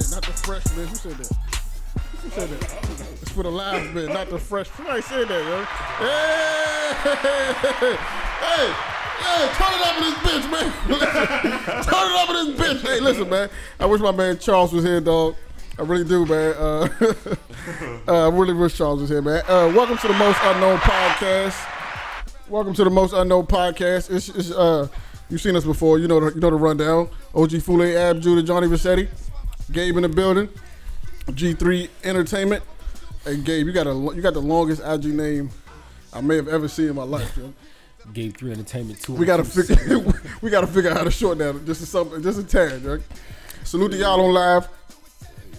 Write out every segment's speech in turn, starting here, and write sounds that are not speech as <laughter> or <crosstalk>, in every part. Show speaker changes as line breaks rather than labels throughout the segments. fresh bitch. Who said that? Who said that? It's for the live bitch, not the fresh. Somebody said that, yo. Hey, hey, hey, turn it up in this bitch, <laughs> man. Listen, turn it up in this bitch. Hey, listen, man. I wish my man Charles was here, dog. I really do, man. Uh, <laughs> uh, I really wish Charles was here, man. Uh, welcome to the most unknown podcast. Welcome to the most unknown podcast. It's, it's uh, you've seen us before. You know the you know the rundown. OG Fule, Ab Judah, Johnny Vassetti, Gabe in the building, G3 Entertainment, and Gabe. You got a lo- you got the longest IG name I may have ever seen in my life. Yo.
Game Three Entertainment Two.
We gotta figure <laughs> we gotta figure out how to shorten that. Just a something, just a tad. Yo. Salute to y'all on live.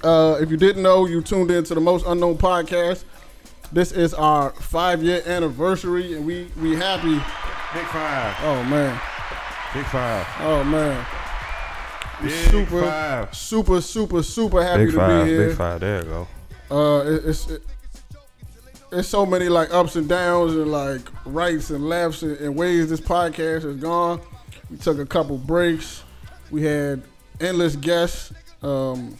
Uh, if you didn't know, you tuned in to the most unknown podcast. This is our five year anniversary, and we we happy.
Big five.
Oh man.
Big five.
Oh man,
Big
super-
five.
super, super, super happy to be
Big
here.
five. There you go.
Uh, it, it's it, it's so many like ups and downs and like rights and lefts and, and ways this podcast has gone. We took a couple breaks. We had endless guests. Um,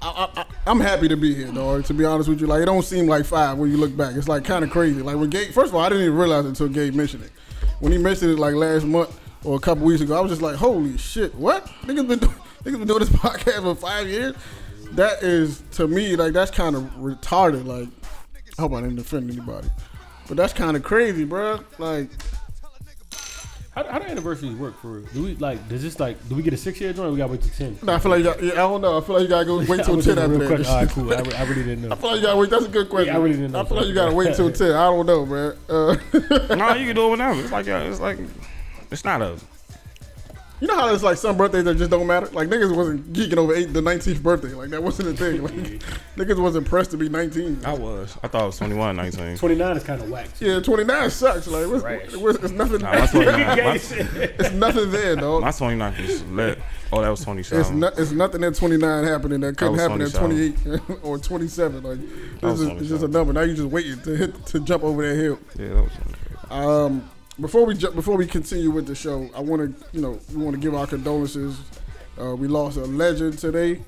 I, I, I, I'm happy to be here, dog. To be honest with you, like it don't seem like five when you look back. It's like kind of crazy. Like when Gabe, first of all, I didn't even realize it until Gabe mentioned it. When he mentioned it like last month or a couple weeks ago, I was just like, "Holy shit! What niggas been doing? <laughs> Niggas been doing this podcast for five years? That is to me like that's kind of retarded. Like, I hope I didn't offend anybody, but that's kind of crazy, bruh. Like,
How, how do anniversaries work for real? Do we like? Does this like? Do we get a six year joint? Or we gotta wait till ten.
nah, I feel like y'all- yeah, I don't know. I feel like you
<laughs>
gotta go wait till
was
ten
just
after
real
that.
quick. All right, cool. I, re- I
<laughs>
really didn't know.
I feel like you gotta wait. That's a good question.
Yeah, I really didn't know.
I feel like you gotta wait
<laughs>
till ten. I don't know, man. Uh, <laughs>
no, you can do it whenever. It's like yeah, it's like it's not a
you know how it's like some birthdays that just don't matter. Like niggas wasn't geeking over eight, the nineteenth birthday. Like that wasn't a thing. Like <laughs> niggas wasn't pressed to be nineteen.
I was. I thought it was 21, 19. <laughs>
Twenty nine is kind of whack. too.
Yeah, twenty nine sucks. Like what's,
Trash.
what's, it's nothing.
Nah, my
<laughs>
29. My,
it's nothing there, dog.
my 29 is lit. Oh, that was
It's
27.
no, it's nothing at 29 happening that couldn't
was
happen at
27.
28 <laughs> or 27. Like
was
this is it's just a
27.
number. Now you just waiting to hit to jump over that hill.
yeah, that was
Um, before we ju- before we continue with the show, I want to you know we want to give our condolences. Uh, we lost a legend today,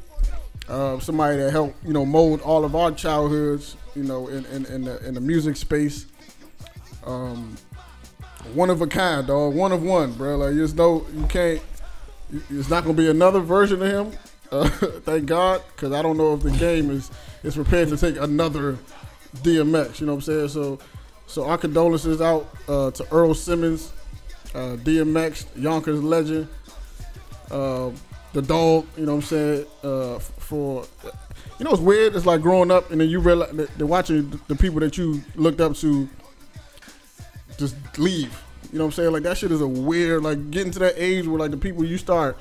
uh, somebody that helped you know mold all of our childhoods, you know, in in, in, the, in the music space. Um, one of a kind, dog. One of one, bro. Like there's no you can't. you- It's not gonna be another version of him. Uh, <laughs> thank God, because I don't know if the game is is prepared to take another DMX. You know what I'm saying? So. So our condolences out uh, to Earl Simmons, uh, DMX, Yonkers legend, uh, the dog. You know what I'm saying? Uh, f- for you know, it's weird. It's like growing up and then you realize that that watching the people that you looked up to just leave. You know what I'm saying? Like that shit is a weird. Like getting to that age where like the people you start,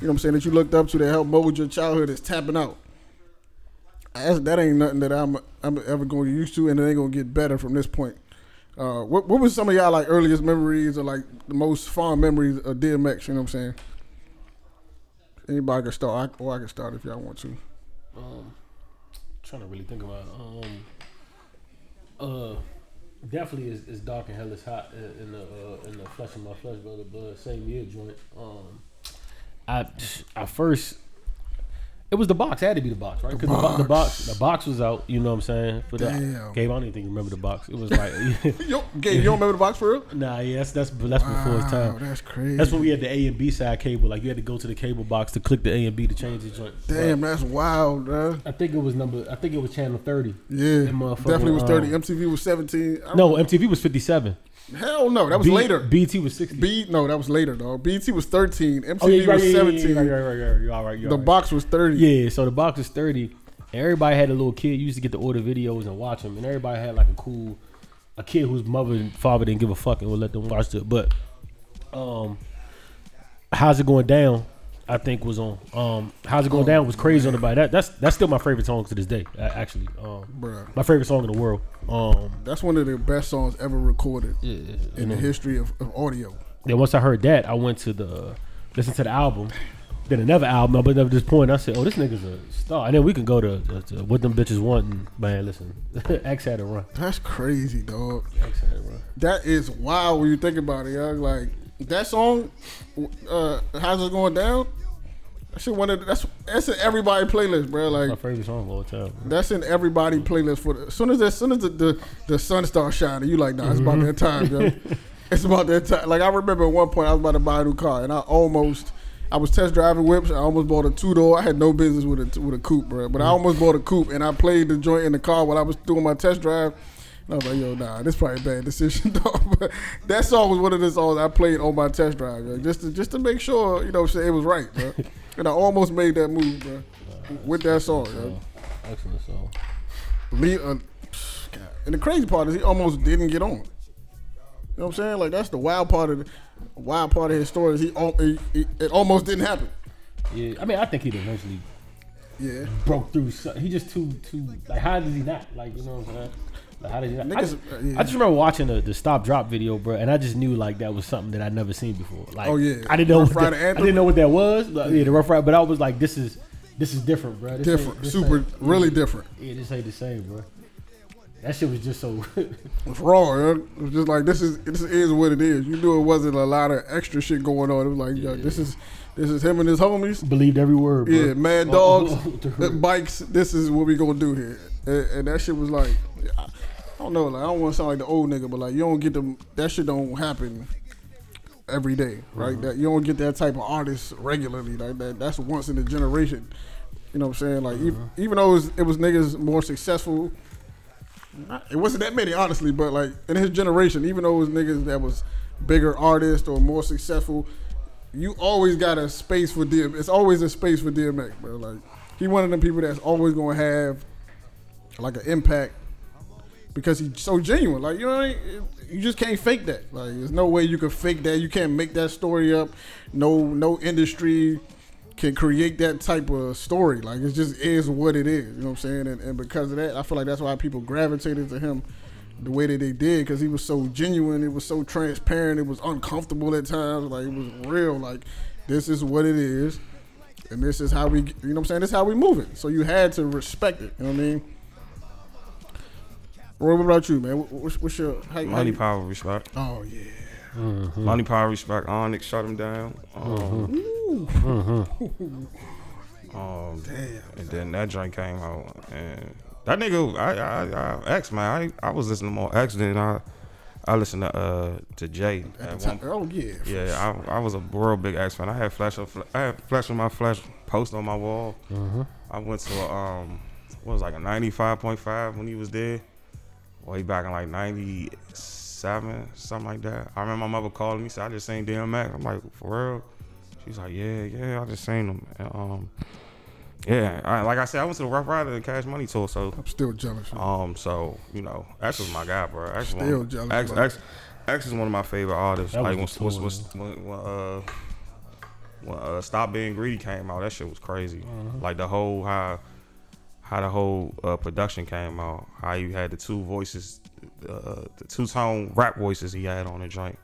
you know what I'm saying, that you looked up to that helped mold your childhood is tapping out. That's, that ain't nothing that I'm I'm ever going to get used to, and it ain't gonna get better from this point. Uh, what what was some of y'all like earliest memories or like the most fond memories of DMX? You know what I'm saying? Anybody can start, I, or I can start if y'all want to.
Um, trying to really think about. Um, uh, definitely is, is dark and hell is hot in, in the uh, in the flesh of my flesh, brother. Blood same year joint. Um, I I first. It was the box. It had to be the box, right? Because the, bo- the box, the box was out. You know what I'm saying? For that,
Damn.
Gabe, I don't even think you remember the box. It was like,
<laughs>
<laughs>
Yo, Gabe, you don't remember the box for real?
nah, yeah, that's that's that's before his
Wow,
time.
that's crazy.
That's when we had the A and B side cable. Like you had to go to the cable box to click the A and B to change the joint.
Damn, that's wild, bruh.
But I think it was number. I think it was channel thirty.
Yeah,
motherfucker,
definitely was
um,
30. MTV was 17. I-
No, MTV was fifty seven.
hell no, that was later. B,
BT was sixty.
no, that was later, dog. BT was 13. MTV
oh yeah, right,
was
yeah,
17.
Yeah, yeah, right, right, right, right. You're all right. You're
The
all right.
box was 30.
Yeah, so the box was thirty. And everybody had a little kid. You used to get to order videos and watch them, and everybody had like a cool, a kid whose mother and father didn't give a fuck and would let them watch it. But, um, how's it going down? I think was on. Um, how's it
Oh,
going down was crazy on the body. That, that's that's still my favorite song to this day. a- Actually, um,
Bruh.
my favorite song in the world. Um,
That's one of the best songs ever recorded
yeah,
in the history of, of audio.
Then once I heard that, I went to the listen to the album. Then another album. I went up to this point. I said, "Oh, this nigga's a star." And then we can go to, to, to what them bitches want. And,
<laughs>
man, listen, X had a run.
That's crazy, dog.
X had a run.
That is wild when you think about it, y'all. Like that song, uh, "How's It Going Down." That shit one of the- that's that's in everybody playlist, bro.
My
Like
favorite song of all time.
that's in everybody playlist for the, as soon as as soon as the, the, the sun starts shining, you like, nah, it's about that time, yo.
<laughs>
it's about that time. Like I remember at one point I was about to buy a new car and I almost I was test driving whips. I almost bought a two door. I had no business with a with a coupe, bro. But I almost bought a coupe and I played the joint in the car while I was doing my test drive. And I was like, yo, nah, this probably a bad decision, <laughs> dog. But that song was one of the songs I played on my test drive, yo, just to just to make sure, you know, what I'm saying, it was right, bro. and I almost made that move, bro, with that song, yo.
So, excellent song.
Lee, uh, God. and the crazy part is he almost didn't get on. You know what I'm saying? Like that's the wild part of the wild part of his story. Is he, al- he, he it almost didn't happen.
Yeah, I mean, I think he'd eventually
Yeah,
broke through. So, he just too too like how did he not like you know what I'm saying? Like, how did he not? I
Niggas-
just,
uh, yeah.
I just remember watching the, the stop drop video, bro, and I just knew like that was something that I'd never seen before. Like,
Oh, yeah.
I didn't know. What
Rough
that,
Rider
I
Anthem?
didn't know what that was. But, yeah, the rough rider, but I was like, this is this is different, bro. This ain't-
different,
this mm-hmm.
super,
ain't-
really different.
Yeah, this ain't the same, bro. That shit was just so. <laughs>
It's raw. Yo. It was just like this is this is what it is. You knew it wasn't a lot of extra shit going on. It was like yo, this is this is him and his homies.
believed every word, bro.
Yeah, mad
Oh,
dogs,
oh, oh,
uh, bikes. This is what we gonna do here, and, and that shit was like, I I don't know, like I don't want to sound like the old nigga, but like you don't get them. That shit don't happen every day, right?
Uh-huh.
That you don't get that type of artist regularly. Like that, that's once in a generation. You know what I'm saying? Like ev- even, though it was, it was niggas more successful, not- it wasn't that many honestly. But like in his generation, even though it was niggas that was bigger artists or more successful, you always got a space for DM. It's always a space for DMX, bro. Like he one of them people that's always gonna have like an impact because he's so genuine. Like you know, what I mean? It- you just can't fake that. Like there's no way you can fake that. You can't make that story up. No, no industry can create that type of story. Like it just is what it is. You know what I'm saying? And, and because of that, I feel like that's why people gravitated to him the way that they did because he was so genuine. It was so transparent. It was uncomfortable at times. Like it was real. Like this is what it is. And this is how we, you know what I'm saying? This is how we move it. So you had to respect it. You know what I mean? Roy, what about you, man? What- What's, what's your how, how
Money
you,
power respect.
Oh yeah,
Money power respect. Onyx shut him down. Um,
Mm-hmm.
um, and then that joint came out, and that nigga, I, I, I X man, I, I was listening to more X than I, I listened to uh to Jay
at
at
the
one.
time. Oh yeah.
Yeah, I, I was a real big X fan. I had flash of, Fle- I had flash of my flash post on my wall. I went to a, um, what was it, like a ninety five point five when he was there, way back in like ninety seven, something like that. I remember my mother calling me, said I just seen DMX. I'm like, for real? She's like, yeah, yeah, I just seen him. And, um, yeah, I, like I said, I went to the Rough Rider and Cash Money tour, so
I'm still jealous.
um, so you know, X was my guy, bro. X, was
Still
one,
jealous,
X,
bro.
X, X is one of my favorite artists.
That
Like when,
was the
when,
tour,
when, when, when, uh, when uh, "Stop Being Greedy" came out, that shit was crazy.
Uh-huh.
Like the whole how how the whole uh, production came out, how you had the two voices, uh, the two tone rap voices he had on the joint.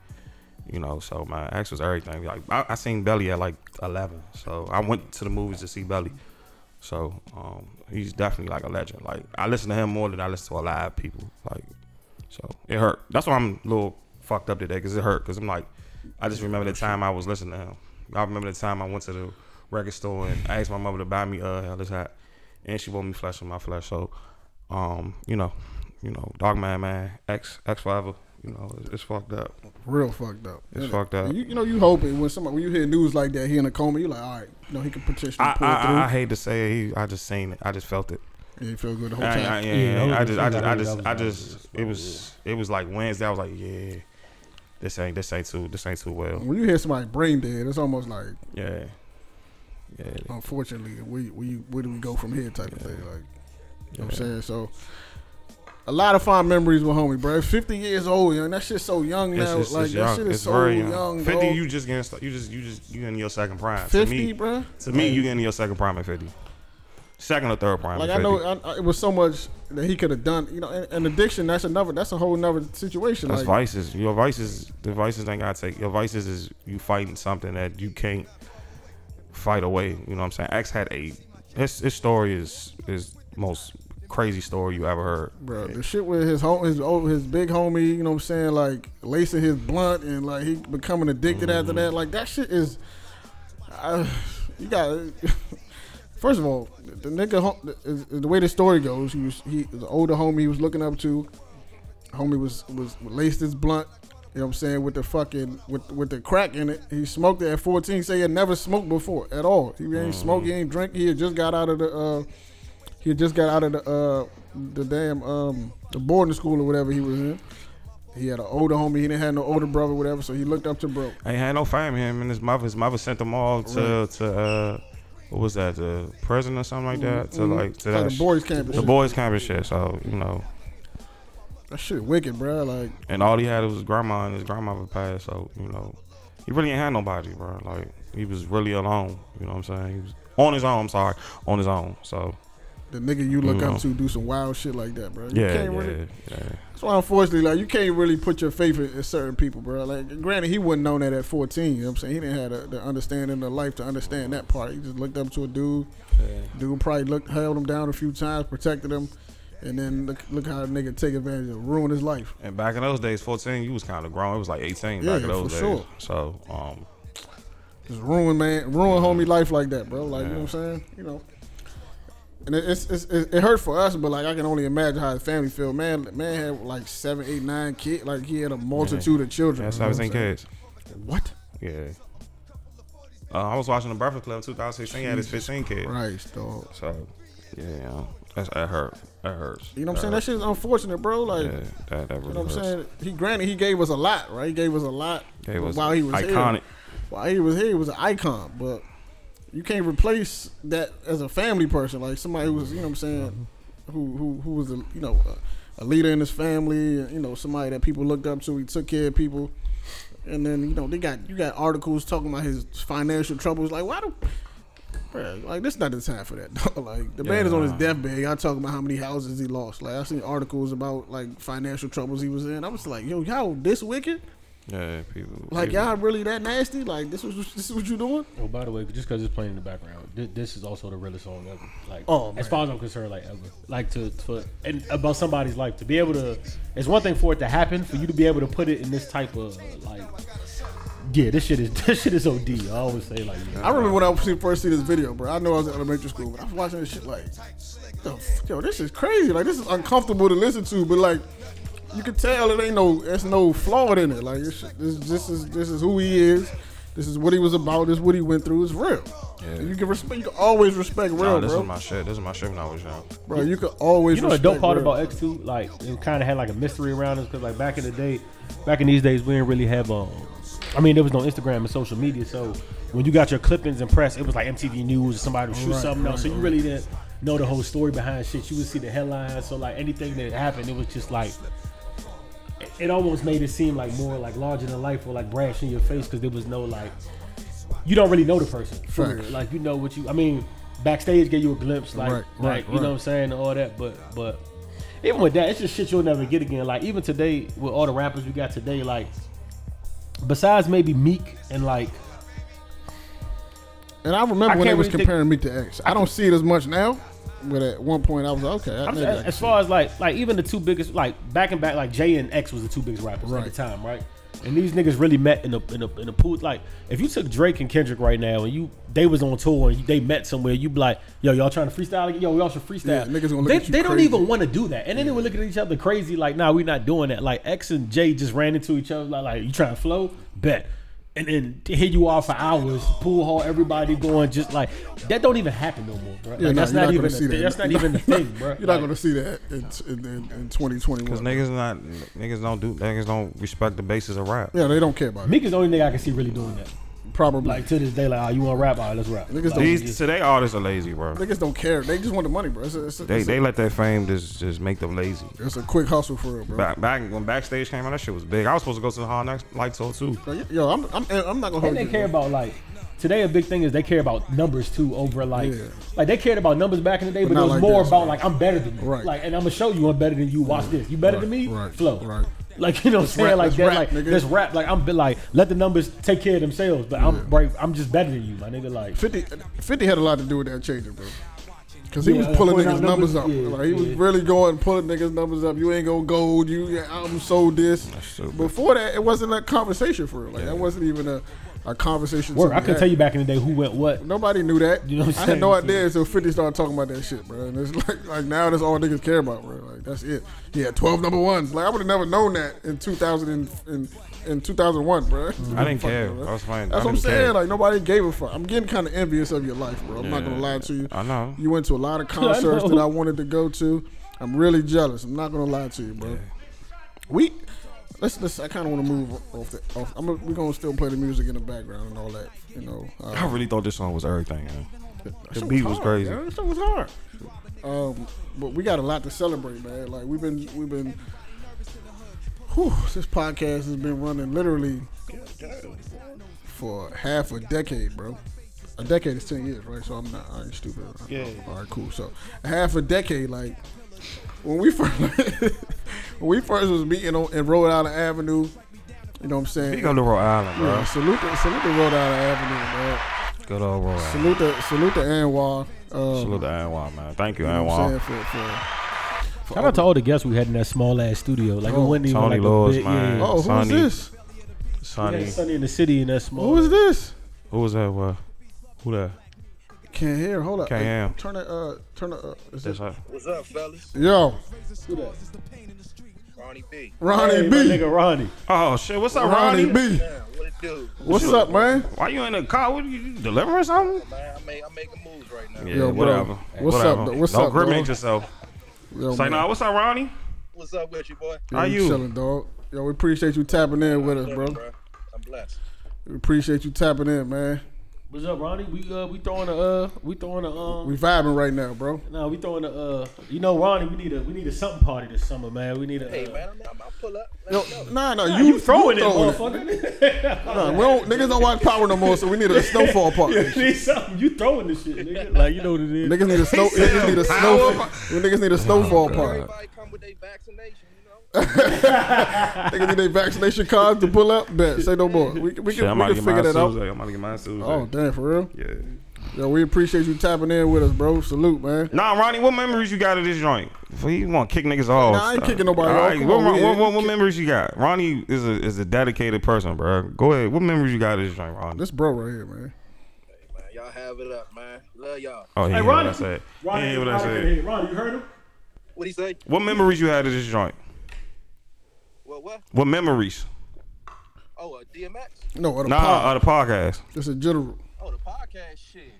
You know, so my X was everything. Like I, I seen Belly at like eleven, so I went to the movies to see Belly. So um, he's definitely like a legend. Like I listen to him more than I listen to a lot of people. Like so it hurt. That's why I'm a little fucked up today because it hurt. Because I'm like, I just remember the time I was listening to him. I remember the time I went to the record store and I asked my mother to buy me uh Hell Is Hot, and she bought me Flesh on My Flesh. So um, you know, you know, Dog Man Man X X Forever. You know, it's, it's fucked up.
Real fucked up.
It's
Yeah.
fucked up.
You, you know, you hoping when somebody when you hear news like that, he in a coma, you like, all right, you know, he could potentially
I,
pull
I,
through.
I, I hate to say it. He, I just seen it. I just felt it.
yeah, you feel good the whole
I,
time.
I, yeah,
Yeah,
yeah, I
that was-
just, I
that
just, I
was-
just,
that
I
was-
just, it was, it was like Wednesday. I was like, yeah, this ain't, this ain't too, this ain't too well.
when you hear somebody brain dead, it's almost like,
Yeah, yeah,
unfortunately, we we where do we go from here type of thing. Like, you know what
Yeah.
I'm saying? So, a lot of fond memories with homie, bro. 50 years old, young. That shit's so young
It's
now.
just-
like
it's
that
young.
shit is
It's
so
very
young.
Fifty,
dog.
you just getting started. You just, you just, you in your second prime. To
50,
me,
bro.
to me, you getting your second prime at fifty. Second or third prime.
Like
at 50.
I know I, I, it was so much that he could have done. You know, and, and addiction. That's another. That's a whole another situation.
that's
like,
vices. Your vices, the vices ain't gotta take. Your vices is you fighting something that you can't fight away. You know what I'm saying? X had a his, his story is is most crazy story you ever heard.
Bro, the shit with his home, his old, his big homie, you know what I'm saying, like lacing
Mm-hmm.
his blunt and like he becoming addicted after that, like that shit is, I, You got. First of all, the nigga, hom- the, the way the story goes, he was he the older homie he was looking up to. Homie was was laced his blunt. You know what I'm saying with the fucking with with the crack in it. He smoked it at 14. He said he had never smoked before at all. He ain't smoked. He ain't drink. He had just got out of the. uh He had just got out of the uh the damn um the boarding school or whatever he was in. He had an older homie. He didn't have no older brother, whatever. So he looked up to bro.
Ain't had no fame him and his mother. His mother sent them all to to uh, what was that? The prison or something like that. To like to
Mm-hmm. Like
that.
the
sh-
boys camp. and
the
shit.
boys camp and shit. So you know,
That shit wicked, bro. Like
and all he had was his grandma, and his grandma had passed. So you know, he really ain't had nobody, bro. Like he was really alone. You know what I'm saying? He was on his own. I'm sorry, on his own. So
the nigga you look up
Mhm.
to do some wild shit like that, bro. You
yeah,
can't
yeah,
really,
yeah.
that's why unfortunately, like you can't really put your faith in, in certain people, bro. Like granted, he wouldn't known that at fourteen. You know what I'm saying? He didn't have the, the understanding of life to understand that part. He just looked up to a dude. Dude probably looked held him down a few times, protected him, and then look look how a nigga take advantage of ruin his life.
And back in those days, 14, you was kind of grown. It was like 18
Yeah,
back in those days.
for sure.
So um,
Just ruin man, ruin homie life like that, bro. Like you know what I'm saying? You know. And it, it's, it's it it hurt for us, but like I can only imagine how his family feel. Man, man had like seven, eight, nine kids. Like he had a multitude of children.
that's
you know
how was
what I'm
in
saying?
kids.
What?
Yeah. Uh, I was watching the Breakfast Club 2016. Had his 15 kid.
Christ, dog.
So yeah, um, that's that hurt. That hurts.
You know what I'm saying? That shit is unfortunate, bro. Like,
Uh, yeah, that, that really
you know what I'm
hurts.
saying? He granted he gave us a lot, right? He gave us a lot
They was
while he was
iconic.
here. While he was here, he was an icon, but you can't replace that as a family person, like somebody who was, you know what I'm saying, who who who was a you know a, a leader in his family, you know somebody that people looked up to. He took care of people, and then you know they got you got articles talking about his financial troubles. Like why do Bruh, like this not the time for that. <laughs> dog. like the man is on his
Yeah.
deathbed. Y'all talking about how many houses he lost. Like I seen articles about like financial troubles he was in. I was like, yo, y'all this wicked?
Yeah, people.
Like
people-
y'all really that nasty? Like this was this is what you doing?
Oh, by the way, just because it's playing in the background, thi- this is also the realest song ever. Like,
Oh, man.
as far as I'm concerned, like ever, like to for and about somebody's life to be able to. It's one thing for it to happen, for you to be able to put it in this type of like. Yeah, this shit is <laughs> this shit is od. I always say like,
I
yeah.
remember when I see- first see this video, bro. I know I was in elementary school, but I was watching this shit like, the f- yo, this is crazy. Like this is uncomfortable to listen to, but like you can tell it ain't no, there's no flaw in it. Like this, shit- this, this is this is who he is. This is what he was about. This is what he went through. It's real.
Yeah.
And You can respect. You can always respect real,
Nah, this
bro.
is my shit. This is my shit when I was young.
bro, you can always.
you know the
respect
dope part
real.
about X two, like it kind of had like a mystery around us because like back in the day, back in these days, we didn't really have um. I mean, there was no Instagram and social media, so when you got your clippings and press, it was like MTV News or somebody would shoot
Right,
something else. So you really didn't know the whole story behind shit. You would see the headlines, so like anything that happened, it was just like it- it almost made it seem like more like larger than life or like brash in your face because there was no like you don't really know the person. for
Facts.
real. Like you know what you I mean, backstage gave you a glimpse, like
Right,
like
right,
you know
right.
what I'm saying, and all that, but but even with that, it's just shit you'll never get again. Like even today with all the rappers we got today, like besides maybe Meek and like
And I remember
I
when they
can't
was
really think-
comparing me to X. I don't see it as much now, but at one point I was like, okay. I
I'm
maybe
saying,
I can
as far as like like even the two biggest like back and back like Jay and X was the two biggest rappers
Right.
at the time, right? And these niggas really met in a in a in a pool. Like if you took Drake and Kendrick right now and you they was on tour and you, they met somewhere, you be like, yo, y'all trying to freestyle? again? Yo, we all should freestyle.
Yeah, niggas gonna look
they
at you
they don't
crazy.
even want to do that. And then they were looking at each other crazy, like, nah, we not doing that. Like X and Jay just ran into each other, like, like you trying to flow? Bet. And then to hit you all for hours, pool hall, everybody going just like that. Don't even happen no more. Bro.
Yeah,
Like,
nah,
that's
you're
not,
not
even
gonna
a
see
thing.
that.
That's not even
<laughs>
a thing, bro.
You're not
Like-
gonna see that in in, in, in 2021.
Cause niggas not niggas don't do niggas don't respect the basis of rap.
yeah, they don't care about it.
Meek is the only nigga I can see really doing that.
Probably.
Like to this day, like, oh, you want to rap? All right, let's rap.
Niggas
Like,
don't-
These today artists are lazy, bro.
Niggas don't care. They just want the money, bro. It's a, it's a,
They
it's
they
a,
let that fame just just make them lazy.
it's a quick hustle for real, bro.
Back, back when backstage came out, that shit was big. I was supposed to go to the hall next light tour too.
Bro, Yo, I'm, I'm, I'm not gonna hold
and they
you,
care
bro.
about like today. A big thing is they care about numbers too. Over like,
Yeah.
like they cared about numbers back in the day, but,
not
it was
like
more
this,
about
bro.
like I'm better than you.
Right.
Like, and I'm gonna show you I'm better than you. Watch this. You better than me.
right,
Flow.
right.
Like you know what I'm saying?
rap,
like
let's
that.
rap,
like
nigga.
this rap. Like I'm be- like let the numbers take care of themselves. But I'm brave. I'm just better than you, my nigga. Like
50, 50 had a lot to do with that changing, bro. Cause he
Yeah,
was pulling
putting
niggas
out
numbers,
numbers-
up.
yeah,
like he was
yeah.
really going pulling niggas numbers up. You ain't gonna gold. You your album sold this.
stupid.
Before that, it wasn't a conversation for real. Like that wasn't even a. a conversation.
Work. I could tell you back in the day who went what.
Nobody knew that.
You know what I'm
I
saying?
had no idea until 50 started talking about that shit, bro. And it's <laughs> like, like now that's all niggas care about, bro. Like that's it. He had 12 number ones. Like I would have never known that in 2000 and, in, in 2001, bro.
I didn't
Fuck
care.
that, bro.
I was playing.
That's
I
what I'm
didn't care.
saying. Like nobody gave a fuck. I'm getting kind of envious of your life, bro. I'm not gonna
Yeah.
lie to you.
I know.
You went to a
<laughs>
lot of concerts
know.
that I wanted to go to. I'm really jealous. I'm not gonna lie to you, bro. We let's let's. I kind of want to move off. The, off. I'm gonna, we're gonna still play the music in the background and all that. You know.
I
Uh,
really thought this song was everything. Man. The
shit
beat was
hard,
crazy.
Man. That shit was hard. Um, but we got a lot to celebrate, man. Like we've been we've been. Whew, this podcast has been running literally for half a decade, bro. A decade is ten years, right? So I'm not I ain't stupid. I know.
Yeah.
All right, cool. So half a decade, like when we <laughs> first when we first was meeting on in Rhode Island Avenue. You know what I'm saying?
Big up to Rhode Island, bro.
Yeah, salute the, salute the Rhode Island Avenue, bro.
Good old Rhode Island.
Salute the salute the Anwar. Um,
Salute to NY, man. Thank you,
you know what I'm saying,
NY.
for, for, for
Shout out to all the guests we had in that small ass studio. Like
Oh,
it wasn't even
Tony
like
Laws,
a big,
man.
Yeah.
Oh, who is
Sonny.
this?
We
Sonny.
had Sunny in the city in that small.
Who is this?
Who was that? What? Who that?
Can't hear. Hold up.
Can't hear.
Turn it. Uh, turn it. Uh,
That's
is this,
her.
What's up, fellas?
yo,
Ronnie B.
Ronnie
Hey, my
B.
nigga Ronnie.
Oh shit! What's up,
Ronnie,
Ronnie?
B.
Man, what it do?
What's up, man?
Why you in the car? What, you you delivering something?
Man, I'm, make, I'm making moves right now.
Yeah,
Yo, bro.
whatever.
What's up,
whatever.
though? What's
Don't
up,
incriminate
dog?
yourself.
Yo,
Say,
man.
nah, what's up, Ronnie?
What's up with you, boy?
Yo,
how
we
you?
Chilling, dog. Yo, we appreciate you tapping in with us,
Look,
bro.
bruh, I'm blessed.
We appreciate you tapping in, man.
What's up, Ronnie? We uh we throwing a uh we throwing a um
We vibing right
<laughs>
now, bro.
no we throwing a uh you know Ronnie we need a we need a something party this summer man we need a
Hey,
uh,
man, I'm, I'm, I'll pull up. Let
Yo,
me know.
nah, nah,
Nah,
you,
you, throwing,
you
it, motherfucker.
Nah, we don't, niggas don't watch Power no more, so we need
<laughs>
a
<laughs>
snowfall party.
You need something. You throwing this shit,
<laughs>
nigga. Like you know what it is.
Niggas need a snow. niggas need a snow. <laughs> Niggas need a snowfall party.
Everybody come with their vaccination, you know?
<laughs> Niggas need their vaccination cards to pull up. Bet. Say no more. We, we
Shit,
can,
I'm
we
about to get
can figure
mine
that out.
Tuesday. I'm about to get mine Tuesday.
Oh, damn, for real?
Yeah.
Yo, we appreciate you tapping in with us, bro. Salute, man.
Nah, Ronnie, what memories you got of this joint? For you want to kick niggas off?
Nah, I ain't
Uh,
kicking nobody
all
off.
right,
Come
What,
on, we
what,
in.
what, what memories you got? Ronnie is a is a dedicated person, bro. Go ahead. What memories you got of this joint, Ronnie?
This bro right here, man.
Hey, man, y'all have it up, man. Love y'all.
oh, he
Hey,
ain't hear what
Ronnie.
I said. He ain't
Ronnie,
hear what I
Ronnie,
said.
hey, Ronnie, you heard him?
What he say?
What memories you had of this joint?
What, what?
What memories?
Oh, uh, DMX?
No, other
Nah,
nah,
of the podcast.
It's a general.
Oh, the podcast shit.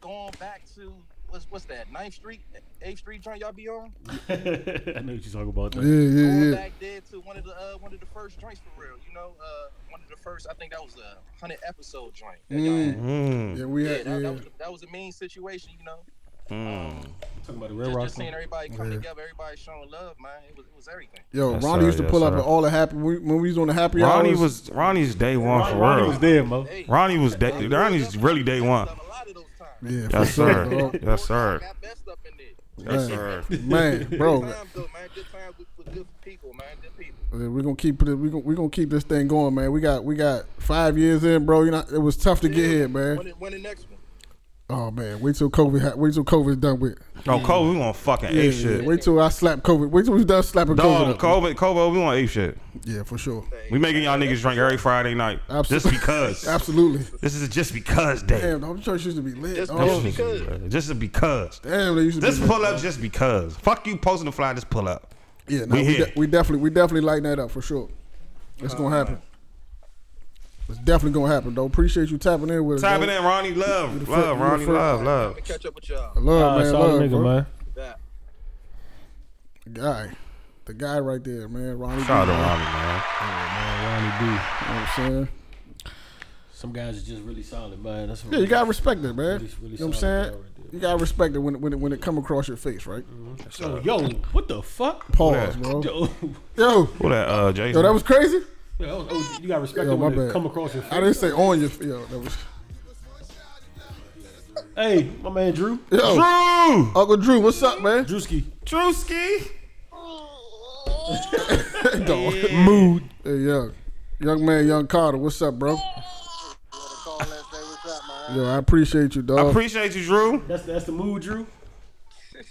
Going back to, what's, what's that, Ninth Street, 8th Street joint y'all be on?
<laughs> I know what you talking about.
Yeah,
That.
yeah,
going
yeah.
back there to one of the uh, one of the first joints for real. You know, uh, one of the first. I think that was a hundred episode joint. That y'all had.
Mm,
Yeah, we
Yeah,
had.
that,
Yeah.
that was that was a mean situation. You know,
mm.
Hmm. Talking about the Red
just,
Rock.
just seeing
song.
everybody come
Yeah.
together, everybody showing love, man. It was, it was everything.
Yo,
Yes,
Ronnie
sir.
used to
Yes,
pull up
sir.
at all the happy. We, when we was on the happy
Ronnie
hours.
was Ronnie's day one
Ronnie,
for
Ronnie
real.
was there, mo.
Hey,
Ronnie was da-
I
Ronnie's
was
really day one.
A lot of those times.
Yeah, for
Yes,
sure.
sir.
dog.
Yes, sir.
Got messed up in there.
Yes,
Man.
sir.
Man, bro,
Good times though, man. Good times with, with good people, man. Good people.
Yeah, we're gonna keep it. We're gonna, we gonna keep this thing going, man. We got we got five years in, bro. You know it was tough to get here,
When,
man.
the- when the next one?
Oh man, wait till COVID. ha- Wait till COVID's done with.
No, Kobe, Oh, we want fucking
Yeah,
ape shit.
Wait till I slap COVID. Wait till we done slapping COVID.
Dog,
up.
Kobe, Kobe, we want ape shit.
Yeah, for sure.
Hey,
We making y'all niggas drink every Friday night.
Absolutely.
Just because.
<laughs> Absolutely.
This is a just because day.
Damn, the whole church used to be lit.
Just
dog.
because.
Just because. Just a because.
Damn, they used to
Just
be. lit.
pull up just because. Fuck you posting the fly, just pull up.
Yeah, no,
we
we,
here.
de- we definitely we definitely lighten that up for sure. It's gonna happen. It's definitely gonna happen, though. Appreciate you tapping in with us.
Type
dog.
it in, Ronnie. Love.
the
Love,
fir-
Ronnie.
you the
Love,
Let
love.
me catch up with y'all.
Love,
Ah,
man.
solid
Love,
nigga,
bro.
man.
That.
The guy, the guy right there, man. Ronnie.
Shout out to
B,
Ronnie,
man.
man.
Man, Ronnie B.
You know what I'm saying.
Some guys are just really solid, man. That's what
Yeah, you gotta respect it, man.
Really- really
you know what I'm
solid
saying?
guy right there.
You gotta respect it when it, when it, when it come across your face, right?
So, yo, what the fuck?
Pause,
Yeah.
bro. Yo,
Yo,
Oh. yo,
Who that, uh, Jason?
that was crazy.
that was- oh, you got respect
Yo,
when
my
it
bad.
come across your face.
I didn't say on your. Yo, that was.
Hey, my man Drew,
Yo,
Drew!
Uncle Drew, what's up, man?
Drewski.
Drewski!
<laughs> Dog.
Mood.
Hey, young, young man, young Carter, what's up, bro? Yo, I appreciate you, dog.
Appreciate you, Drew.
That's that's the mood, Drew. That's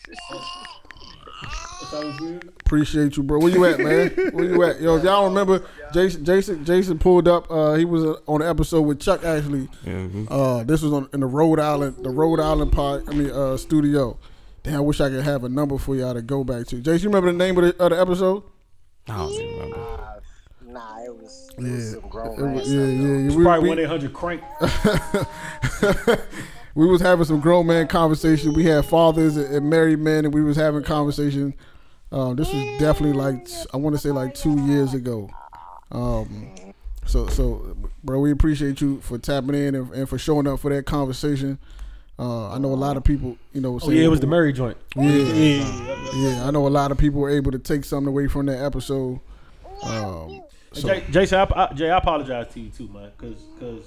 Appreciate you, bro. Where you at, man? Where you at? Yo, if y'all remember, Jason, Jason, Jason pulled up. Uh, he was uh, on an episode with Chuck actually.
Mhm.
Uh, this was on in the Rhode Island, the Rhode Island pod. I mean, uh, studio. Damn, I wish I could have a number for y'all to go back to. Jason, you remember the name of the, of the episode?
I don't even remember.
Nah, nah, it was, it was some grown
It
man
was-
stuff.
yeah, yeah.
It's
We,
probably
we-
one eight hundred crank.
<laughs> we was having some grown man conversation. We had fathers and- and married men, and we was having conversation. Um, this was definitely like t- I want to say like two years ago. Um, so so, bro, we appreciate you for tapping in and, and for showing up for that conversation. Uh, I know a lot of people, you know.
Oh
say-
yeah, it was the Murray joint. Yeah, yeah.
Yeah, I know a lot of people were able to take something away from that episode. Um, so,
Jay, Jason, I, I, Jay, I apologize to you too, man, because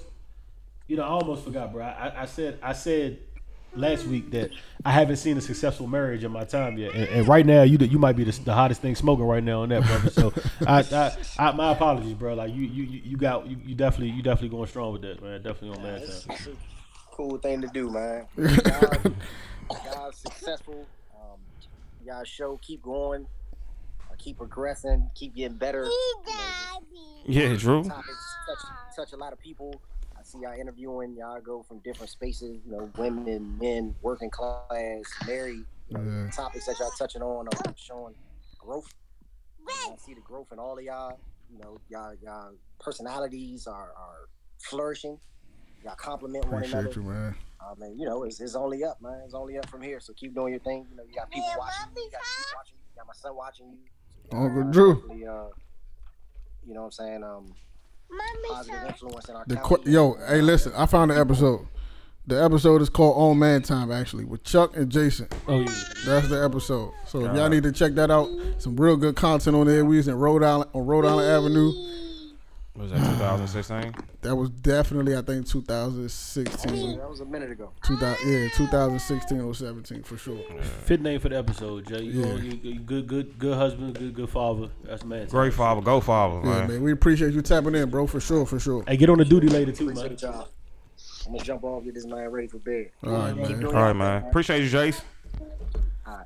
you know I almost forgot, bro. I, I said I said last week that I haven't seen a successful marriage in my time yet, and, and right now you the- you might be the, the hottest thing smoking right now on that, brother. So I, I, I my apologies, bro. Like you you you you got you, you definitely you definitely going strong with that, man. Definitely on last
It's,
time.
it's a cool thing to do,
<laughs>
man. Y'all, y'all successful. Um, y'all show keep going. Uh, keep progressing. Keep getting better. You know,
Yeah, Drew.
just topics touch, touch a lot of people. I see y'all interviewing. Y'all go from different spaces. You know, women, men, working class, married. You know,
Mm-hmm.
Yeah.
Topics that y'all touching on are showing growth. I see the growth in all of y'all. You know, y'all y'all personalities are, are flourishing. Y'all compliment one another.
appreciate you, man.
I mean, you know, it's, it's only up, man. It's only up from here. So keep doing your thing. You know, you got people
Man,
watching you.
Bobby's
You got people watching you. You got my son watching you.
Uncle
Uh,
Drew.
definitely, uh, you know what I'm saying? Um,
Mommy,
positive influence in our
The qu-
county.
yo, hey, listen, I found the episode. The episode is called On Man Time, actually, with Chuck and Jason.
Oh yeah.
That's the episode. So if y'all need to check that out, some real good content on there. We was in Rhode Island on Rhode Island Avenue.
What was that 2016?
That was definitely, I think, 2016,
Oh, That was a minute ago.
2000, yeah, 2016 or 17 for sure.
Fit name for the episode, Jay. You,
Yeah.
you, you good good good husband, good good father. That's man. time.
Great father, go father,
Yeah,
man.
man, we appreciate you tapping in, bro, for sure, for sure.
Hey, get on the duty later too, man.
Appreciate y'all. I'm gonna jump off, get this man ready for bed.
All right, man.
All right, man. Appreciate you, Jace.
well,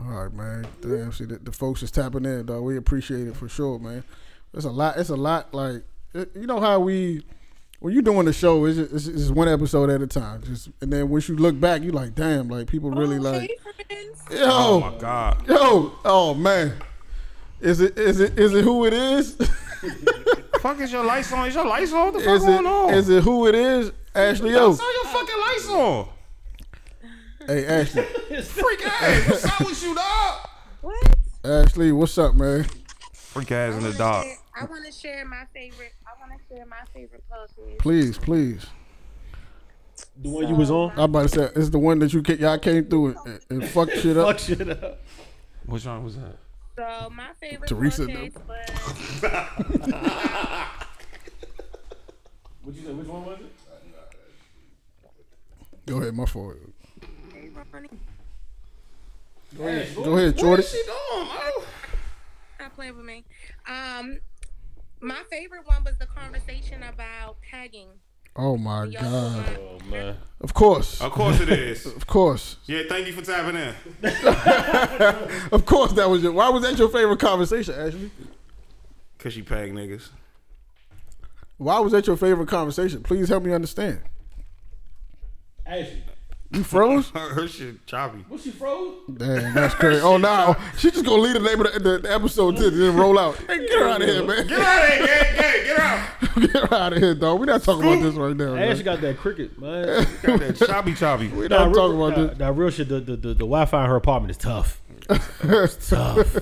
All right, man. Damn, see, the, the folks is tapping in, dog. We appreciate it for sure, man. It's a lot. It's a lot. Like it, you know how we when you doing the show, it's just, it's just one episode at a time. Just and then once you look back, you like, damn, like people really like, yo,
Oh my God.
yo, oh man, is it is it is it who it is?
Fuck is your lights on? Is your lights on? What the fuck
is
going
it
on?
is it who it is? Ashley O.
Turn your fucking lights on.
Hey Ashley,
<laughs> Freak ass. What's up with you, dog?
What?
Ashley, what's up, man?
Freak ass in the
wanna
Uh,
dog.
share- I want to share my favorite. I want to share my favorite poses.
Please, please.
The one you was on.
I'm about to say it's the one that you ca- y'all came through and, and fucked shit up.
Fuck shit up.
Which one was that?
So my favorite
Teresa,
poses
no.
was
<laughs>
What you say? Which one was it?
<laughs> Go ahead, my fault.
Hey, Ronnie,
Go ahead, Jordy.
not playing with me. Um, my favorite one was the conversation about tagging.
Oh my
Y'all saw
god.
my-
Oh man.
Of course.
Of course it is.
<laughs> Of course.
Yeah, thank you for tapping in.
<laughs> Of course that was your why was that your favorite conversation, Ashley?
Cause you peg niggas.
Why was that your favorite conversation? Please help me understand.
Ashley,
You froze?
Her, <laughs> her shit choppy.
what she froze?
Damn, that's crazy. Oh no. She just gonna leave the name of the, the, the episode to then roll out. <laughs> Hey, get her out of here, man.
Get out of here, get, get, get out.
Get her out of here, dog. We're not talking about this right now. man.
Ashley got that cricket, <laughs> man.
Got that choppy choppy.
We're not
real-
talking about
nah,
this.
nah, real shit. The, the, the, the Wi-Fi in her apartment is
<laughs>
tough. It's tough.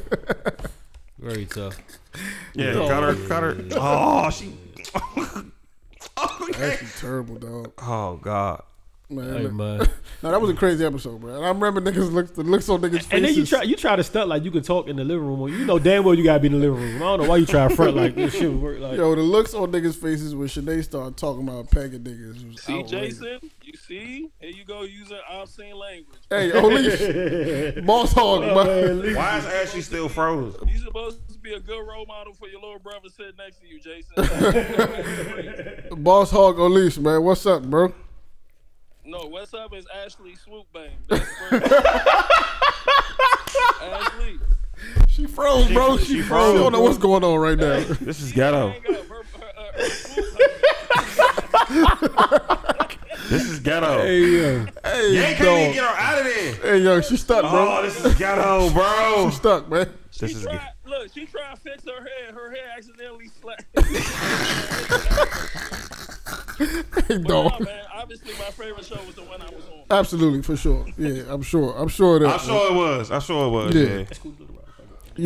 Very tough.
Yeah, got her, got her. Oh,
<laughs>
she.
Oh,
okay.
Ashley terrible, dog.
Oh God.
Man,
Hey,
look-
man.
<laughs> no, that was a crazy episode, bro. And I remember niggas looked the looks on niggas' faces.
And then you try you try to stunt like you can talk in the living room. When you know damn well you gotta be in the living room. I don't know why you try to front like this shit would work like.
Yo, the looks on niggas' faces when Sinead started talking about pegging niggas. Was
See,
outrageous.
Jason, you see? Here you go using obscene language.
Hey, O'Leash.
<laughs>
<laughs> Boss Hog. man.
Why is Ashley still froze?
You supposed to be a good role model for your little brother sitting next to you, Jason.
<laughs>
Boss Hog O'Leash, man. What's up, bro?
No, what's up is Ashley Swoop Bang. That's where- Ashley.
She froze, bro. She,
she
froze.
froze,
She don't know what's going on right now.
This is ghetto.
Hang up. Her, her, her, her swoop bang.
This is ghetto.
Hey, uh,
hey,
Yank
dog.
can't even get her out of there.
hey, yo, she stuck, bro.
Oh, this is ghetto, bro.
She stuck, man.
She
This is
tried,
ga-
look, she tried to fix her hair. Her hair accidentally slapped.
<laughs> Hey,
But
dog.
no, man, obviously my favorite show was the one I was on.
Absolutely, for sure. Yeah, I'm sure. I'm sure that.
I'm sure it was. I'm sure it was.
Yeah.
Yeah.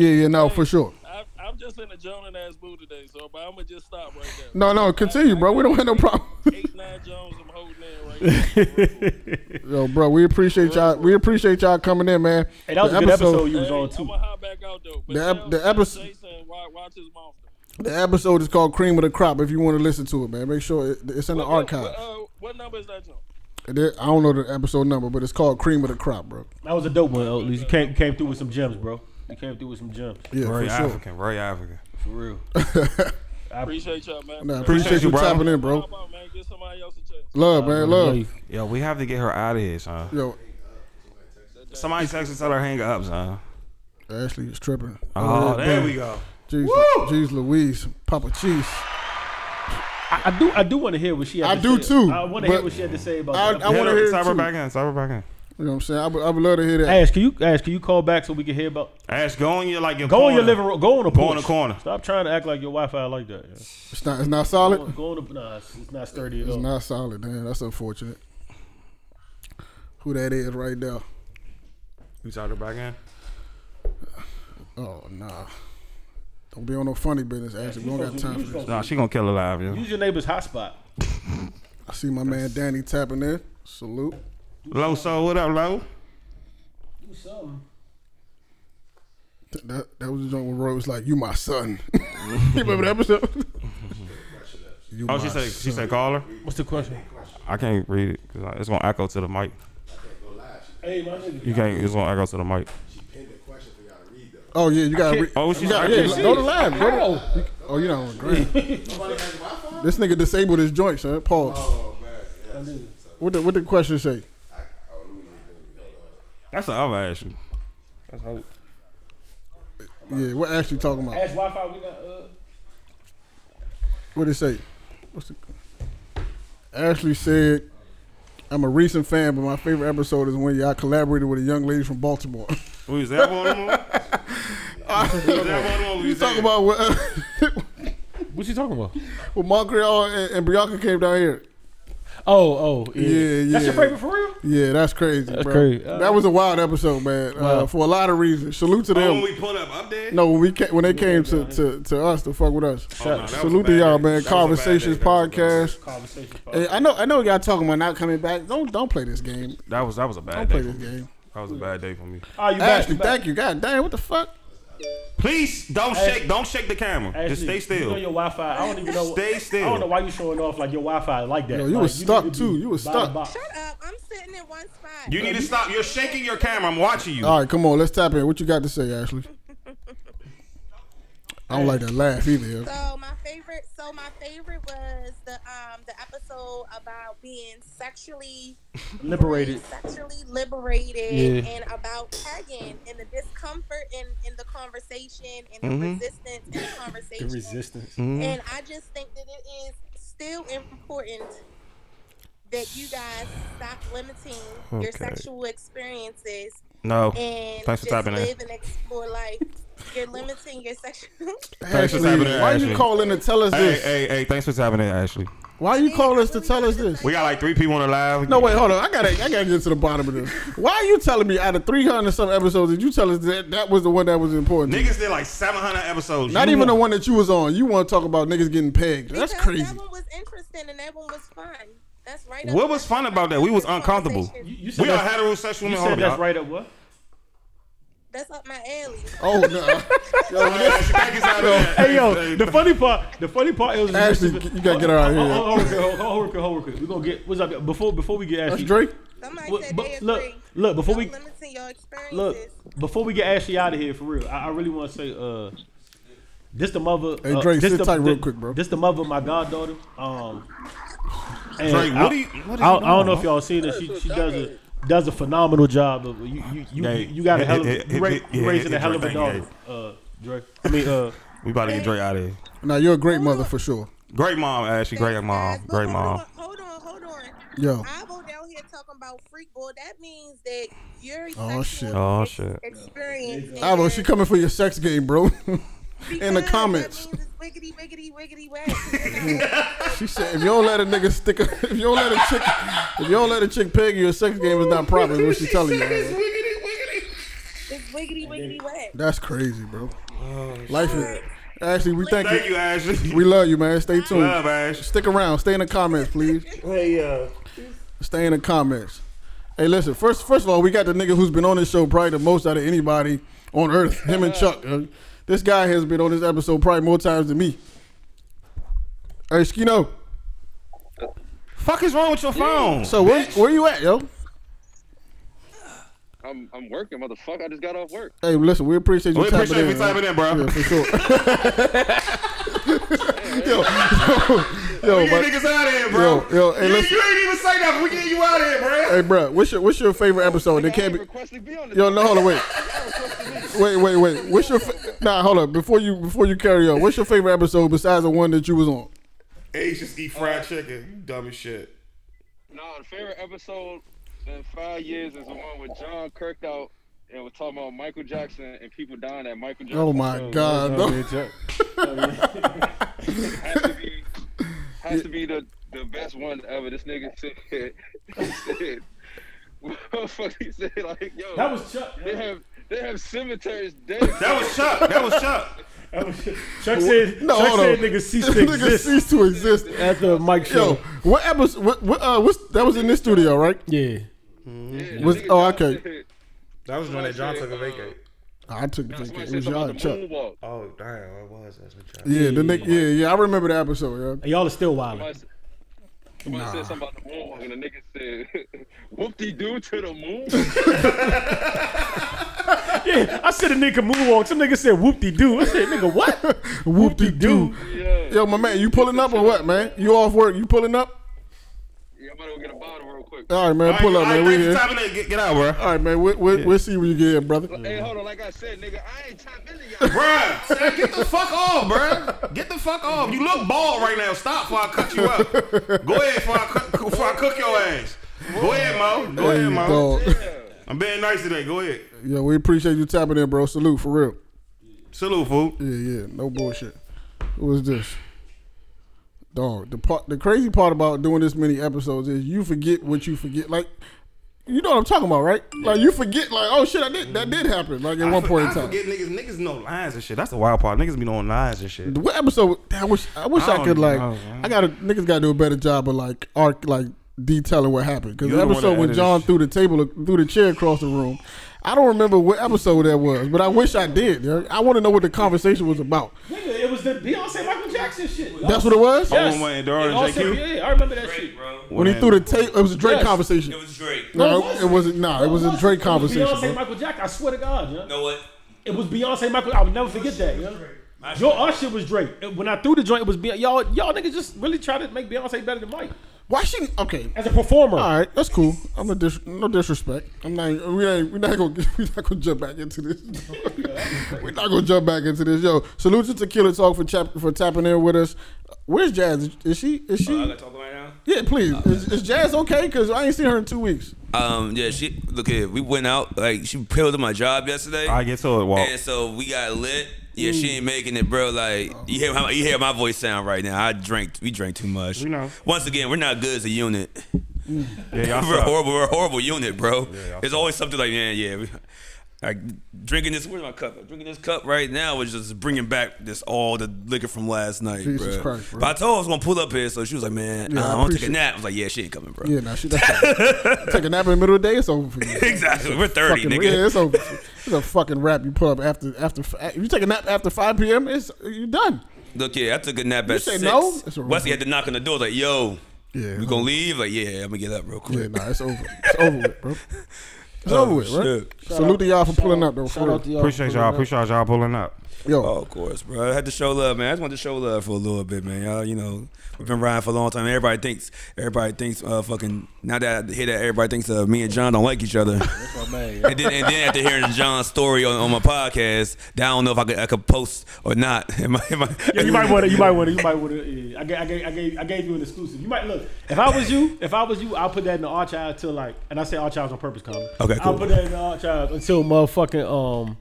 Yeah, yeah, no, for sure.
I, I'm just in a Jonan ass mood today, so but I'm gonna just stop right there.
No, no, continue, bro. We don't have no problem.
Eight nine Jones, I'm holding in right now.
Yo, bro, we appreciate y'all. We appreciate y'all coming in, man.
Hey, that was
The
a good episode you was
I'm
on too.
gonna hop back out though. But
The ep-
tell-
the
tell
episode-
Jason, wa- watch his mouth. though.
The episode is called "Cream of the Crop." If you want to listen to it, man, make sure it, it's in the
What- what-
archive.
What, uh, what number is that, Joe?
It is- I don't know the episode number, but it's called "Cream of the Crop," bro.
That was a dope one. At least you came you came through with some gems, bro. You came through with some gems
Yeah,
Very
for sure. <laughs>
African. Very African.
for real.
Appreciate y'all, man.
Nah, appreciate you
bro.
tapping in, bro.
How about, man? Get somebody else a chance.
Love, man, love.
Yo, we have to get her out of here, son.
Yo,
Somebody text and tell her hang up, son.
Ashley is tripping.
Oh, there
damn.
we go.
Jeez, Jeez Louise, Papa Cheese.
I, I do I do want to hear what she had
I
to
do
say.
too,
I want to
but-
hear what she had to say about
I-
that.
I wanna
Hit her-
hear it
Type her
too.
back in. Type her back in.
You know what I'm saying? I would, I would love to hear that.
Ash, can you Ash, can you call back so we can hear about
Ash, go on your like your
Go on
corner.
your living room. Go on the
Go
porch.
on the corner.
Stop trying to act like your Wi-Fi like that. yeah.
It's not, it's not
Go
solid.
on, go on the. Nah, it's, it's not sturdy at
It's
all.
not solid, man. That's unfortunate. Who that is right there?
You type her back in.
Oh nah. Don't be on no funny business, Ashley. We don't got time for this.
Nah, she gonna kill her live, yo.
Use your neighbor's hotspot.
I see my man Danny tapping in. Salute.
Low soul, what up, low?
Do something.
Th- That, that was the joint where Roy was like, "You my son." <laughs> <laughs> you remember that episode?
<laughs>
you
Oh, she said she said call her.
what's the question?
I can't read it because it's gonna echo to the mic.
Hey, my nigga.
You can't. It's gonna echo to the mic.
"Oh yeah, you gotta." Re-
Oh, she's
yeah,
not.
yeah, go to live, bro. You- Oh, you don't agree. this nigga disabled his joint, son. Pause. What the what the question say?
That's the other Ash.
Yeah, what Ashley talking about?
Ash Wi-Fi. We got. Uh,
What it say? What's the, Ashley said, "I'm a recent fan, but my favorite episode is when y'all collaborated with a young lady from Baltimore."
Who is that one? on? Who is that one on? Who
you
is that?
talking about when, uh,
What you talking about?
when Montreal uh, and, and Bianca came down here?
Oh, oh,
Yeah,
yeah.
yeah.
That's your favorite for real?
Yeah, that's crazy, bro.
crazy.
that was a wild episode, man. Uh, for a lot of reasons. Salute to
Oh, when
them.
we pulled up, up there.
No, when we ca- when they came to, to, to us to fuck with us.
Oh, no, that was a
Salute
bad
to y'all,
day.
man.
That was a bad
Conversations
day. That was a bad day.
podcast.
Conversation.
Hey, I know I know y'all talking about not coming back. Don't don't play this game.
That was that was a bad
Don't play
day.
this
for me.
game.
That was a bad day for me.
Oh, you back?
Ashley,
You back?
thank you. God damn, what the fuck?
Please don't shake. Don't shake the camera. Just
Ashley,
stay
You know
still.
your Wi-Fi. I don't even know.
Stay
I don't know
still.
why you showing off like your Wi-Fi like that.
Yo, you
Like,
was
need
stuck,
to be
too. You was
by the
stuck.
box.
Shut up. I'm sitting in one spot.
You need to stop. You're shaking your camera. I'm watching you.
All right, come on, let's tap in. What you got to say, Ashley? I don't like that laugh either. yo.
So my favorite, so my favorite was the um the episode about being sexually
Liberated.
sexually liberated, and about pegging and the discomfort in in the conversation and the
Mm-hmm.
resistance in the conversation.
Resistance.
And I just think that it is still important that you guys stop limiting your
Okay.
sexual experiences
No.
and
Thanks for
just
tapping in.
live and explore life. You're limiting your sexual.
Thanks for tapping in,
why you
Ashley.
calling to tell us
Hey,
this?
hey, hey! Thanks for tapping in, Ashley.
Why you calling us to tell us this?
We got like three people on the live.
No, wait, hold on. I gotta, I gotta get to the bottom of this. Why are you telling me out of three hundred some episodes did you tell us that that was the one that was important?
Niggas did like 700 episodes.
Not
You
even the
want-
one that you was on. You want to talk about niggas getting pegged? That's
Because
crazy.
That one was interesting and that one was fun. That's right.
What
up
was
my-
fun about that? We was uncomfortable.
You, you said
We are
that's,
heterosexual
you
men.
said
Hold up,
that's
y'all.
right at what?
That's up my alley.
Oh
<laughs>
no,
All right, Ashley, thank you, Saturday.
Hey yo,
Thanks,
the funny part, the funny part is
Ashley, you gotta get her out of
Hold,
here.
hold, hold, hold, hold, hold, hold, hold, hold. We're gonna get what's up before before we get
That's
Ashley.
Drake.
Somebody
Well,
said
but
they agree.
look, look, before
Don't
we-
limiting your experiences.
Look, before we get Ashley out of here, for real, I, I really want to say, uh, this the mother.
Hey,
uh,
Drake,
this
sit
the,
tight
thi-
real quick, bro.
This the mother of my goddaughter. Um, And
Drake,
I,
what do you? What is
I,
you
I don't know
doing,
if y'all seen it. She, she does a does a phenomenal job of you. You, you,
Hey,
you got a
hit-
hell of
hit-
you ra-
hit-
you
yeah,
raising a
hit
hell of a
Drake,
daughter,
thank
uh, Drake. I
<laughs>
mean, uh,
<laughs> We about to get Drake out of here.
Now you're a great mother for sure.
Great mom, Ashley. Great
Thanks,
mom.
guys. But
Great
hold
mom.
on, Hold on, hold on.
Yo,
I go down here talking about freak boy. That means that your sexual
Oh, shit.
Oh, shit.
experience. is-
Avo, she coming for your sex game, bro. <laughs> in the
Because
comments.
That means it's wiggity wiggity wiggity wag.
<laughs> she said, if you don't let a nigga stick, a, <laughs> if you don't let a chick, if you don't let a chick peg you, a sex game is not proper. Is what she <laughs> telling you? Avo.
it's wiggity wiggity wag.
That's crazy, bro. Life is. Ashley, we thank you.
Oh, Thank you, Ashley.
We love you, man. Stay tuned.
love Ashley.
Stick around. Stay in the comments, please.
Hey, uh,
Stay in the comments. Hey, listen. First, first of all, we got the nigga who's been on this show probably the most out of anybody on earth. Him and Chuck. uh, this guy has been on this episode probably more times than me. Hey, Skino.
Fuck is wrong with your phone?
So where where you at, yo?
I'm I'm working, motherfucker. I just got off work.
Hey, listen. We appreciate you.
we appreciate you
man.
typing in, bro.
Yeah,
<laughs>
for sure. <laughs> yo, yo, yo,
Get
but,
niggas out of here, bro.
yo, yo, hey,
you,
listen.
you ain't even say nothing. We get you out of here, bro.
hey, bro, what's your what's your favorite episode? There can't be. Yo, no, <laughs> hold on, wait, wait, wait, wait. What's your fa- nah? Hold on, before you before you carry on, what's your favorite episode besides the one that you was on?
Ace just eat fried chicken. You dumb as shit.
Nah, the favorite episode in five years is the one with John Kirked out and was talking about Michael Jackson and people dying at Michael Jackson.
Oh my god, no. <laughs>
Has to be, has to be the, the best one ever. This nigga said, he said, what the fuck he said? Like, yo,
That was Chuck.
they have they have cemeteries dead.
That was Chuck. That was Chuck.
that was- Chuck said
No,
Chuck
hold
said
on.
<laughs>
niggas cease
<laughs>
to
Nigga
exist
ceased to exist.
after Mike
Yo,
show.
what episode? What, what uh? What's that was in this studio, right?
Yeah.
Hmm?
Yeah,
Was-
nigga
oh,
John
okay.
said-
That was when that John
shit,
took a
uh,
vacate.
I took the
somebody
ticket. It
said
was
something
y'all,
about the
Chuck.
moonwalk.
Oh damn, it was. That's what y'all.
Yeah, the nigga. Yeah, yeah. I remember the episode.
Hey, y'all are still wilding.
Somebody said- Somebody said something about the moonwalk, and the nigga said, <laughs> "Whoop-de-doo to the moon."
Yeah, I said a nigga moonwalk. Some nigga said whoop de doo. I said nigga
<laughs>
what?
Yeah. Whoop de doo.
yeah.
Yo, my man, you pulling up or what, man? You off work? You pulling up?
yeah, I'm about to go get a bottle real quick.
All right, man. Pull up, man. We here.
Typing in. Get, get out, bro.
All right, man. We, we, We'll see when you get here, brother.
Hey, hold on. Like I said, nigga, I ain't top into y'all.
Bruh, Sam, get the fuck off, bruh. Get the fuck off. You look bald right now. Stop before I cut you up. Go ahead before I, cut, before I cook your ass. Go ahead, Mo. Go
Hey,
ahead, Mo.
dog.
<laughs> I'm being nice today. Go ahead.
Yeah, we appreciate you tapping in, bro. Salute for real.
Salute, fool.
Yeah, yeah, no bullshit. What was this? Dog, the part, the crazy part about doing this many episodes is you forget what you forget. Like, you know what I'm talking about, right? Like, you forget, like, oh shit, I did that did happen. Like at one
I,
point in
I
time.
forget niggas. Niggas know lines and shit. That's the wild part. Niggas be knowing lines and shit.
What episode? I wish I wish
I
I,
don't
could like.
know, man.
I gotta niggas gotta do a better job of like arc like detailing what happened because
You're the one
the
that
episode when
edited
John
shit.
threw the table threw the chair across the room. I don't remember what episode that was, but I wish I did. yo. I want to know what the conversation was about.
Nigga, it was the Beyonce Michael Jackson shit.
That's what it was.
Yes. Oh, my daughter,
Y'all
JQ.
said- yeah, I remember that shit.
When he threw the tape, it was a Drake
Yes.
conversation.
It was Drake. You
No,
No, it
it wasn't. Nah, it was a Drake conversation.
Beyonce,
bro.
Michael Jackson. I swear to God, yeah.
know what?
It was Beyonce, Michael. I would never forget that. Yeah. Your our shit was Drake. And When I threw the joint, it was Beyonce. Y'all, y'all niggas just really try to make Beyonce better than Mike
Why she? Okay,
as a performer.
all right, that's cool. I'm a dis- no disrespect. I'm not. <laughs> We ain't. We're not gonna. We're not gonna jump back into this. <laughs> we're not gonna jump back into this. Yo, salute to Tequila Talk for chap- for tapping in with us. Where's Jazz? Is she? Is
Oh, I
she?
gotta talk right now. Oh,
Yeah, please. Is, is Jazz okay? Cause I ain't seen her in two weeks.
Um, yeah, she look here. We went out like she peeled at my job yesterday,
I get to it, Walt.
and so we got lit. Yeah, she
Mm.
ain't making it, bro. Like you hear my, you hear my voice sound right now. I drank, we drank too much.
We know.
Once again, we're not good as a unit.
Mm.
Yeah, y'all
We're a
suck.
horrible, we're a horrible unit, bro.
y'all
There's always something like, man, yeah. we- Like drinking this, where's my cup? Drinking this cup right now is just bringing back this all the liquor from last night,
Jesus
bruh.
Christ, bro.
But I told her I was gonna pull up here, so she was like, "Man,
Yeah, I
uh, I'm gonna take
appreciate-
a nap." I was like, "Yeah, she ain't coming, bro."
Yeah, nah, she.
<laughs>
That's Take a nap in the middle of the day. It's over for you.
exactly. We're <laughs> thirty,
fucking-
nigga.
Yeah, it's a it's a fucking rap you pull up after after if you take a nap after five p.m. It's you done.
Look, yeah, I took a nap at
say
six.
no? That's a real
Wesley had to knock on the door, like, yo,
Yeah,
we gonna leave? Like, yeah, I'm gonna get up real
yeah,
quick. Oh,
nah, it's over. It's over with, bro. It's over with, right?
Shit.
Salute to y'all for pulling up though.
Shout
For
out
real.
to y'all.
Appreciate y'all. Appreciate y'all pulling up.
Yo.
Oh, of course, bro. I had to show love, man. I just wanted to show love for a little bit, man. Y'all, you know, we've been riding for a long time. Everybody thinks, everybody thinks, uh, fucking. Now that I hear that, everybody thinks uh, me and John don't like each
<laughs>
other.
That's my man.
and then, and
<laughs>
then after hearing John's story on, on my podcast, now I don't know if I could, I could post or not. <laughs> Am I, am I,
Yeah, you might want to. You might want to. You might want to. Yeah. I, gave, I, gave, I gave. I gave you an exclusive. You might look. If I was you, if I was you, I'll put that in the archive till like, and I say archives on purpose, comment.
Okay, cool.
I'll put that in the archive until motherfucking um,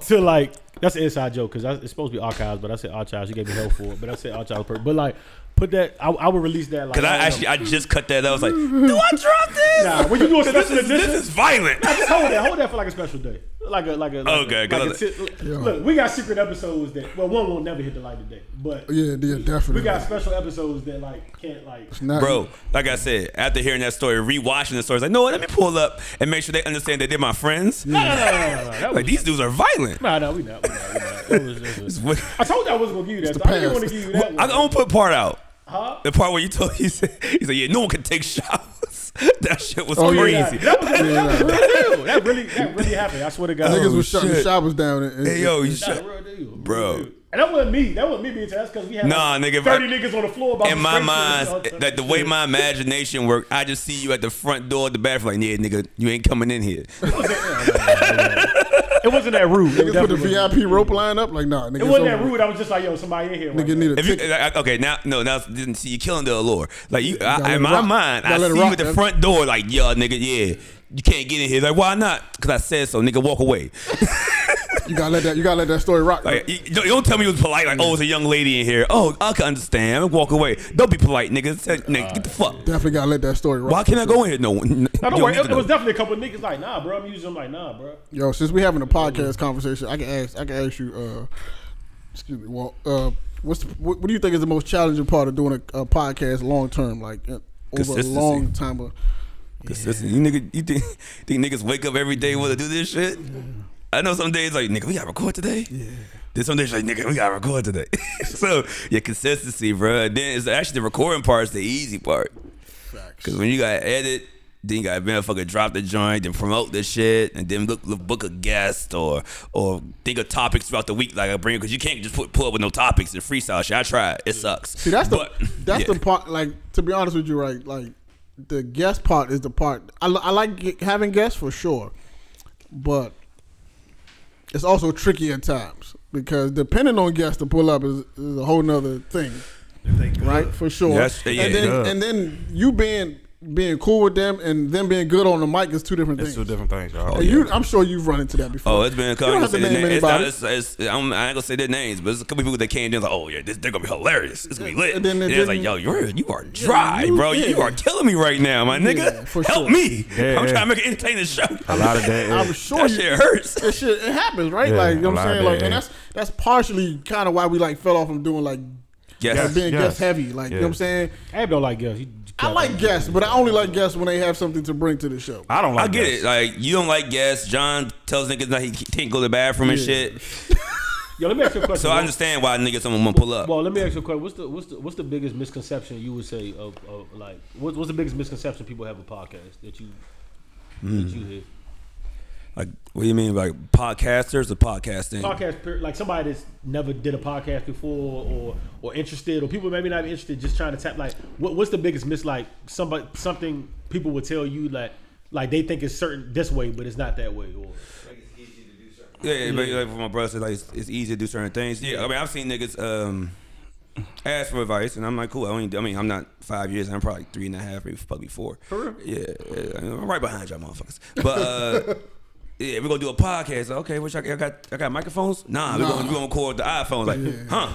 till like that's an inside joke because it's supposed to be archives, but I said archives. You gave me hell for it, but I said archives. on purpose. But like, put that. I, I would release that.
<laughs>
Like,
Cause I
don't know.
actually I just cut that. out. I was like, <laughs> do I drop this?
Nah, when you do
<laughs>
a
'Cause this
special
is,
edition,
this is violent.
Nah, just hold that. Hold that for like a special day. Like a like a like
Okay,
A,
'cause
like a
I-
ti- look, we got secret episodes that well, one won't never hit the light of day, but
Yeah, yeah, definitely.
we got special episodes that like can't like. <laughs>
Bro, like I said, after hearing that story, rewatching the story, it's like, no, let me pull up and make sure they understand that they're my friends.
No, no, no, no, no, no, that
like these dudes are
<laughs>
violent.
Nah, nah, we not. We not, we not. It was, it
It's
was-
wi-
I told you I wasn't gonna give you that. So I didn't want to give you that.
I
One.
don't put part out.
Huh?
The part where you told he said he said yeah, no one can take showers. <laughs> that shit was
Oh,
crazy.
yeah,
That was, that was <laughs> real deal. That really, that really happened. I swear to God.
Niggas was shutting
shit.
shoppers down. And,
<laughs>
and-
Hey yo, you
and-
shut, bro.
And that wasn't me. That wasn't me being tasked because we had
Nah,
like
nigga, if I-
thirty niggas on the floor. About
In
to
my
scrape
mind,
shit.
like the way my imagination worked, I just see you at the front door of the bathroom, like, yeah, nigga, you ain't coming in here.
it wasn't that rude. It
Niggas put the
definitely
VIP rope line up. Like nah, nigga.
It
it's
wasn't that
over.
rude. I was just like, yo, somebody in here. Right
Nigga need a
If you,
ticket.
like, okay, now no, now didn't see you killing the allure. Like you,
gotta let
I,
it
in my
rock.
mind,
Gotta
I
let it
see you
rock,
at the
man.
front door, like yo, nigga, yeah, you can't get in here. Like why not? Because I said so. Nigga, walk away.
You gotta let that. You gotta let that story rock.
Like you, you don't tell me you was polite. Like oh, it's a young lady in here. Oh, I can understand. and Walk away. Don't be polite, nigga. Say, nigga, get
Uh.
the fuck.
Definitely gotta let that story rock.
Why can't I go in here? No one.
No, don't
you
worry.
need
It,
to
it
know.
was definitely a couple of niggas like, nah, bro. I'm using. I'm like, nah, bro.
Yo, since we having a podcast conversation, I can ask. I can ask you. Uh, excuse me. Walt, uh, what's the, what, what do you think is the most challenging part of doing a, a podcast long term, like uh, over a
Consistency.
long time? Of,
Consistent. You nigga, you think, <laughs> think niggas wake up every day want to do this shit? I know some days like nigga, we gotta record today. Yeah. Then some days like nigga, we gotta record today. <laughs> so yeah, consistency, bro. Then it's actually the recording part is the easy part. Cause when you gotta edit, then you gotta motherfucker drop the joint, then promote the shit, and then look, look book a guest or or think of topics throughout the week. Like I bring, cause you can't just put pull up with no topics and freestyle shit. I tried, it sucks.
see, that's the
But- <laughs>
that's
yeah.
the part. Like to be honest with you, right? Like the guest part is the part I, li- I like ge- having guests for sure, but it's also tricky at times because depending on guests to pull up is, is a whole nother thing. right? For sure.
Yes, yeah,
and then
yeah.
and then you being being cool with them and them being good on the mic is two different
It's
things.
two different things, y'all.
And you, I'm sure you've run into that before.
Oh, it's been a couple.
You don't
I
have
ain't
to
gonna say
name
their name. It's not-
anybody.
it's- it's- I'm- I ain't gonna say their names, but it's a couple people that came in like, oh yeah, this, they're gonna be hilarious. It's gonna be lit.
And
And
then
then,
they
it's like,
didn't-
yo, you're you are dry,
you-
bro. You
yeah.
are killing me right now, my
Yeah,
nigga.
for
Help
sure.
me.
Yeah,
I'm
yeah.
trying to make an entertaining show.
A lot of that.
I'm
Is,
sure
that
you-
shit hurts.
It shit, it happens, right?
Yeah,
like you know
a
what
lot
I'm
of
saying, like,
that,
and
yeah.
that's that's partially kind of why we like fell off from doing like
Yes.
like, being
Yes.
guest heavy. Like you know what I'm saying,
Ab don't like girls. You-
I like guests, but I only like guests when they have something to bring to the show.
I don't
I
like.
get
that.
it. Like you don't like guests. John tells niggas that he can't go to the bathroom and
Yeah.
shit.
Yo, let me ask you a question.
So I
Walt.
understand why niggas someone won't pull up.
Well, let me ask you a question. What's the what's the what's the biggest misconception you would say of, of like what's, what's the biggest misconception people have with podcasts that you that you hear?
Mm. Like, what do you mean, like podcasters or podcasting?
Podcast per- like somebody that's never did a podcast before or or interested or people maybe not interested just trying to tap like what, what's the biggest miss like somebody something people would tell you like like they think it's certain this way but it's not that way or
Yeah, yeah, but like for my brother, said, like it's, it's easy to do certain things. Yeah, I mean, I've seen niggas um, ask for advice, and I'm like, cool. I, only, I mean, I'm not five years, I'm probably three and a half, maybe probably four.
For real?
Yeah, yeah, I'm right behind y'all, motherfuckers. But uh, yeah, we're gonna do a podcast. Like, okay, which I, I got, I got microphones. Nah, we're gonna we gonna record the iPhones. Like, huh?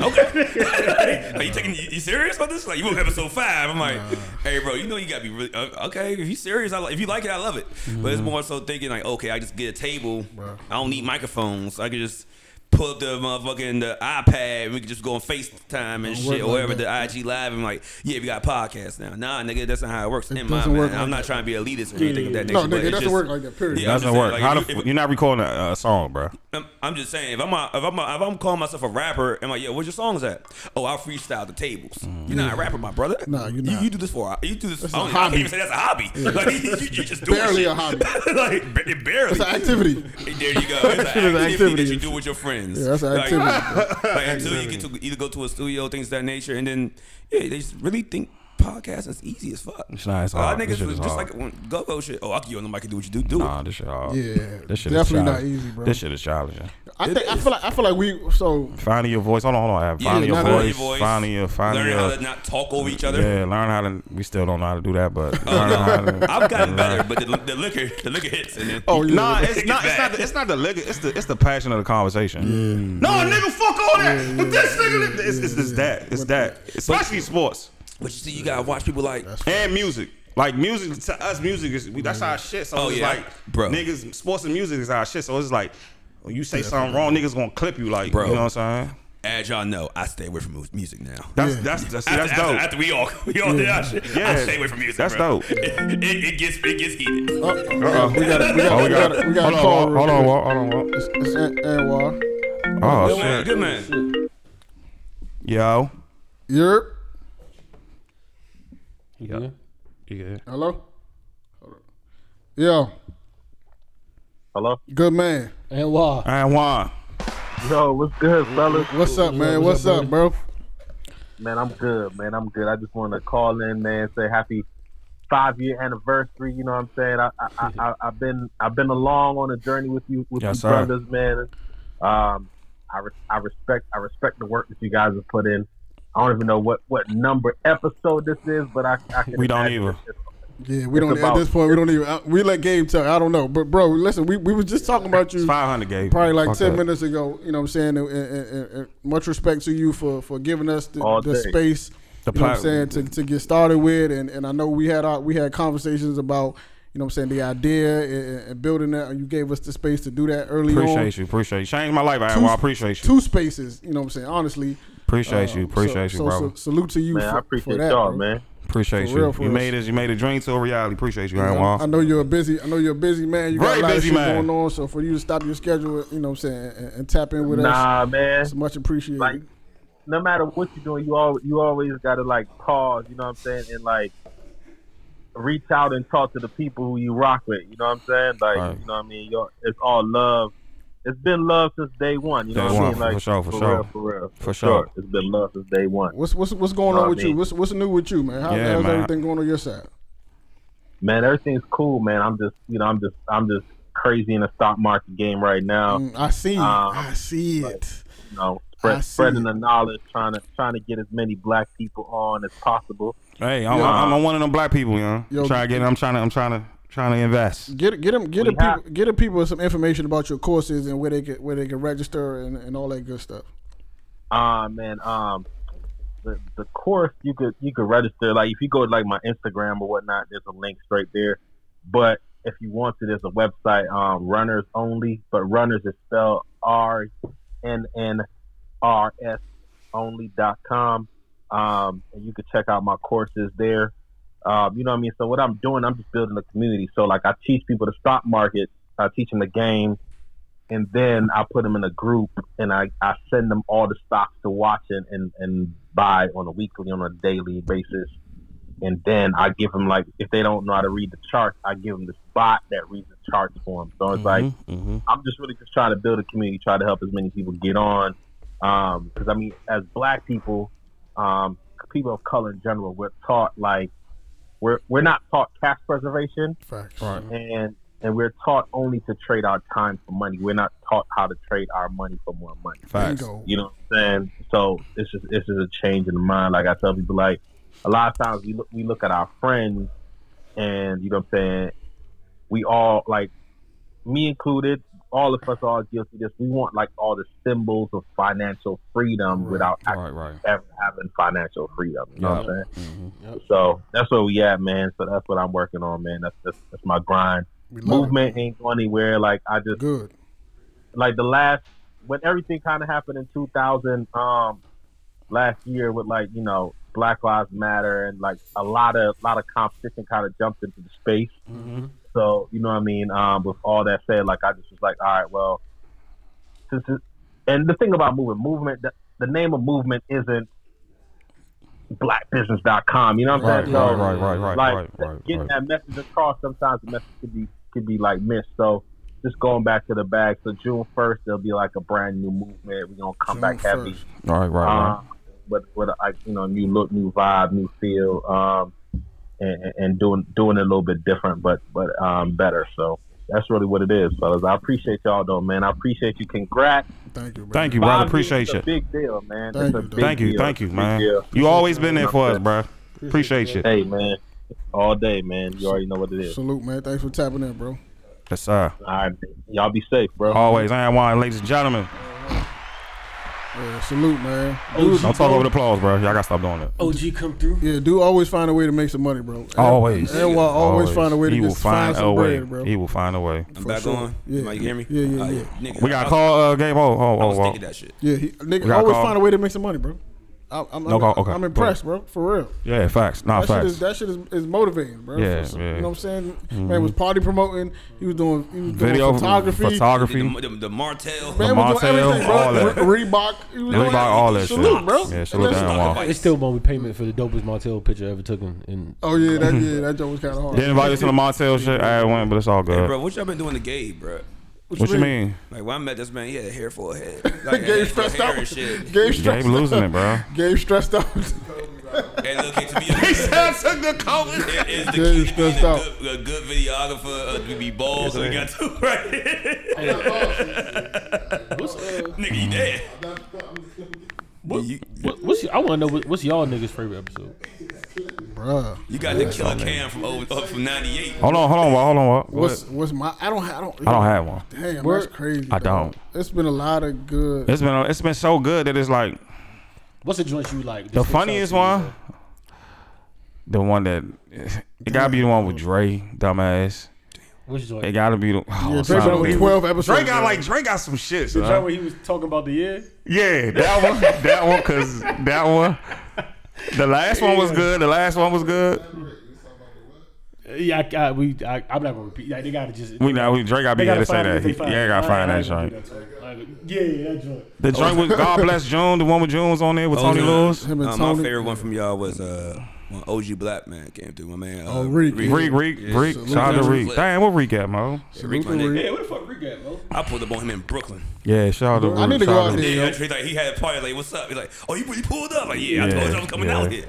Okay. Are you taking? You, you serious about this? Like, you want episode five? I'm like, hey, bro, you know you gotta be really uh, okay. If you serious, I, li- if you like it, I love it. But
Mm-hmm.
it's more so thinking like, okay, I just get a table. I don't need microphones. I can just pull up the motherfucking the iPad. And we can just go on FaceTime and
work
shit,
like
or whatever
that.
the IG live. I'm like, yeah, we got podcasts now. Nah, nigga, that's not how it works.
It
in my
doesn't
mind,
work like
I'm
that.
not trying to be elitist or anything of that
No,
nature.
nigga,
but
it
it's
doesn't
just-
work like that. Period.
Yeah,
Doesn't
I'm just
work.
saying, like,
How
if
the
you-
f- you're not recording a, a song, bro?
um, I I'm just saying, if I'm a, if I'm a, if I'm calling myself a rapper, I'm like, yo, where's your songs at? Oh, I freestyle the tables. You're not a rapper, my brother. No, you're not. You, you do this for you do this.
Mm. That's
I
a
don't- I can't
hobby.
even say that's a hobby.
Yeah.
Like, <laughs> you, you just do
Barely
shit.
a hobby.
<laughs> like ba- barely.
It's an activity.
There you go. It's
<laughs> It's
an
an
activity,
activity.
that you do with your friends.
Yeah, that's an
Like-
activity.
<laughs> Like, until you get to either go to a studio, things of that nature, and then yeah, they just really think podcast is easy as fuck.
It's not, it's
a lot
hard.
of
Ah, This
niggas
shit
was
is
just
hard.
like when go go shit. Oh, I can you on the mic and do what you do. Do
Nah,
it.
this shit hard.
Yeah,
this shit
definitely
is
not
challenging.
easy, bro.
This shit is challenging.
I think I feel like I feel like we so
Finding your voice. Hold on, hold on. Ab.
Yeah,
Finding
not
your,
only
voice,
voice,
Finding your. Finding
learning
your,
how to not talk over each other.
Yeah, learn how to. We still don't know how to do that, but
Oh,
learn
no.
how to,
I've
learn-
gotten better, but the, the liquor, the liquor hits, and then <laughs>
<laughs> Oh, nah, it's
It's
not. It's
back.
not. It's not the liquor. It's the. It's the passion of the conversation.
No,
nigga, fuck all that. but this nigga, it's, it's, it's that. It's that. Especially sports.
But you see, you gotta watch people like
and music. Like music to us, music is we, that's our shit. So
Oh,
it's
yeah.
like,
Bro.
niggas, sports and music is our shit. So it's like, when you say
Yeah,
something
for
wrong, niggas gonna clip you. Like,
Bro.
you know what I'm saying?
As y'all know, I stay away from mu- music now.
That's- Yeah. that's- that's-
after,
that's
after-
dope.
After, we all <laughs> we all did our shit, I
Yeah.
stay away from music.
That's
bro.
dope.
<laughs>
Uh-uh.
It, it, it gets it gets heated.
Oh.
Uh-oh. We got- we got-
Oh,
we got- we got a
hold
call
on,
real
Walt. hold on, Walt. hold on,
quick.
Walt.
it's, it's An- Anwar.
Oh
good
shit,
man, good man.
yo,
Europe.
yeah, yeah.
Hello. Yo,
Hello.
good man.
And why?
And why?
Yo, what's good, fellas?
What's up, man? What's up, bro?
Man, I'm good, man. I'm good. I just want to call in, man, say happy five year anniversary. You know what I'm saying? I, I, I, I, I've been I've been along on a journey with you with
Yes,
you
sir.
brothers, man. Um, I, re- I respect I respect the work that you guys have put in. I don't even know what, what number episode this is, but I, I can
We don't
imagine
even.
Yeah, we
It's
don't
about-
at this point. We don't even uh, we let Gabe tell. I don't know, but bro, listen, we, we was just talking about you.
Five hundred Gabe.
Probably like
Fuck
ten
that.
minutes ago. You know what I'm saying? And, and- and- and much respect to you for for giving us the,
All
the
day.
space.
The
you know what I'm saying
plat-
to, to get started with, and, and I know we had our, we had conversations about you know what I'm saying the idea and, and- and building that. You gave us the space to do that early on.
Appreciate you. Appreciate you. Changed my life, Aaron.
Two-
I appreciate you.
Two spaces. You know what I'm saying? Honestly,
Appreciate you.
so-
Appreciate you,
so,
brother.
sa- salute to you.
Man, I
for,
appreciate
for that,
y'all,
bro.
man.
Appreciate
For
you.
real, for
you
us.
made it. You made a dream to a reality. Appreciate you, Aaron.
I, I know you're a busy. I know you're a busy man. You got
Very
a lot of
busy
shit
man.
going on. So for you to stop your schedule, you know what I'm saying, and, and tap in with us,
Nah, man.
it's much appreciated.
Like, no matter what you're doing, you all you always gotta like pause, you know what I'm saying, and like reach out and talk to the people who you rock with. You know what I'm saying? Like,
Right.
you know what I mean? You're, it's all love. It's been love since day one. You know
Day
what I
one,
mean? Like
for sure, for
for
sure.
real, for real,
For sure.
It's been love since day one.
what's what's what's going
Nah,
on with
man.
you? What's what's new with you, man? How,
Yeah,
how's
man.
everything going on your side?
Man, everything's cool, man. I'm just, you know, I'm just, I'm just crazy in the stock market game right now.
Mm, I see it.
Um,
I see it.
you know,
I
spread,
see
spreading
it.
the knowledge, trying to, trying to get as many black people on as possible.
Hey, I'm,
Yeah.
I'm, I'm one of them black people, you know.
Yo,
trying to get. I'm trying to. I'm trying to. Trying to invest.
Get get them get them
have-
people get them people some information about your courses and where they can where they can register and, and all that good stuff.
Um, man, um, the, the course you could you could register. Like if you go to like my Instagram or whatnot, there's a link straight there. But if you want to, there's a website, um, Runners Only. But Runners is spelled R N N R S Only dot com. Um, and you can check out my courses there. Um, you know what I mean. So what I'm doing, I'm just building a community. So like I teach people the stock market, I teach them the game, and then I put them in a group and I, I send them all the stocks to watch and, and, and buy on a weekly, on a daily basis. And then I give them like if they don't know how to read the charts, I give them the spot that reads the charts for them. So it's like I'm just really just trying to build a community, try to help as many people get on. Because I mean, as Black people, um, people of color in general, we're taught like we're we're not taught cash preservation,
Facts.
Right.
and and we're taught only to trade our time for money. We're not taught how to trade our money for more money.
Facts.
You know what I'm saying? So it's just it's just a change in the mind. Like I tell people, like a lot of times we look we look at our friends, and you know what I'm saying. We all like me included, all of us are guilty of this. We want like all the symbols of financial freedom without actually ever having financial freedom. You know what I'm saying? So that's where we at, man. So that's what I'm working on, man. That's that's, that's my grind. Movement ain't going anywhere. Like I just
good.
Like the last when everything kind of happened in 2000, um, last year with like you know Black Lives Matter and like a lot of lot of competition kind of jumped into the space.
Mm-hmm.
So you know what I mean. Um, with all that said, like I just was like, all right, well, since it, and the thing about movement, movement, the, the name of movement isn't blackbusiness.com. You know what I'm
Right,
saying?
right,
So,
right, right, right,
like,
right, right,
Getting
right.
that message across, sometimes the message could be could be like missed. So just going back to the bag. So June first, there'll be like a brand new movement. We're gonna come back heavy.
All right, right, right.
Uh-huh.
Um, with with like you know new look, new vibe, new feel, um, and, and- and doing doing it a little bit different, but but um, better. So that's really what it is, fellas. I appreciate y'all though, man. I appreciate you. Congrats.
Thank you,
Thank you, bro. I
it's
appreciate
a
you.
big deal, man.
Thank
it's a
you,
big
thank you,
deal.
thank you,
Big
man.
deal.
You always been there for us, bro. Appreciate you.
Hey, man. All day, man. You already know what it is.
Salute, man. Thanks for tapping in, bro.
Yes, sir.
All right, y'all be safe, bro.
Always, I am one, ladies and gentlemen.
Yeah, salute, man.
Don't talk over the applause, bro. Y'all gotta stop doing that.
OG come through. Yeah, dude always find a way to make some money, bro.
Always.
And while always, find a way to
He
get
will find
some
a way.
bread, bro.
He will find a way.
I'm back on.
Yeah.
Mike, you hear me?
Yeah, yeah,
Uh,
yeah.
Nigga,
We gotta call uh, game. Oh, oh,
I
oh,
was
oh.
thinking that shit.
Yeah, he,
We
nigga
gotta
always
call-
find a way to make some money, bro. I, I'm,
No
I'm,
call- okay.
I'm impressed, bro. For real.
Yeah, facts. Nah,
that
facts.
Shit is, that shit is, is motivating, bro.
Yeah,
For-
yeah.
You know what I'm saying?
Mhm.
Man was party promoting. He was doing, he was doing
Video,
photography.
photography.
The, the, the Martell.
Man
The
was doing
Martell,
everything, bro.
all that.
Re- Reebok. he was
Reebok,
doing
all that
Salute,
shit.
bro.
Yeah, salute
Listen,
to Aaron Wall.
It's still gonna be payment for the dopest Montel picture I ever took in. in
Oh yeah, that yeah, that joke was kind of hard.
Didn't invite us to the Montel shit. I went, but it's all
Hey,
good.
bro, what y'all been doing to Gabe, bro?
What What you you mean? mean?
Like when I met this man, he had hair for
<laughs>
a head. Like,
Gabe
Gabe stressed
stressed
hair
out.
And shit.
Gabe stressed
Gabe losing
out.
it,
<laughs>
bro.
Gabe stressed out.
Hey, look, it to be he
said took the COVID.
It is the
Gabe
key to being
stressed
a
out.
good, a good videographer. Uh, to be bold, so we got two right
<laughs>
here.
Uh,
Nigga, you dead.
What, what, what's y- I want to know what, what's y'all niggas favorite episode?
Bruh.
You got the killer cam from over, up from '98.
Hold on, hold on, Walt, hold on. Walt. Go
What's
ahead.
what's my? I don't I don't
I don't have one.
Damn,
Word.
that's crazy.
I
dog. It's been a lot of good.
It's been it's been so good that it's like
What's the joint you like?
the funniest one. The one that it gotta be the one with Dre, dumbass.
Which joint?
It gotta be the oh,
Yeah,
it's
Dre
not
been
a
on
big
12
one.
episodes,
Dre got
bro.
like Dre got some shit.
The
son.
joint where he was talking about the year.
Yeah, that one, that one, cause that one. The last one was good. The last one was good.
Yeah, I, I, we. I, I'm not gonna repeat. Like, they gotta just.
We know we Dre gotta be
They
here to say
find it
that.
if they
He-
find
yeah,
it.
gotta
I- I
find that
ain't gonna
joint.
do joint. I ain't gonna- Yeah, yeah, that joint.
The joint with
<laughs>
God Bless June, the one with June was on there with Tony Lewis.
Uh, My favorite one from y'all was uh, when OG Black Man came through. My man. Uh,
Oh, Reek. Reek, Reek, Reek.
Yeah.
Shout out to Reek. Damn, what Reek at, Mo?
Yeah, Reek, my nigga.
Yeah, where the fuck Reek at, bro?
I pulled up on him in Brooklyn.
Yeah, shout out to
I
Reek.
need to
Shout
go
out
out
to-
there. Yeah, he, like, he had a party. Like, what's up? He's like, oh, you really pulled up? Like, yeah, I told you I was coming
yeah.
out <laughs> here.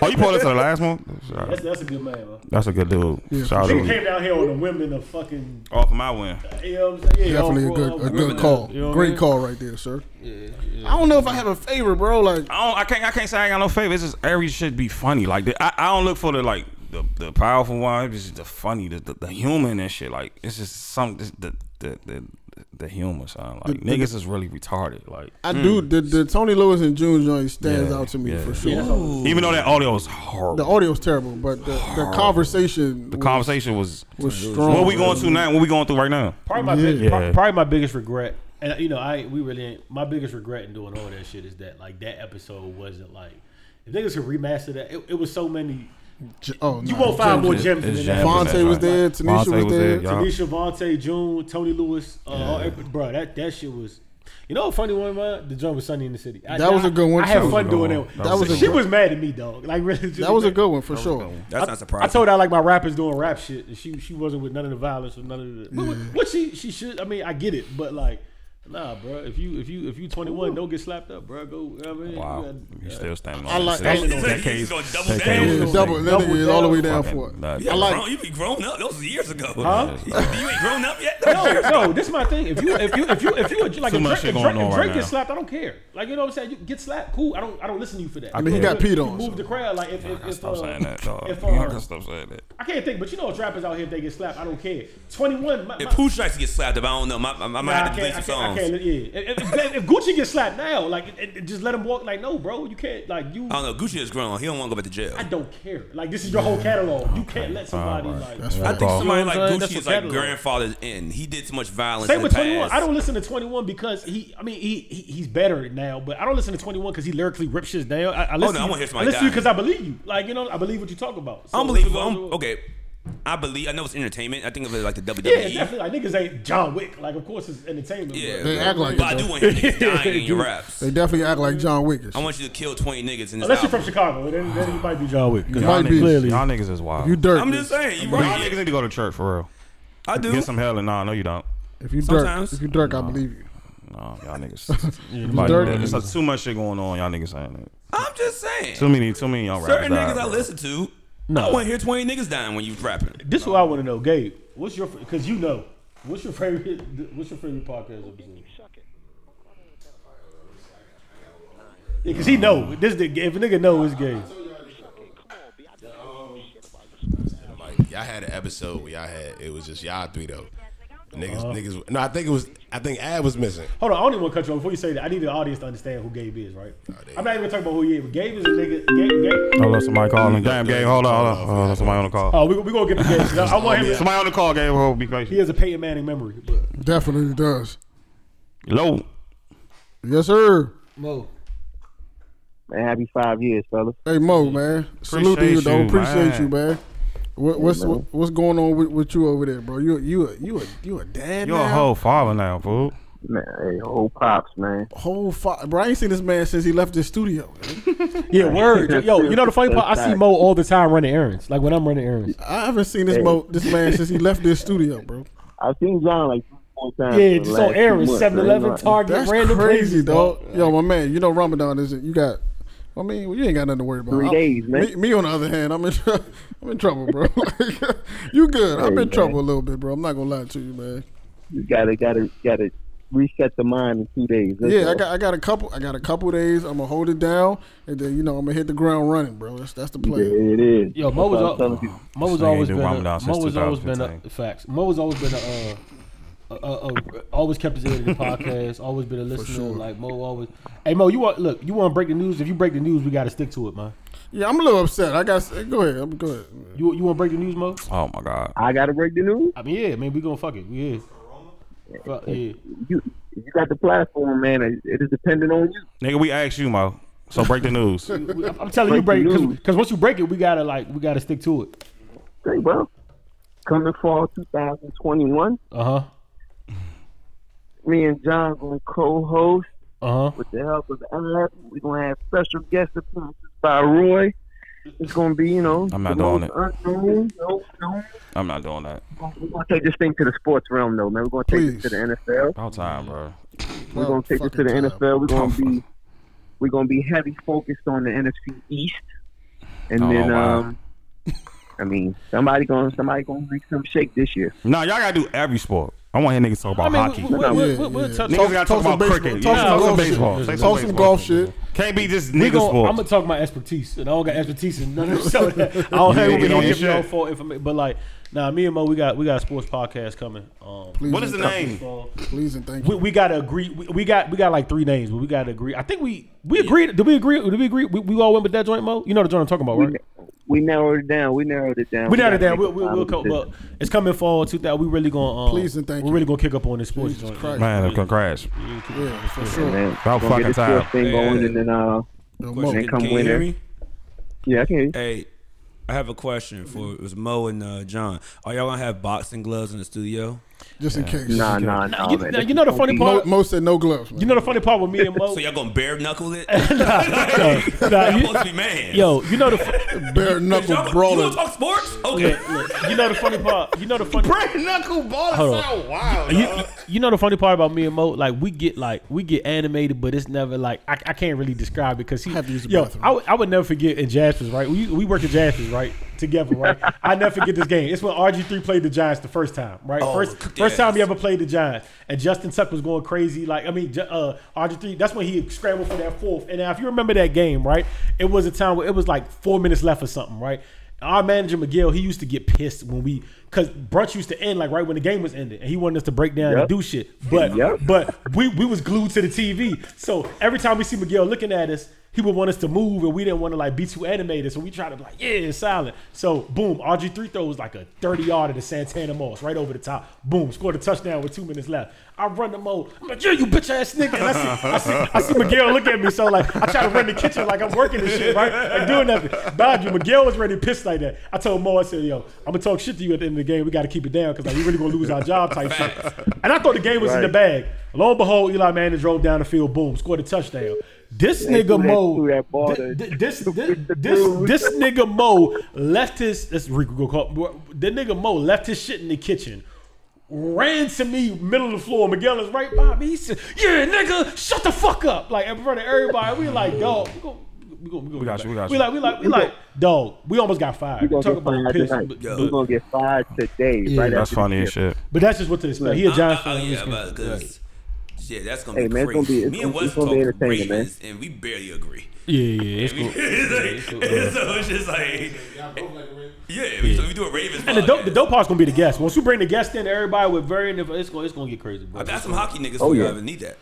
Oh, you pulled up to <laughs> the last one? Shout out.
That's, that's a good man, bro.
That's a good dude. Shout out to
Nigga
Reek.
came down here on the women of fucking.
Off of my win.
You know what I'm saying? Yeah,
Definitely a
off-
good
off-
a
off-
good call.
You know what I
Great
mean?
call right there, sir. I don't know if I have a favorite, bro. Like
I don't. I can't. I can't say I got no favorite. It's just every shit be funny. Like the, I, I don't look for the like the, the powerful one. It's just the funny, the, the, the human and shit. Like it's just some it's the the the, the humor sound. Like
The- the-
niggas is really retarded. Like mm.
I do the, the Tony Lewis and June joint stands out to me
yeah.
for sure.
Ooh. Even though that audio is horrible.
the audio's terrible, but the, the conversation
the
was-
conversation was
was strong.
What we going through now? What we going through right now?
Probably my,
yeah.
big, pro- probably my biggest regret, and you know, I we really ain't. My biggest regret in doing all that shit is that like that episode wasn't like if niggas could remaster that. It, it was so many.
Oh,
you
nah,
won't find
gems.
more
It's-
gems.
it's gems,
than that.
Vontae that's was right. there, Tanisha Vontae was was there, there, y'all.
Tanisha, Vontae, June, Tony Lewis, uh, all
Yeah.
every- bro. That that shit was. You know, a funny one, man. The joint was Sunny in the City. I,
That was a good one,
I had
too.
fun doing
That was
that. one.
a good one.
she was mad at me, dog. Like really, she
That was a
mad.
good one for sure.
That's not surprising.
I told her I like my rappers doing rap shit, and she she wasn't with none of the violence or none of the. What, what-
Yeah.
what she she should? I mean, I get it, but like, nah, bro. If you if you if you twenty one, don't get slapped up, bro. Go. You know what I mean,
Wow.
You
You still standing
I
on
like-
that.
I
shit.
like-
Decades-
He's gonna double
decades
down.
of
Yeah,
shit.
double- that Double nigga is all the way down
Fucking
for it.
nuts.
You,
I like-
grown, you be grown up. That was years ago.
Huh?
You, you ain't grown up yet.
had- <laughs> <laughs> no, no. This is my thing. If you if you if you if you like
Too
if
much
Drake,
shit
if Drake,
going
if
on
Drake
right
gets
now.
slapped, I don't care. Like you know what I'm saying. You get slapped, cool. I don't I don't listen to you for that.
I mean, he got
You-
peed
you
on,
Move the crowd. Like if
Y'all
if,
gotta
if
stop
uh,
saying that, dog.
If,
Y'all gotta
uh,
stop saying that.
I can't think, but you know, if rappers out here, if they get slapped, I don't care. Twenty one.
If Pooch likes to get slapped up, I don't know. My, I, I might
Nah,
have to
I
delete some
can't, I
songs.
can't, I can't, yeah. If, if- if Gucci gets slapped now, like it, it- just let him walk. Like no, bro, you can't. Like you,
I don't know. Gucci is grown. He don't want to go back to jail.
I don't care. Like this is your whole catalog. You can't let somebody like.
I think somebody
You know
like
what I'm saying?
Gucci
Oh That's
is
a
like
catalog.
grandfather's in. He did too much violence.
Same
in
with
the
Twenty One.
past.
I don't listen to Twenty One because he. I mean, he, he he's better now, but I don't listen to Twenty One because he lyrically rips shit down. I, I
Oh,
listen.
no, I wanna hear
I
somebody
listen to you
die.
because I believe you. Like you know, I believe what you talk about. So,
Unbelievable. Um, okay, I believe I know it's entertainment. I think of it like the E. WWE.
Yeah, definitely. Like niggas ain't John Wick. Like, of course, it's entertainment.
Yeah,
but-
They act like But it, I do though. want you to
<laughs>
die in your raps.
They definitely act like John Wick.
I want you to kill twenty niggas in this
Unless you're
album.
from Chicago, then, then you might be John Wick. 'Cause
Y'all
y'all
niggas,
niggas- clearly-
y'all niggas is wild.
You dirt,
I'm just saying, you right.
Y'all niggas need to go to church for real.
I do.
Get some hell and nah, no, you don't.
If you
Sometimes.
Dirk, if you Dirk, I believe you.
No, y'all
<laughs>
niggas.
You
Somebody-
dirty
There's
niggas.
too much shit going on. Y'all niggas saying that.
I'm just saying.
Too many, too many y'all rappers.
Certain
die,
niggas I
bro.
listen to.
No.
I want to hear twenty niggas dying when you rapping.
This is what I want to know, Gabe. What's your because you know what's your favorite what's your favorite podcast episode? Yeah, cause he know this. nigga- If a nigga know, it's gay.
Like y'all had an episode where y'all had it was just y'all three though. Niggas,
Uh-huh.
niggas. No, I think it was. I think Ad was missing.
Hold on, I only want to cut you off before you say that. I need the audience to understand who Gabe is, right? I'm not even gonna talk about who he is. But Gabe is a nigga. Gabe, Gabe.
Hold on, somebody calling. Damn, Gabe, hold on, hold on. Hold on, somebody on the call.
Oh, we we gonna get the Gabe. 'cause I, I want him.
Somebody on the call, Gabe. Hold, be patient.
He has a Peyton Manning memory. But
Definitely does.
Hello.
Yes, sir.
Mo.
Man, happy five years, fellas.
Hey Mo, man. Salute to
Appreciate
you, though.
you,
Appreciate
man.
you, man. What, what's
Yeah, man.
what's going on with, with you over there, bro? You you a- you a you a dad?
You a
now?
whole father now, fool.
Man, hey, whole pops, man.
Whole father, bro. I ain't seen this man since he left the studio.
<laughs>
<laughs>
Yeah, word. Yo, you know the funny part? I see Mo all the time running errands. Like when I'm running errands.
I haven't seen this mo this man since he left this studio, bro.
<laughs> I've seen John like four times.
Yeah, just on errands, 7-Eleven, Target,
That's
random
crazy,
places,
dog. Yo, my man, you know Ramadan is it? You got. I mean, well, you ain't got nothing to worry about.
Three
I'm-
days, man.
Me, me, on the other hand, I'm in, <laughs> tr- I'm in trouble, bro. <laughs> Like, you good? I'm in
Hey, man.
trouble a little bit, bro. I'm not gonna lie to you, man.
You gotta, gotta, gotta reset the mind in two days. That's
yeah,
all.
I got I got a couple I got a couple days. I'm gonna hold it down, and then you know I'm gonna hit the ground running, bro. That's that's the play.
Yeah, it is.
Yo, Mo was, al- Mo was
This nigga
always
ain't
been
do
a,
Ramadan
Mo
since
was always been a, facts. Mo was always been a, uh, a, a, a always kept his ear to the podcast. Always been a listener.
sure.
Like Mo always. Hey Mo, you want look? You want to break the news? If you break the news, we got to stick to it, man.
Yeah, I'm a little upset. I got go ahead. I'm go ahead.
You you want to break the news, Mo?
Oh my god.
I gotta break the news.
I mean, yeah, man, we gonna fuck it. We is. Fuck, yeah.
You, you got the platform, man. It- It is dependent on you.
Nigga, we asked you, Mo. So break the news.
We- I'm telling you, break
Break the
because
news.
once you break it, we gotta like we gotta stick to it.
Hey, bro. Coming fall 2021,
Uh huh.
me and John gonna co-host
Uh huh.
with the help of Ad. We're gonna have special guest appearances <laughs> by Roy. It's gonna be, you know,
I'm not
the
doing
most
it.
unknown, no, no.
I'm not doing that.
We're gonna take this thing to the sports realm, though, man. We're gonna take this to the NFL.
About time, bro.
We're gonna take it to the NFL. We're gonna be we're gonna be heavy focused on the NFC East, and
Oh,
then
wow.
um, I mean somebody gonna somebody gonna make some shake this year.
Nah, y'all gotta do every sport. I want to hear niggas talk about hockey.
Niggas
Niggas gotta talk about cricket. Yeah, Talk some baseball. Say some baseball.
shit.
Can't be just
We
nigga
gon-
sport.
I'm gonna talk my expertise, and I don't got expertise in none of this. <laughs> So that- I
<laughs>
don't
You
have
ain't
we
on
don't
your
give
shit.
y'all full information. But like, nah, me and Mo, we got we got a sports podcast coming. Um,
Please What is and the thank
name?
Please and thank
We, we gotta agree. We, we got we got like three names, but we gotta agree. I think we we agreed. Did we agree? Did we agree? We, we all went with that joint, Mo. You know the joint I'm talking about, right?
We narrowed it down. We narrowed it down.
We narrowed it down.
gotta
We'll,
make
we'll,
a
we'll
final
come, but it's coming fall 2000. We really gonna um,
Please and thank
We're
you.
really gonna kick up on this sports
Jesus
joint.
Christ.
Man, congrats.
Yeah, for
decision,
sure.
man.
About
Gonna get
fucking
this fourth
time.
thing going,
Yeah.
and then uh,
Yo,
and then
Mo, can
come
you hear
winter.
me?
Yeah, I can. hear you.
Hey, I have a question for it was Mo and uh, John. Are y'all gonna have boxing gloves in the studio?
Just in case.
Nah, nah, nah,
you- man. now, you know the funny part-
Mo, Mo said no gloves. Man.
You know the funny part with me
<laughs>
and Mo.
So y'all gonna bare knuckle
<laughs>
it? <laughs>
nah, nah,
y'all
you-
supposed to be man.
Yo, you know the fu-
bare
knuckle Y'all- you brawling. wanna talk sports? Okay.
Look, look, you know the funny part. You know the funny
bare knuckle ball.
Hold on. sound
wild.
You, you know the funny part about me and Mo, like we get like we get animated, but it's never like I, I can't really describe it because he.
use the
yo,
bathroom.
I, would- I would never forget in Jaspers, right? We we worked at Jaspers, right, together, right. I never forget this game. It's when RG three played the Giants the first time, right?
Oh,
first
yes.
first time he ever played the Giants, and Justin Tuck was going crazy. Like I mean, Ju- uh, RG three. That's when he scrambled for that fourth. And now if you remember that game, right, it was a time where it was like four minutes left or something, right. Our manager McGill, he used to get pissed when we, cause brunch used to end like right when the game was ending, and he wanted us to break down down and
Yep.
do shit. But
Yep.
but we we was glued to the TV. So every time we see Miguel looking at us, he would want us to move, and we didn't want to like be too animated, so we tried to be like, yeah, it's silent. So boom, RG three throws like a thirty yarder to Santana Moss right over the top. Boom, scored a touchdown with two minutes left. I run the mode. I'm like, yeah, you bitch ass nigga. And I see, I see, I see Miguel look at me, so like I try to run the kitchen like I'm working this shit, right? Like doing nothing. Mind you, Miguel was ready pissed like that. I told Mo, I said, yo, I'm gonna talk shit to you at the end of the game. We got to keep it down because like we really gonna lose our job type shit. And I thought the game was in the bag. Lo and behold, Eli Manning drove down the field, boom, scored a touchdown. This
They
nigga
threw that-
Mo,
threw that ball
thi-
to-
thi- this this this, this nigga Mo left his this Rico go call the nigga Mo left his shit in the kitchen, ran to me middle of the floor. Miguel is right by me. He said, "Yeah, nigga, shut the fuck up!" Like in front of everybody, we like dog. We gon- we gon- we
We got you. We got you.
we like we like we like dog. We almost got
We're
fired.
gonna,
Talk
get
about
fired
piss.
tonight.
But,
we
but-
gonna get fired today.
Yeah.
right
That's
after
funny
this
as shit.
but that's just what to expect. He a Giants
Oh,
fan.
yeah,
He's gonna-
about because shit, that's gonna
Hey,
be
man, it's
crazy.
gonna be- it's
Me
gonna-
and Wes
it's gonna be
talk
entertaining, man.
Ravens, and we barely agree.
Yeah, yeah, yeah, it's
And we-
cool.
<laughs> it's like, <laughs> so it's just like, yeah, we- so we do a Ravens.
And the
podcast.
dope, the dope part's gonna be the guest. Once you bring the guest in, everybody with very it's gonna it's gonna get crazy, bro.
I got some hockey niggas
Oh,
who
yeah.
ever need that.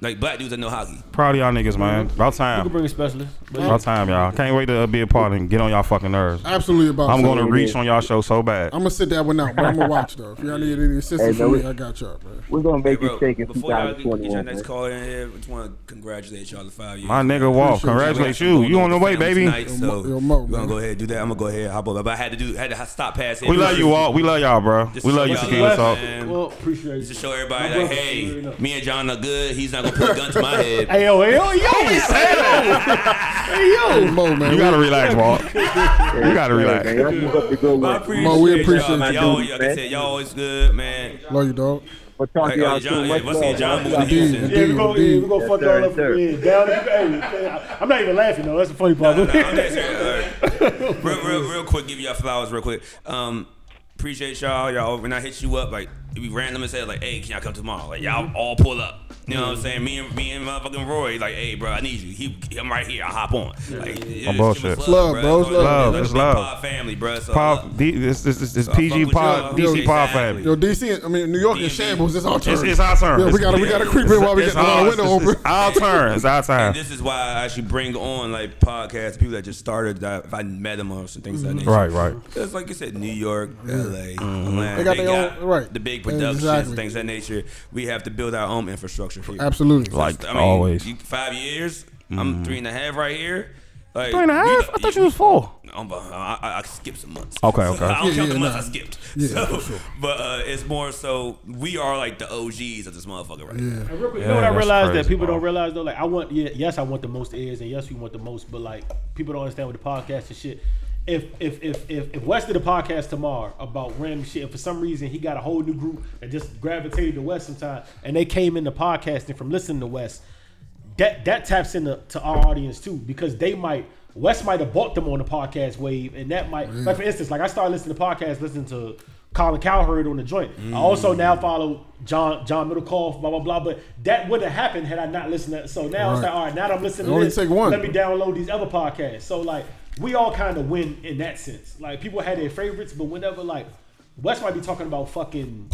Like black dudes that know hockey.
Proud of y'all niggas, man. About
You can
time.
bring a specialist. but-
About time, y'all. Can't wait to be a part and get on y'all fucking nerves.
Absolutely about
I'm
time.
gonna reach on y'all show so bad.
I'm gonna sit that one out, but I'm gonna watch though. If y'all need any assistance
Hey, man,
from me,
we-
I got y'all, man.
We're gonna make
Bro,
you shake in
before y'all get, get your
2021.
next caller in here, I just want to congratulate y'all the five years.
My nigga Walt, congratulate you. You on the way, baby.
Tonight,
Yo,
so
Mo- yo,
we're gonna go ahead and do that. I'm gonna go ahead and hop up. But I had to do, had to stop passing.
We love you, Walt. We love y'all, bro.
Just
We
to
love
show
you,
y'all
Tequila
love,
Talk.
man.
Well, appreciate
Just to show everybody,
My
like,
brother,
hey, me and John are good. He's not gonna put a gun to <laughs> my head.
Hey yo, hey yo, yo, hey yo,
Mo,
You gotta relax, Walt. You gotta relax.
Mo, we appreciate y'all. Y'all, Oh, y'all, like I said, y'all always good, man.
Love you, dog.
But
talk to Hey, y'all hey, soon. John, Much hey, what's love. in John moving to
Indeed,
Houston? <laughs>
indeed,
Yeah, we gonna, yeah, we gonna
indeed.
fuck y'all up. Yeah, down. Hey, I'm not even laughing though. That's the funny part.
I'm just
<laughs>
uh, here. All right. real, real, real quick, give y'all flowers real quick. Um, appreciate y'all, y'all. When I hit you up, like it be random and said like, "Hey, can y'all come tomorrow?" Like y'all all pull up. You know what I'm saying? Me and me and motherfucking Roy, like, "Hey, bro, I need you. He, I'm right here. I hop on." Like, yeah,
My bullshit.
It's love, bro. It's
love. It's love.
Pod family, bro. So
Pod, D, this, this, this, this
So I fuck
PG
with
Pod,
y'all.
DC Pod
Exactly.
family.
Yo, DC, I mean New York is shambles. It's our turn.
It's, it's our turn.
Yeah, we
It's-
gotta we gotta creep in while we
it's
get the
ours.
window
It's-
open.
it's
Our turn. It's our
And
time.
this is why I actually bring on like podcasts, people that just started. That if I met them or some things of that nature.
Right, Mm-hmm. right.
It's like you said, New York, LA,
Mhm.
Atlanta.
They got their own- right.
The big productions,
Exactly.
things of that nature. We have to build our own infrastructure here.
Absolutely.
Like I mean,
always. Mm-hmm.
you- five years. I'm three and a half right here. Like,
Three and a
we
half?
got-
I thought you was four.
I'm behind. I, I, I skipped some months.
Okay,
So,
okay.
<laughs> I don't
Yeah,
count
yeah,
the months
nah.
I skipped.
Yeah,
so,
for sure.
But uh, it's more so we are like the OGs of this motherfucker right now.
And real quick, you know what I realized that people don't realize though? Like, I want, yeah, yes, I want the most ears, and yes, we want the most, but like, people don't understand with the podcast and shit. If if if if, if West did a podcast tomorrow about random shit, and for some reason he got a whole new group that just gravitated to West sometime, and they came into podcasting from listening to West, that that taps into to our audience too because they might. West might have bought them on the podcast wave, and that might, like for instance, like I started listening to podcasts, listening to Colin Cowherd on the joint. I also
Mm.
now now follow John John Middlecoff, blah blah blah. But that would have happened had I not listened to. So now it's
Right.
like, all right, now that I'm listening
It
to
only
this,
take one.
let me download these other podcasts. So like, we all kind of win in that sense. Like people had their favorites, but whenever like West might be talking about fucking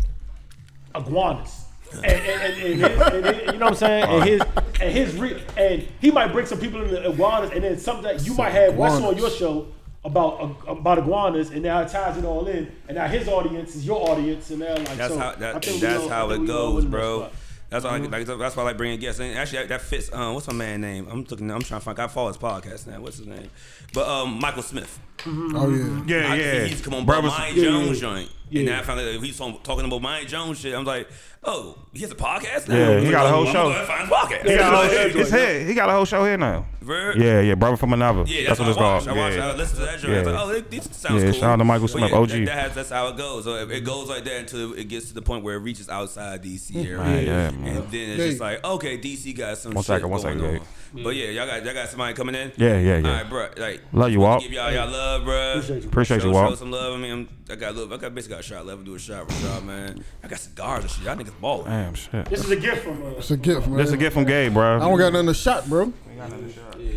iguanas. and, and, and, and, his, and his- you know what I'm saying? And his and his re- and he might bring some people in the iguanas, and then something you might have Wes on
Iguanas.
your show about uh, about iguanas, and now it ties it all in, and now his audience is your audience, and now like
That's
so
how
I
that,
think we
that's
all- I
how it
think we all
goes,
win this
bro.
spot. Mm-hmm.
That's why, I, like, that's why I like bringing guests. And actually, that, that fits. Um, what's my man name? I'm looking. I'm trying to find. I follow his podcast now. What's his name? But um, Michael Smith.
Oh,
Yeah,
yeah.
I can see
yeah.
He's come on
Brothers-
Brothers, Mike
yeah,
Jones
yeah.
joint.
Yeah.
And then I found out he's on, talking about Mike Jones shit. I'm like, oh, he has a podcast now.
Yeah, he got a
Like,
whole
well,
show.
I'm gonna go and find his podcast.
He
<laughs>
got a whole
Like,
show. It's here. He got a whole show here now.
Ver-
Yeah, yeah. Brother from another.
Yeah,
that's,
that's,
what it's
I watched.
called.
I watched.
yeah.
I listened to that joint. I was like, oh, it, this sounds
yeah,
cool.
Shout out to Michael
But
Smith,
yeah,
OG.
That, that has, that's how it goes. So it, it goes like that until it gets to the point where it reaches outside DC area,
Man, Mm. yeah, man.
and then it's just like, okay, DC got some.
One
shit
second, one
going
second,
on. But yeah, y'all got y'all got somebody coming in.
Yeah, yeah, yeah.
All right, bro. Like,
Love you,
just wanna
Walt.
Give y'all y'all love, bro.
Appreciate you. Appreciate
show,
you, Walt.
Show some love. I mean, I'm, I got a little. I got basically got a shot left. to Do a shot with y'all, man. I got cigars and shit. Y'all niggas balling.
Damn shit.
This is a gift from uh, us.
It's a gift, man.
That's a gift from Gabe, bro.
I don't got nothing to shot, bro.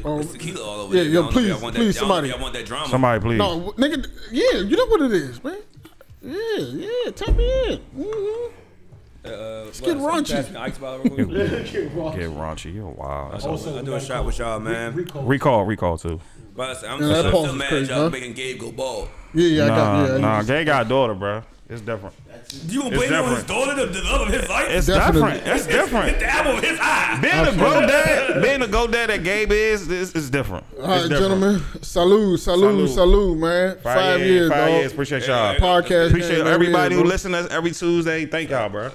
Oh,
It's tequila all over
yeah,
there.
yeah,
Y'all don't think
please,
I want that-
please,
y'all don't think
somebody,
I want that drama.
Somebody, please.
No, w- nigga, yeah, you know what it is, man. Yeah, yeah, tap me in. hmm
Uh,
It's getting
what,
raunchy.
pass me the Ice bottle
<laughs>
real quick?
Get
<laughs>
Get raunchy. You're wild.
I do- I do a shot with y'all, man.
Recall, recall, too.
But I said, I'm,
Yeah, that
I'm
pause
still
is
mad
crazy,
y'all
huh?
making Gabe go bald.
Yeah, yeah, I
nah,
got. Yeah, I
nah,
used-
Gay got a daughter, bro. It's different.
You gonna
It's
blame it on his
different.
daughter to develop his life?
It's different. It's different.
the apple of his eye.
Being a grow dad, being a go dad that Gabe is, is, is different.
All right,
It's different.
gentlemen. Salute, salute, salute,
Salute.
man. Five,
Five, years,
years,
five
dog.
years. Appreciate y'all.
Podcast.
Appreciate
game,
everybody
yeah,
who
bro.
listens to us every Tuesday. Thank y'all, bro.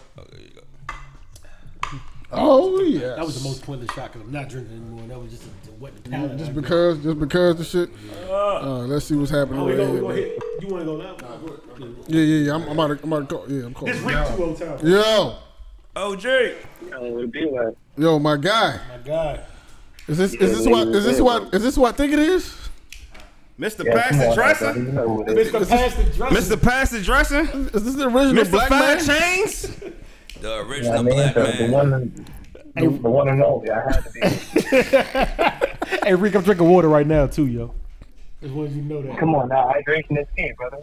Oh yeah.
That was the most pointless shot because I'm not drinking anymore. That was just a, a wet the palate.
Just because, just because the shit. Uh, let's see what's happening.
Oh,
over
we
there,
gonna, we
bro.
gonna hit. You want to go loud?
Yeah, yeah, yeah. I'm, I'm about to, I'm about to call. Yeah, I'm calling.
This Rick too old town.
Yo,
Oh, Jake.
yo, my guy.
My God.
Is this, is this what, is this what, is this what I think it is?
Mr.
Yeah,
Pass
come
the
on,
Dresser?
Mr. Pass the Dresser.
Mr. Pass the Dresser?
Is this the original
Mr.
black
Five
man?
Chains?
The
Yeah, I
original
mean,
black
the, the
man.
one, the, the one and only. I had to be.
<laughs>
Hey, Rick, I'm drinking water right now too, yo.
As long as you know that.
Come on now, I drinking this tea, brother.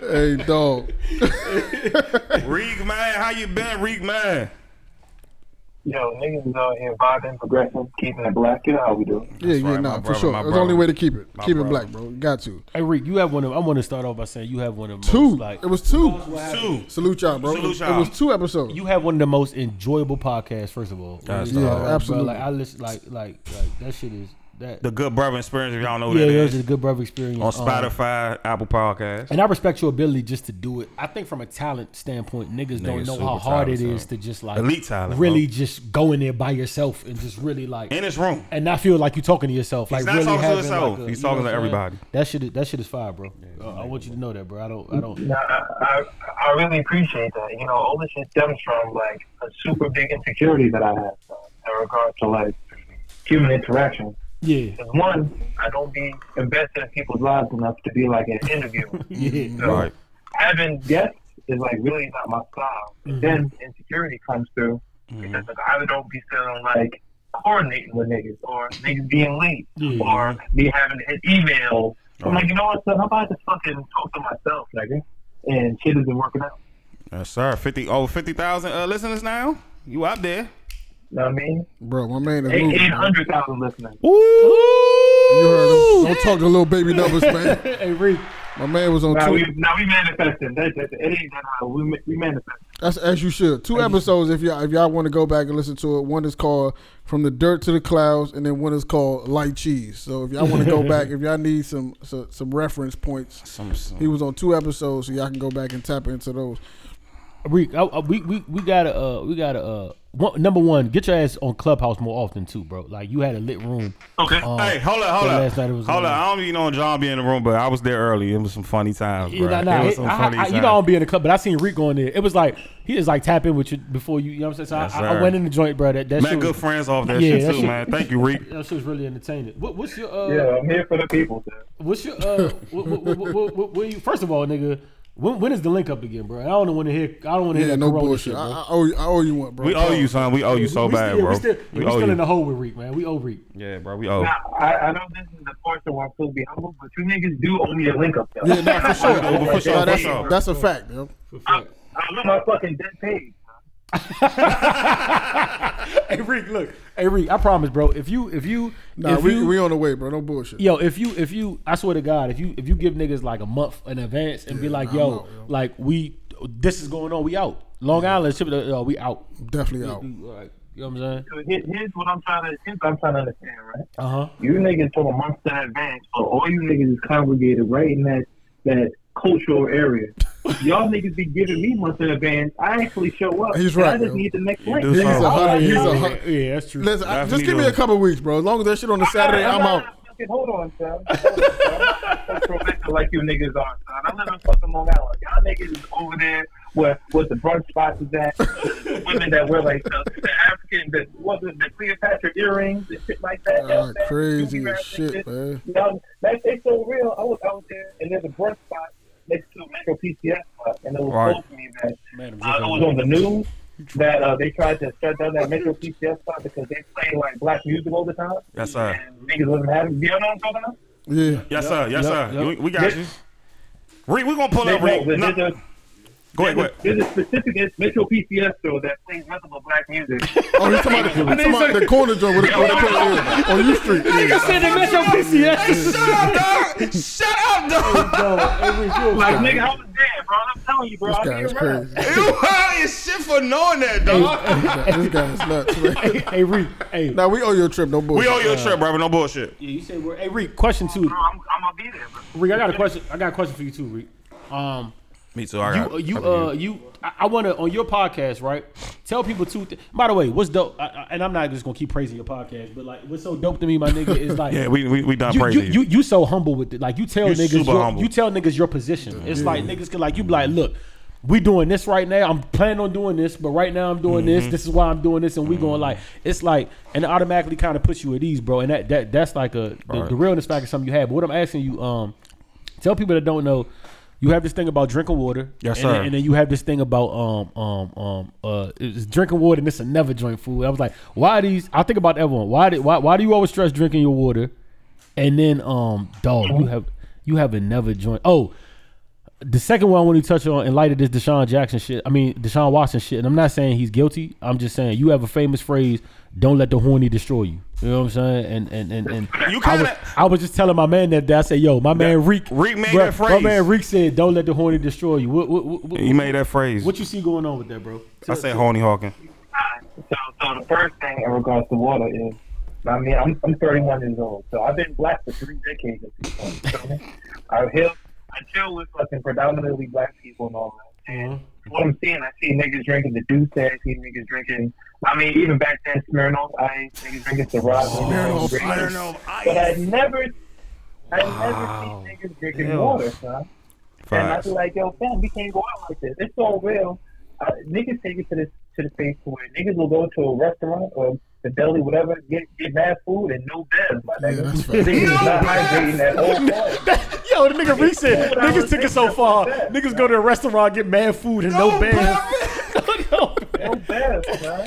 Hey, dog.
<laughs> Reek man, how you been, Reek man?
Yo, niggas is out here vibing, progressing, keeping it black. You know how we do.
yeah, yeah,
right,
nah,
my
for
brother,
sure.
my
That's the only
brother.
way to keep it.
My
keep it
brother.
black, bro. Got to.
Hey, Rick, you have one of. I want to start off by saying you have one of the
Two.
most like
it was two.
Two.
Salute y'all, bro.
Salute
It
y'all.
was two episodes.
you have one of the most enjoyable podcasts. First of all,
That's
Like,
the-
Yeah,
bro,
absolutely.
Like I listen, like like like that shit is that.
The Good Brother Experience, if y'all know what
yeah,
that
it was
is.
a good brother experience
On
Um,
Spotify, Apple Podcasts.
And I respect your ability just to do it. I think from a talent standpoint, niggas, don't
Niggas
know
super
how hard it
talented.
is to just like
Elite talent,
really
bro.
just go in there by yourself and just really like
In his room.
and not feel like you're talking to yourself.
He's
like
not
really
talking to
having
himself.
Like a,
He's
you know
talking
what
to
I'm saying?
everybody.
That shit, is, that shit is fire, bro. Uh, I want you to know that, bro. I don't, I don't.
Nah, I, I really appreciate that. You know, all this shit stems from like a super big insecurity that I have uh, in regards to like human interaction.
Yeah,
'Cause One, I don't be invested in people's lives enough to be like an interviewer.
<laughs> yeah.
Right.
Having guests is like really not my style.
Mm-hmm.
And Then insecurity comes through because like, I don't be feeling like coordinating with niggas or niggas being late or me having an email. I'm like, you know what, son? How about I just fucking talk to myself, nigga? And shit isn't working out.
Yes, sir. 50, over 50,000 uh, listeners now. You out there.
You know what I mean?
Bro, my man is
Eight-
moving. bro.
800,000 listeners.
You heard him. Don't talk to little baby
<laughs>
numbers, man.
hey, Reek.
My man was on
Now we,
two.
now we manifesting. That's, that's, it ain't that hard. We, ma- we manifesting.
That's as you should. Two episodes if y'all if y'all want to go back and listen to it. One is called From the Dirt to the Clouds, and then one is called Light Cheese. So if y'all want to go back, if y'all need some, some some reference points,
Some, some.
he was on two episodes, so y'all can go back and tap into those.
Reek, I, I, we we we gotta uh, we gotta uh, one, number one, get your ass on Clubhouse more often too, bro. Like you had a lit room.
Okay.
Hey, hold up, hold
so
up.
Uh, last night it was
hold
lit.
up. I don't even know John be in the room, but I was there early. It was some funny times, bro.
Yeah, nah, nah,
it was
it-
some
I-
funny
I-
times.
you know, I don't be in the club, but I seen Reek going there. It was like he is like tap in with you before you. You know what I'm saying? So
Yes,
I, I
sir.
went in the joint, bro. That, that
Man,
shit was-
good friends off that
Yeah,
shit too, man. Thank you, Reek.
That shit was really entertaining. What, what's your uh,
Yeah, I'm here for the people, sir.
What's your uh? what, what, what, what, what, what you, first of all, nigga, when, when is the link up again, bro? I don't want to hear. I don't want to
Yeah,
hear that
no
corona
bullshit.
Shit,
I,
bro.
I, owe you, I owe you one, bro.
We owe you, son. We owe
<laughs>
you so
we
bad,
still,
bro.
We still, yeah, we
owe
still
you.
in the hole with Reek, man. We owe Reek.
Yeah, bro. We owe.
Now, I, I know this is the portion where I'm supposed to be humble, but you niggas do owe me a link up, though.
Yeah, nah, for sure.
Oh, <laughs> for sure,
Nah,
for
that's,
sure.
that's a fact, yo.
I, I look my fucking dead page.
hey Reek, look. Hey Reek, I promise, bro. If you if you
Nah,
if
we,
you,
we on the way, bro. No bullshit.
Yo, if you if you I swear to God, if you if you give niggas like a month in advance and be like,
nah,
yo,
I'm out,
like we this is going on, we out. Long Island ship, uh, we out.
Definitely out.
We- we- like, you know what I'm saying?
So here, here's what I'm trying to here's what I'm trying to understand, right?
Uh
Uh-huh.
huh.
You niggas took a month in advance, but all you niggas is congregated right in that that cultural
<laughs>
area. Y'all niggas be giving me months in advance. I actually show up.
He's
and
right,
I just
yo.
need the next link.
He's a hundred. He's
"Oh,
a
yeah,
hundred.
yeah, that's true.
Listen, I,
That's
just
me
give me a
doing it.
couple weeks, bro. As long as that shit on the Saturday, I'm out.
Fucking Hold on, son. Hold on, son. I'm not romantic like you niggas are, son. I live in fucking Long Island. Y'all niggas is over there where, where the brunch spots is
<laughs>
at. the women that wear like the, the African, the, what, the, the Cleopatra earrings and shit like that.
Ah,
You know what I'm saying? You
crazy
be
as
rapping
shit, man.
You know, that shit's so real. I was out there and there's a brunch spot next to a Metro PCS spot and it was
Right.
told to me that
Man,
uh, it was on the news that uh, they tried to shut down that Metro PCS spot because they play like black music all the time
Yes, sir.
niggas wasn't having. You know what I'm talking about?
Yeah.
Yes, sir. Yes,
Yup,
sir.
yup.
We, we got you. Reek, we gonna pull
They
up,
know,
Reek.
but
No-
they just-
Go ahead, go ahead.
There's a specific Metro PCS store that plays nothing but black music.
Oh, he's
<laughs>
talking about, he's talking about the corner joint with the corner joint on U Street.
Nigga said they met your PCS.
Shut up,
dog. Like, nigga, I was dead, bro. I'm telling you, bro.
This
I
guy
need
is
a
crazy.
<laughs> it's shit for knowing that,
this guy is nuts, man. Hey,
hey, Reek. Hey.
Now we owe you a trip, no bullshit.
We owe you a trip, brother. No bullshit.
Yeah, you said we're. Hey, Reek. Question two. I'm,
gonna be there, bro.
Reek, I got a question. I got a question for you too, Reek. Um,
Me too. I
you,
got
you,
I got
uh, you. I, I want to on your podcast, right? Tell people two. Th- By the way, what's dope? I, I, and I'm not just gonna keep praising your podcast, but like, what's so dope to me, my nigga, is
<laughs>
like,
Yeah, we- we- we done
you,
praising
you. You, you so humble with it. Like, you tell
You
niggas,
super
your,
humble.
you tell niggas your position. It's
Yeah.
like niggas can like you be like, look. We doing this right now. I'm planning on doing this, but right now I'm doing this.
Mhm.
This is why I'm doing this, and we
Mm-hmm.
going like it's like, and it automatically kind of puts you at ease, bro. And that that that's like a the,
Right.
the realness factor is something you have. But what I'm asking you, um, tell people that don't know, you have this thing about drinking water.
Yes,
and then-
sir.
and then you have this thing about um um um uh it's drinking water and it's a never drink food. I was like, why these? I think about everyone. Why did why why do you always stress drinking your water? And then um dog, you have you have a never joint. Oh, the second one I want to touch on in light of this Deshaun Jackson shit. I mean Deshaun Watson shit. And I'm not saying he's guilty. I'm just saying you have a famous phrase: "Don't let the horny destroy you." You know what I'm saying? And and and and
you
I was, I was just telling my man that, day. I said, "Yo, my man Reek, Reek
made that
My
phrase.
man Reek said, "Don't let the horny destroy you." What, what, what, what-
He made that phrase.
What you see going on with that, bro?
I said Horny Hawking.
So the first thing in regards to water is, I mean, I'm, I'm 31 years old, so I've been black for three decades at this point. So
<laughs>
I heal, I chill with fucking predominantly black people and all that. And what I'm seeing, I see niggas drinking the Deuce, I see niggas drinking. I mean, even back then, Smirnoff Ice, niggas drinking Ciroc.
Smirnoff
Smirnoff Ice. But I never, I never see niggas drinking
Ew.
water, son. And I
Facts.
be like, yo, fam, we can't go out like this. It's so real. Uh, niggas take it to the to the face to where niggas will go to a restaurant or the deli, whatever, get get bad food and no beds, my nigga. niggas is not hydrating at all. <laughs>
<laughs> Yo, the nigga Reek said, "Niggas took it so far. Niggas go to a restaurant, get mad food, and no bed."
No beds, man.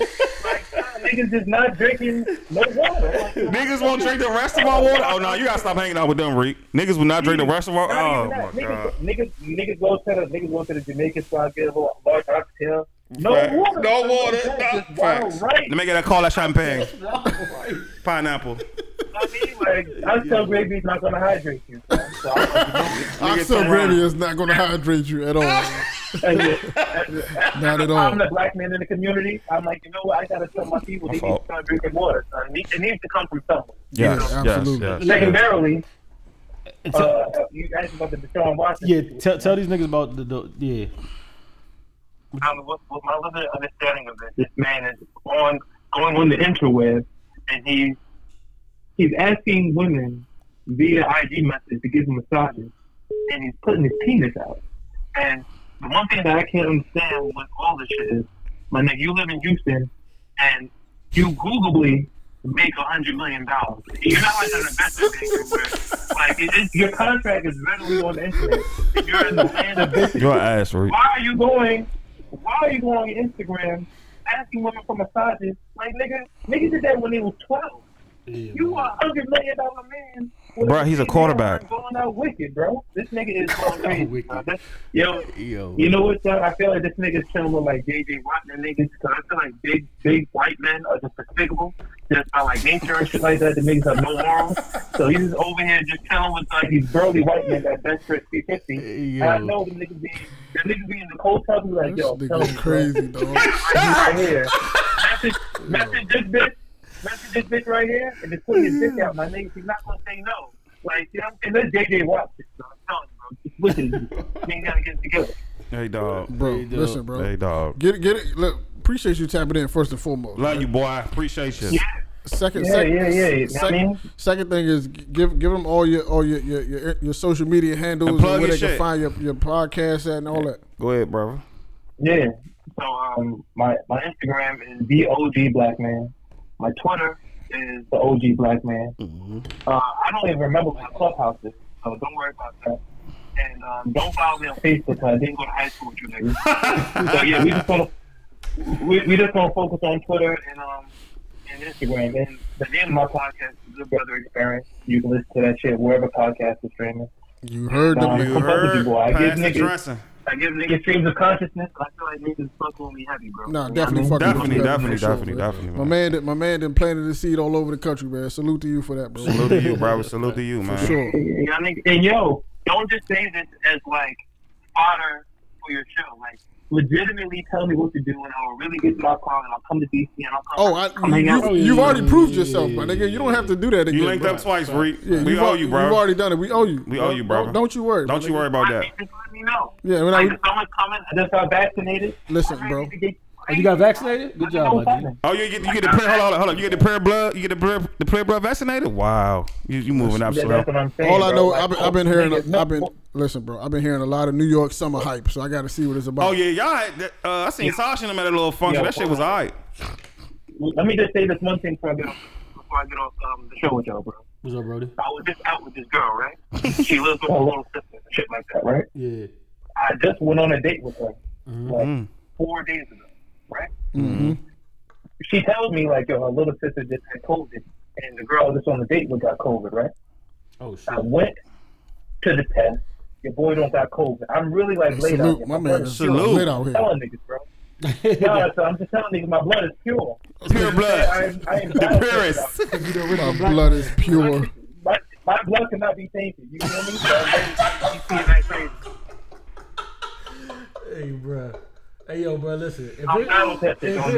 Like, nah, niggas is not drinking no water.
Niggas won't drink the rest of my water. Oh no, you gotta stop hanging out with them, Reek. Niggas will not drink the rest of our.
Not
Oh
even that.
my
niggas,
god.
niggas, niggas go to the niggas go to the Jamaican spot, get a little large oxtail. No
Facts.
water.
No water.
Just
Facts.
wild rice.
Let me get that call that champagne. Pineapple.
Like, oxtail gravy's not gonna hydrate you. son. So I'm like,
Oxtail gravy is not going to hydrate you at all.
<laughs>
not at all.
I'm the black man in the community. I'm like, you know what? I gotta tell my people
My
they need to
fault.
start drinking water. son. It needs- it needs to come from somewhere.
Yes,
You know?
yes, Absolutely. yes, yes.
Secondarily, uh, you asked about the Deshaun Watson.
yeah, tell tell these niggas about the, the yeah.
Um, with, with my limited understanding of it, this man is on going on the interweb, and he's he's asking women via IG message to give him massages, and he's putting his penis out. And the one thing that I can't understand with all this shit is, my nigga, you live in Houston, and you Googleably make a hundred million dollars. You're not like an investment banker where, like, it, it, your contract is readily on the internet. You're in the land of business.
Your ass, Reek.
Why are you going? Why are you going on Instagram asking women for massages? Like nigga, nigga did that when he was twelve. you are a hundred million dollar man. with
Bruh, he's a quarterback.
man Going out wicked, bro. This nigga is going crazy. bro. This- Yo, you know what? Son? I feel like this nigga's trying to like JJ Watt and niggas because I feel like big, big white men are just despicable. Just by like nature and shit like that, the niggas have no morals. So he's just over here just chilling with like these burly white men that best for three fifty. And I know the niggas being the niggas being in the cold tub be like, yo,
This
tell
nigga's
me,
crazy,
bro.
dog.
right here. Message, message this bitch, message this bitch right here, and just put his dick out, my nigga. He's not gonna say no. Like, you know what I'm saying? That's JJ Watt. shit, so I'm telling you, bro. Just listen, you ain't gotta get it together.
Hey dog.
Bro, listen, bro.
Hey dog.
Get it, get it. Look, appreciate you tapping in first and foremost.
Love you, boy. Appreciate you.
Second,
Yeah,
second,
yeah, yeah, you know what I
Second,
mean?
second thing is g- give give them all your all your your, your, your social media handles
And
and,
plug your
where they
shit.
can find your, your podcast at and all that.
Go ahead, brother.
Yeah. So um, my my Instagram is the OG Black Man. My Twitter is the OG Black Man. Uh, I don't even remember my clubhouse is, so don't worry about that. And um, don't follow me on Facebook. 'cause I didn't go to high school with you niggas. so yeah, we just wanna we, we just wanna focus on Twitter and um and Instagram. And the name of my podcast is Good Brother Experience. You can listen to that shit wherever podcast is streaming.
You heard
Nah,
them.
you heard
boy.
Pastor
niggas-
Dressing. I give niggas streams of consciousness. I feel like niggas fuck when we happy, bro.
Nah, definitely fucking
Definitely,
with that,
definitely,
for sure,
definitely,
man.
definitely,
My
man.
man, did- my man, done planted the seed all over the country, man. Salute to you for that, bro.
Salute to you, brother. Salute to you,
For
man.
sure.
Y'all niggas- and yo, don't just say this as like fodder for your show. Like, legitimately tell me what to do, and I'll really get to my car, and I'll come to DC, and I'll come.
Oh, I,
come hang out
you,
with
you've already proved yourself, my nigga. You don't have to do that again.
You linked
bro.
up twice, Reed.
Yeah,
we
you've
owe
al-
you, bro.
You've already done it. We owe you.
We owe you,
Don't-
brother.
Don't, don't you worry. my
Don't you
nigga.
worry about that.
Yeah, when
Like,
I
someone's coming. I just got vaccinated.
listen, bro.
You got vaccinated? Good job, my dude.
Oh, you get you get the prayer. Hold on, hold on, hold on. You get the prayer blood. You get the prayer the prayer blood vaccinated. Wow, you you moving up
Yeah,
slow.
that's what I'm saying,
All I
bro.
know,
Like,
I've been, I've been
most
hearing,
niggas-
I've been listen, bro. I've been hearing a lot of New York summer hype, so I got to see what it's about.
Oh yeah, y'all. Had, that- uh, I seen
Yeah.
Sasha and them at a little function.
Yeah.
that shit was alright.
Let me just say this one thing before I get off, before I get off um, the show with y'all, bro.
What's up, Brody?
I was just out <laughs> with this girl, right? she lives with
Oh.
her little sister and shit like that, right?
Yeah.
I just went on a date with her
Mm-hmm.
like four days ago, right? She tells me like, yo, her little sister just had COVID, and the girl that's on the date with got COVID, right?
Oh shit.
I went to the test. Your boy don't got COVID. I'm really like laid out.
Salute,
here.
my man
blood is
is
pure.
lit out here.
I'm telling niggas,
<laughs>
bro. no, so I'm just telling niggas, my blood is pure.
Pure blood.
I, I, I
The purest.
<laughs>
My blood is pure.
my, my blood cannot be tainted. You feel me? So I'm ready to keep seeing that crazy.
Hey, bro. Hey, yo, bro. Listen, if
I'm
it-
not with that shit,
if
don't
it-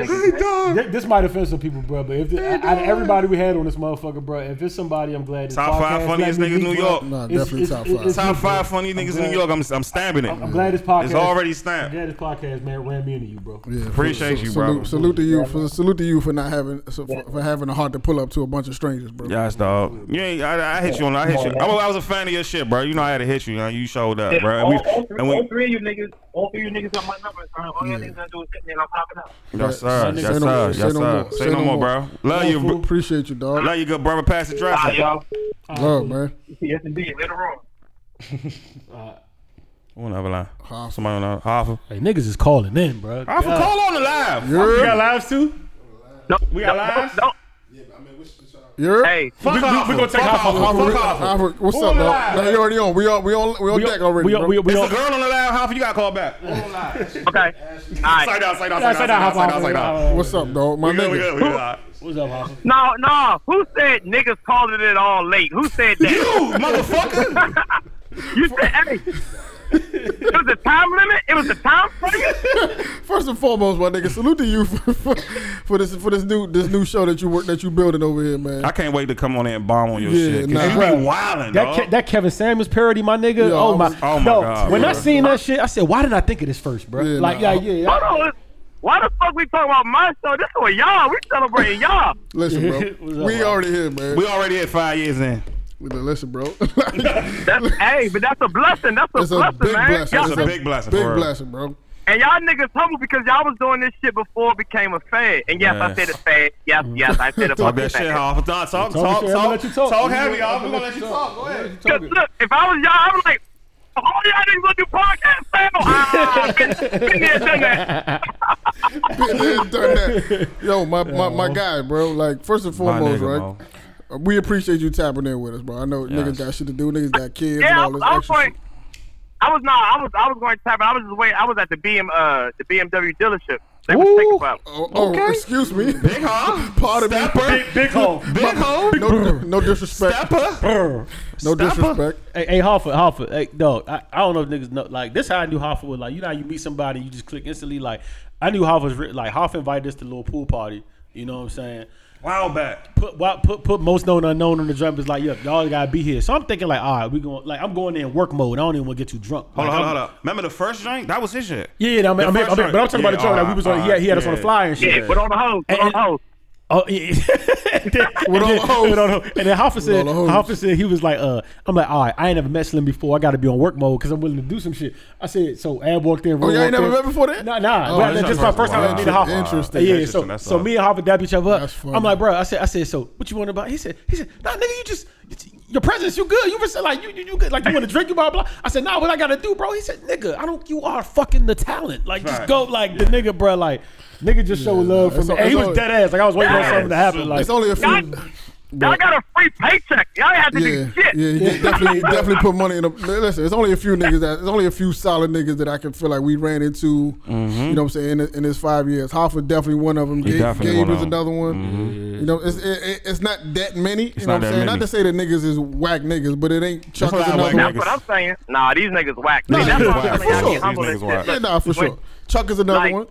make it.
Th- this might offend some people, bro. But if the, out of everybody we had on this motherfucker, bro, if it's somebody, I'm glad. this
Top five
podcast
funniest
let me
niggas in New
be, bro,
York.
it's- it's- it's- it's
Top
you, bro.
five funniest
I'm
niggas in
glad-
New York. I'm I'm stamping it.
I'm glad this podcast.
It's already stamped.
I'm glad this podcast, man, ran me into you, bro.
Yeah,
Appreciate
so-
you,
salute,
brother.
Salute to you for salute to you for not having so for, for having the heart to pull up to a bunch of strangers, bro.
Yes, dog. You ain't, I, I hit you on. I hit you. I, was- I was a fan of your shit, bro. You know I had to hit you. You, know, <laughs> you showed up, bro. And
all,
we,
all, three,
and
all
we,
three of you niggas, all three of you niggas got my number. So all y'all niggas gotta do is sit there and I'm popping out.
yes, sir.
Say
Yes, sir.
no more,
Yes,
say no
sir.
more,
Say no more, bro. Love you, bro.
Appreciate you, dog.
Love you, good brother. Pass the
Bye,
dress.
y'all.
Love, man.
Yes, indeed. Later on.
<laughs> Uh, Whatever line. Somebody on the Hoffa.
Hey, niggas is calling in, bro.
Hoffa,
God.
call on the live.
Yeah.
We got lives too.
No,
we got lives. No,
You're
Hey,
Fuck
we,
off.
we, we gonna take
Fuck
off.
off. Fuck off.
What's
Who
up,
on the
dog?
line?
No, you already on. We on. We on. We on deck already.
we on-
bro.
we on- we
It's
on-
the girl on the live. Hoffa, you got to call back.
Okay.
Side out, side out, side out, side out, side out, side out.
What's up, dog? My
We good, we
nigga.
good, we good. All right.
<laughs> What's up, Hoffa?
No, no. Who said niggas calling it all late? Who said that?
You motherfucker!
<laughs>
you said, hey. It was a time limit. It was a time frame.
<laughs> First and foremost, my nigga, salute to you <laughs> for, for, for this for this new this new show that you work that you building over here, man.
I can't wait to come on there and bomb on your
Yeah,
shit. 'cause
nah.
You be wildin',
That,
dog.
Ke- that Kevin Samuels parody, my nigga.
Yo,
oh
I
my,
was-
Oh my
no.
God,
when I
bro.
seen that shit, I said, "Why didn't I think of this first, bro?"
Yeah,
like,
nah.
yeah, yeah, yeah.
Hold on. Why the fuck we talking about my show? This is what y'all. We celebrating y'all.
Listen,
<laughs> What's
bro,
up,
we
bro?
already here, man.
we already at five years in.
Listen, bro, <laughs>
That's, hey, but that's a blessing. That's a
it's a
blessing,
big
man.
blessing.
Y'all-
It's a big blessing,
Big
for real.
blessing, bro.
And y'all niggas humble because y'all was doing this shit before it became a fad. And yes, I
Yes.
said a fad. Yes, yes, I said a
Talk
fucking
that shit,
fad.
Hoffa. Talk, talk,
Talk
talk,
your shit, I'ma
talk,
let you talk.
talk
You
heavy,
know,
Hoffa.
I'ma
We gonna let you talk. Oh, Go ahead.
Cause look, if I was y'all, I was like, all y'all niggas gonna do podcast
<laughs>
fam. Ah, been, been there, done that.
Been there, done that. Yo,
<laughs>
my, my, my guy, bro. Like first and
My
foremost,
nigga,
right?
Mo.
Uh, We appreciate you tapping in with us, bro. I know niggas got shit to do. Niggas got kids and
Yeah, I
all
was,
this
I was
extra shit.
going. I was not. I was. I was going to tap. it. I was just waiting. I was at the BM. Uh, the BMW dealership. They was taking about.
Oh, oh, excuse me.
Big Hoffa.
<laughs> Pardon me.
Stepper. Big, big hole. Big hole.
No, no disrespect.
Stepper.
No
Stepper.
disrespect.
Hey, hey, Hoffa, Hoffa, hey, dog. I, I don't know if niggas know. Like, this how I knew Hoffa was like. You know, how you meet somebody, you just click instantly. Like, I knew Hoffa was re- like Hoffa invited us to a little pool party. You know what I'm saying?
Wow, back.
Put put put, put most known unknown on the drum. It's like, yo, y'all gotta be here. So I'm thinking like, all right, we going like I'm going in work mode. I don't even want to get too drunk.
Hold on,
Like,
hold on,
I'm-
hold
<laughs>
on. Remember the first drink? That was his shit.
Yeah, yeah, I mean,
The
I mean, I
first
mean,
drink.
but I'm talking about the
Yeah,
joint that
alright,
we was on. he had, he had us on
alright,
the fly and shit.
Yeah, put on the hose. Put on
And-
the hose.
Oh, yeah. <laughs>
<laughs>
and then,
With all the hoes.
with all the hoes. and then Hoffa said,
all the hoes.
Hoffa said he was like, uh, I'm like, all right, I ain't never met Slim before. I got to be on work mode because I'm willing to do some shit. I said, so Ab walked in.
Oh, y'all ain't never met before that?
Nah, nah.
Oh,
but
that's
this is
your
my
first
first
one.
time meeting Hoffa.
Interesting.
Yeah,
Interesting,
so
that's
so
all.
me and Hoffa dap each other
That's
up.
funny.
I'm like, bro, I said, I said, so what you want about? He said, he said, nah, nigga, you just your presence, you good. You was like, you you, you good. Like you want to drink, you blah blah. I said, nah, what I gotta do, bro? He said, nigga, I don't. You are fucking the talent. Like just
Right.
go, like the nigga, bro. Like nigga just show love
it's
for
all-
me. And he
it's
was
all-
dead ass. Like I was waiting on
Yeah,
something to
so-
happen. Like
It's only a few. Y'all
got a free paycheck. Y'all had to
yeah,
do shit.
yeah, you
<laughs>
did definitely, definitely put money in. A, listen, it's only a few niggas that it's only a few solid niggas that I can feel like we ran into. You know what I'm saying? In, this- in this five years, Hoffa definitely one of them.
Mm-hmm. He
Gabe,
definitely
Gabe
one of
is
them.
another one. You know, it's it, it- it's not that many. you know what
not
I'm
that
saying? Not
many.
to say that niggas is whack niggas, but it ain't Chuck is another
That's
one.
what I'm saying. Nah, these niggas whack. See, that's why I'm saying. Y'all get humble and shit.
Yeah,
But
nah, for
when-
sure. Chuck is another
like,
one.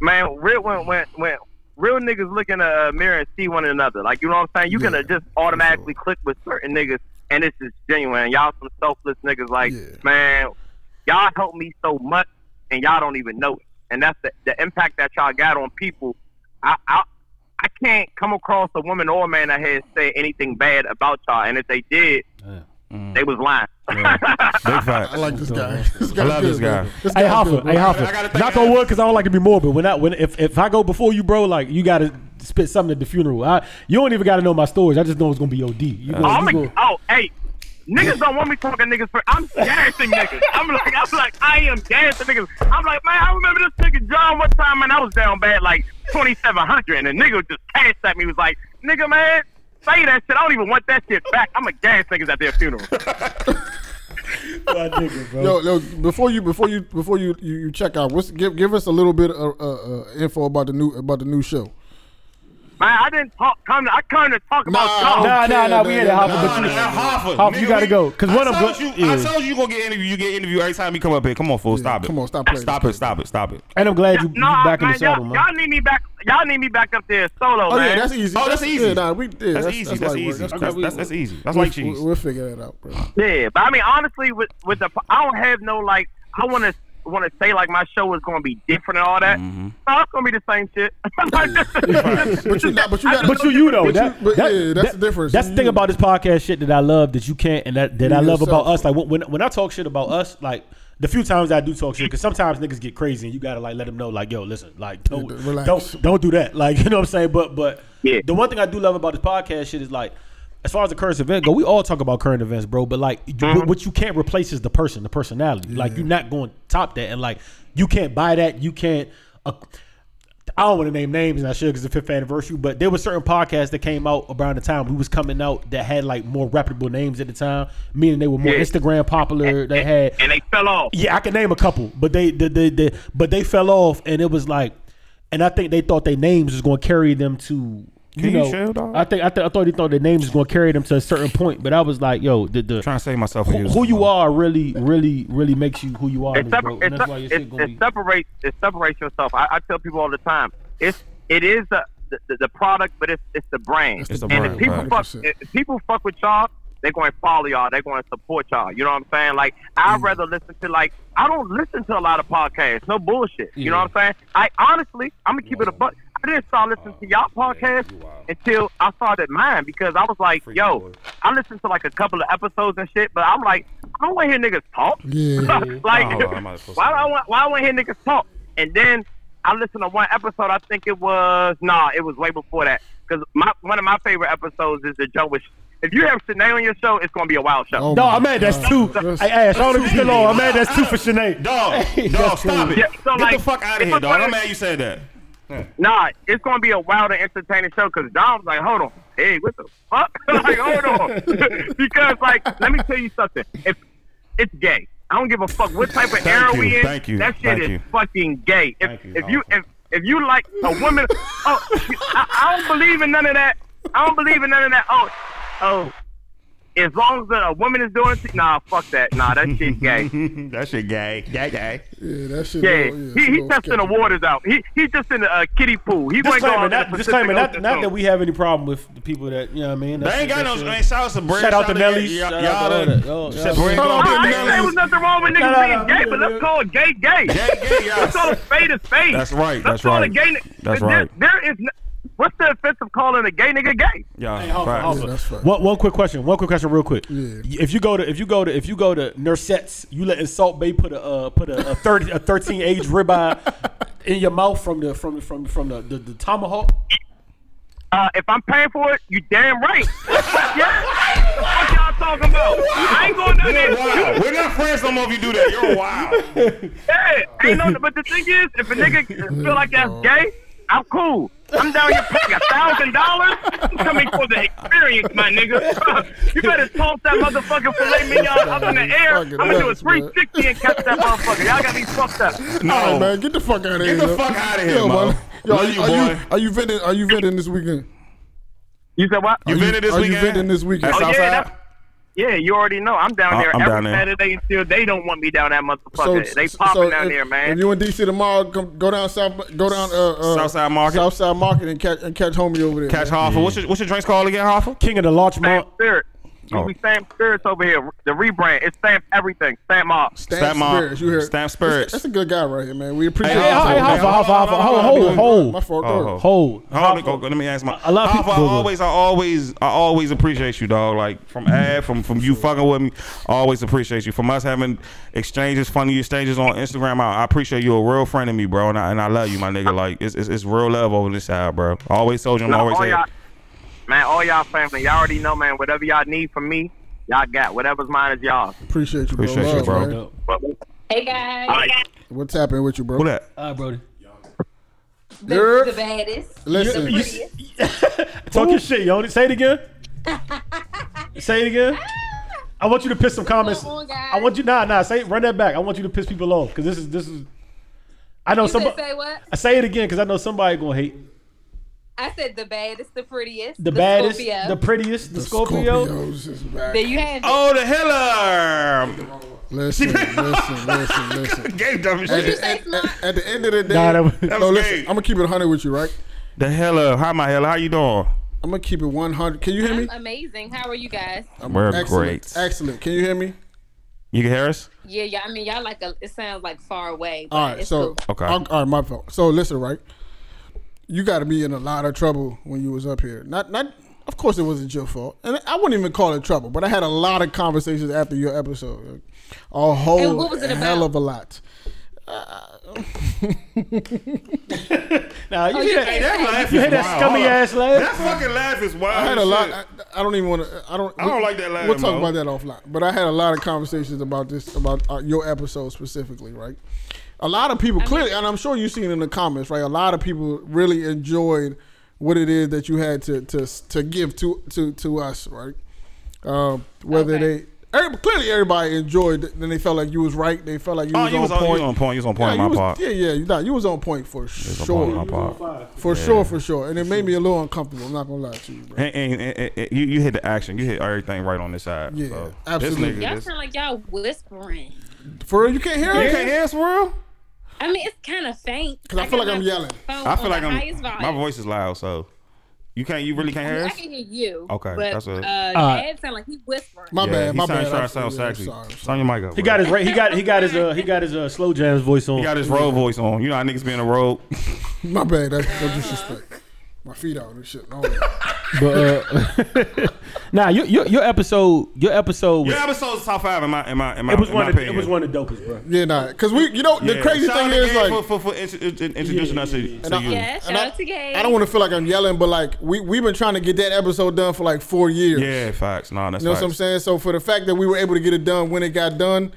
Man, real when when when real niggas look in a mirror and see one another. Like you know what I'm saying? You can just automatically click with certain niggas, and it's just genuine. Y'all some selfless niggas. Like man, y'all help me so much, and y'all don't even know it. And that's the, the impact that y'all got on people. I, I I can't come across a woman or a man that has said anything bad about y'all, and if they did, they was lying. <laughs>
Big fact. I
like this
<laughs>
guy.
I love this guy.
Hey Hoffa, hey Hoffa. Knock on wood, because I don't like to be morbid. When I when if, if I go before you, bro, like you gotta spit something at the funeral. I you don't even gotta know my stories. I just know it's gonna be OD. You
oh,
gonna-
I'm
you
a,
gonna-
oh, hey, niggas don't want me talking niggas. For, I'm dancing niggas. I'm like, I'm like, I am dancing niggas. I'm like, man, I remember this nigga John one time, man, I was down bad like 2,700, and the nigga just cashed at me. Was like, nigga, man, say that shit. I don't even want that shit back. I'm a gas niggas at their funeral.
Yo, yo, before you, before you, before you, you, you check out. What's give give us a little bit of uh, uh, info about the new about the new show.
Man, I didn't talk. Come, to, I come to talk about
I
y'all.
don't Nah, nah, care, nah, we nigga. had a
Nah,
Hoffa, but you-
nah, Hoffa,
Hoffa,
nigga,
you gotta
we-
go, 'cause
I
one of
told
them-
you- I
yeah.
told you you gonna get interview. You get interview every time you come up here. Come on, fool. Stop it. Come on,
stop
it. Stop it. Stop it. Stop it.
And I'm glad you, you
Nah,
back in
man,
the saddle,
y'all,
man.
y'all need me back. Y'all need me back up there solo,
Oh, yeah,
man.
that's easy. Oh, that's easy. Yeah, nah, we- yeah,
did.
that's- that's light work. That's- that's- that's- that's easy. That's like cheese. We'll figure that <laughs> out, bro.
Yeah, but I mean, honestly, with with the, I don't have no like. I want to want to say like my show is going to be different and all that.
Mm-hmm.
No, it's going to be the same shit. <laughs>
<laughs> but you, not, but you,
But you, you though, that,
but
that-
yeah, that's
that-
the difference. Mm.
That's the thing about this podcast shit that I love that you can't, and that, that I
Be
love about
yourself.
us. Like when- when when I talk shit about us, like the few times I do talk shit, because sometimes niggas get crazy, and you gotta like let them know, like yo, listen, like don't
Yeah, relax.
don't don't do that, like <laughs> you know what I'm saying. But but the one thing I do love about this podcast shit is like. As far as the current event go, we all talk about current events, bro. But like, you- what- what you can't replace is the person, the personality. Like, you're not going to top that, and like, you can't buy that. You can't. Uh, I don't want to name names, and I should because it's the fifth anniversary. But there were certain podcasts that came out around the time we was coming out that had like more reputable names at the time, meaning they were more
Yeah.
Instagram popular. They had
and they fell off.
yeah, I can name a couple, but they, they, they, they but they fell off, and it was like, and I think they thought their names was going to carry them to. You
Can you
know,
chill, dog?
I think I, th- I thought they thought their names was going to carry them to a certain point, but I was like, yo, the, the
trying to save myself.
who, who you are really, really, really makes you who you are, in
It,
this,
separ-
bro.
it,
And that's why your
se-
shit
it,
going to be.
it separates it separates yourself. I, I tell people all the time, it's it is the the, the product, but it's it's the brand.
It's the
and
brand,
if people
right.
fuck if people fuck with y'all, they're going to follow y'all. They're going to support y'all. You know what I'm saying? Like
Mm.
I'd rather listen to like I don't listen to a lot of podcasts. No bullshit. You know
Yeah.
what I'm saying? I honestly, I'm gonna keep it a buck. I didn't start listening to y'all
Oh,
podcast until I started mine because I was like, yo, I listened to like a couple of episodes and shit, but I'm like, I don't want to hear niggas talk. <laughs> like,
Nah, hold on, Oh, I'm about to post
why do I want? Why I want to hear niggas talk? And then I listened to one episode. I think it was nah, it was way before that. Because my one of my favorite episodes is the Joe. With, if you have Sinead on your show, it's gonna be a wild show.
no, I'm mad. Oh That's two. Hey, Ash, I don't know if you still on. I'm mad. That's two for Sinead. <laughs>
Dog, dog,
That's
stop
cool.
it.
Yeah,
so,
Get
like,
the fuck out
it's
of here,
a
dog. I'm
first-
mad you said that.
Nah, it's gonna be a wild and entertaining show because Dom's like, hold on, hey, what the fuck? <laughs> like, hold on, <laughs> because like, let me tell you something. If it's gay, I don't give a fuck what type of era
you,
we in.
thank you,
that shit
thank
is
you.
fucking gay. If if you if if you like a woman, oh, I, I don't believe in none of that. I don't believe in none of that. Oh, oh. As long as a woman is doing it, nah, fuck that. Nah, that
<laughs>
shit gay.
that shit gay. Gay, gay.
Yeah, that shit.
Yeah, he, he testing the waters out. He he just in the uh, kiddie pool. He wasn't
Disclaimer,
going to
not,
the
disclaimer,
Pacific
not,
Ocean
not
Zone.
that we have any problem with the people that, you know what I mean?
They ain't got no.
shit.
Man, shout out to Brent.
Shout out to Nelly.
Y'all
Shout out
y'all
to all
done-
that. Yo,
Shout
yo.
Brent,
Shout
go
out
get
to
I
Nelly.
ain't saying was nothing wrong with
No,
niggas
no,
being
no,
gay, but let's call it gay gay.
Gay, gay, yeah.
Let's call it spade a spade.
That's right,
Let's
that's
call
right.
it gay.
That's
there,
right.
There is no, what's the offense of calling a gay nigga gay?
Yeah,
Hey, Hoffa,
facts.
Hoffa. One, one quick question. One quick question, real quick. If you go to if you go to if you go to Nurset's, you let Salt Bay put a uh, put a, a thirty a thirteen age ribeye in your mouth from the from from from the the, the tomahawk.
Uh, if I'm paying for it, you damn right. yeah. What y'all talking about? I ain't going down there.
Wow. We're not friends no more if you do that. You're
<laughs>
wild.
Yeah, ain't no. But the thing is, if a nigga feel like that's gay, I'm cool. I'm down here paying a thousand dollars. I'm coming for the experience, my nigga. <laughs> you better toss that motherfucking filet mignon up in the air. I'm gonna do a 360 and catch that motherfucker. Y'all got me fucked up.
All right, man, get the fuck out of here.
Get the
yo.
fuck outta here,
Yo,
Mo.
man. Yo, are
Love
you,
you,
are you
boy.
are you venting? Are you venting this weekend?
You said what?
You Are you- venting this are you weekend? venting this weekend?
Oh,
That's
yeah,
outside?
that's, yeah, you already know. I'm down
I-
there
I'm
every
down there.
Saturday until they don't want me down that motherfucker. they popping
so
down
if-
there,
If
man.
you in DC tomorrow, come, go down south, go down uh, uh,
Southside Market?
Southside Market, and catch and catch homie over there.
Catch Hoffa. What's your what's your drinks called again, Hoffa?
King of the Larch
Mall.
Spirit.
Oh.
We Sam Spirits over here. The rebrand. It's Sam everything. Sam all.
Stamp Spirits, you hear?
Stamp
That's,
Spirits.
that's a good guy right here, man. We appreciate
Hey,
it.
hey, hey, Hoffa, Hoffa, Hoffa, hold, hold, hold.
My fault.
Oh,
go ahead.
Hold.
Hold. on, go- go- Let me ask my.
A lot of people-
Hoffa, I always, I always, I always appreciate you, dog. Like from ad, from from you fucking with me, I always appreciate you. From us having exchanges, funny exchanges on Instagram, I, I appreciate you. A real friend of me, bro, and I, and I love you, my nigga. Like it's, it's it's real love over this side, bro. I always told you, I'm
No, oh,
always
all
here.
y'all- Man, all y'all family, y'all already know, man. Whatever y'all need from me, y'all got. Whatever's mine is y'all.
Appreciate you, bro.
Appreciate you,
Love,
bro.
man.
Hey guys,
What's happening with you, bro?
Who that?
All right, Brody.
the, the baddest.
Listen.
the
You-
prettiest.
<laughs> Talk your shit, Yoni. Say
<laughs>
it again. Say it again. I want you to piss some comments.
Come on, guys.
I want you nah nah. Say run that back. I want you to piss people off because this is this is. I know
You said
somebody.
say what?
I say it again because I know somebody gonna hate
I said the baddest, the prettiest,
the, baddest,
Scorpio.
the prettiest, the, Scorpio.
There you have it.
Oh, the hiller. <laughs>
Listen, listen, listen, listen.
Game dumb as
At
shit.
the, at, at- at the end of the day,
Nah, that was-
That was
no, listen,
gay.
I'm gonna keep it 100 with you, right?
The hella, hi my hella, how you doing?
I'm gonna keep it 100. Can you hear me?
I'm amazing. How are you guys?
I'm
We're
excellent,
great.
Excellent. Can you hear me?
You can hear us?
Yeah, yeah. I mean, y'all like a. It sounds like far away. But
All right,
it's
so
cool.
Okay.
All all right, my fault. So listen, right? You got to be in a lot of trouble when you was up here. Not, not. Of course, it wasn't your fault, and I wouldn't even call it trouble. But I had a lot of conversations after your episode, a whole
And what was it
hell
about?
of a lot.
Nah,
Oh,
you Uh, hear
you
that?
can't say
you
that.
hear that scummy ass laugh?
That fucking laugh is wild.
I had a
as
lot.
shit.
I, I don't even want to. I don't.
I don't
we-
like that line,
We'll talk
Mo.
about that offline. But I had a lot of conversations about this, about uh, your episode specifically, right? A lot of people clearly, and I'm sure you've seen in the comments, right? A lot of people really enjoyed what it is that you had to to to give to to to us, right? Um, whether they every- clearly everybody enjoyed, it, then they felt like you was right. They felt like you,
Oh,
was,
you
on
was on- you
point.
was on point, you was on point
Yeah,
on my
was-
part.
Yeah, yeah, you, nah, you was on point for
on
sure.
point on my part.
For
Yeah.
sure, for sure, and it made me a little uncomfortable. I'm not gonna lie to you.
And, and- and- and you, you hit the action. You hit everything right on this side.
Yeah,
So,
absolutely.
This nigga,
Y'all
this-
sound like y'all whispering.
For real, you can't hear
You
it?
can't hear us, world?
I mean, it's kind of faint.
'Cause I feel
got
like I'm
my
yelling.
phone
I feel
on
like
the
I'm.
highest volume.
My voice is loud, so you can't. You really can't
I, mean,
hear
I
us.
can hear you.
Okay,
but,
that's what-
Uh,
Alright.
Dad sound like he whispering.
My
Yeah,
bad,
he
my
sound-
bad.
trying
I'm
to sound
sorry,
sexy.
I'm sorry,
Turn your mic up.
He
bro.
got his ra- he got he got his uh he got his uh slow jams voice on.
He got his road voice on. You know how niggas be in a road.
My bad. That's, that's disrespect. My feet out and
<laughs>
shit. and all that.
But uh, <laughs> nah, your, your your episode your episode was
Your episode's top five in my in my in my.
it was
in
one
my
of, it
opinion.
was one of the dopest, bro.
yeah, nah. Cause we, you know, the
Yeah.
crazy
Shout
thing
out to
is
Gabe
like,
for, for, for intro- in- introducing us to, to
I-
you.
Yeah, shout
And I-
out to Gabe.
I don't want to feel like I'm yelling, but like we we've been trying to get that episode done for like four years.
Yeah, facts. Nah, that's
you know
facts.
what I'm saying? So for the fact that we were able to get it done when it got done,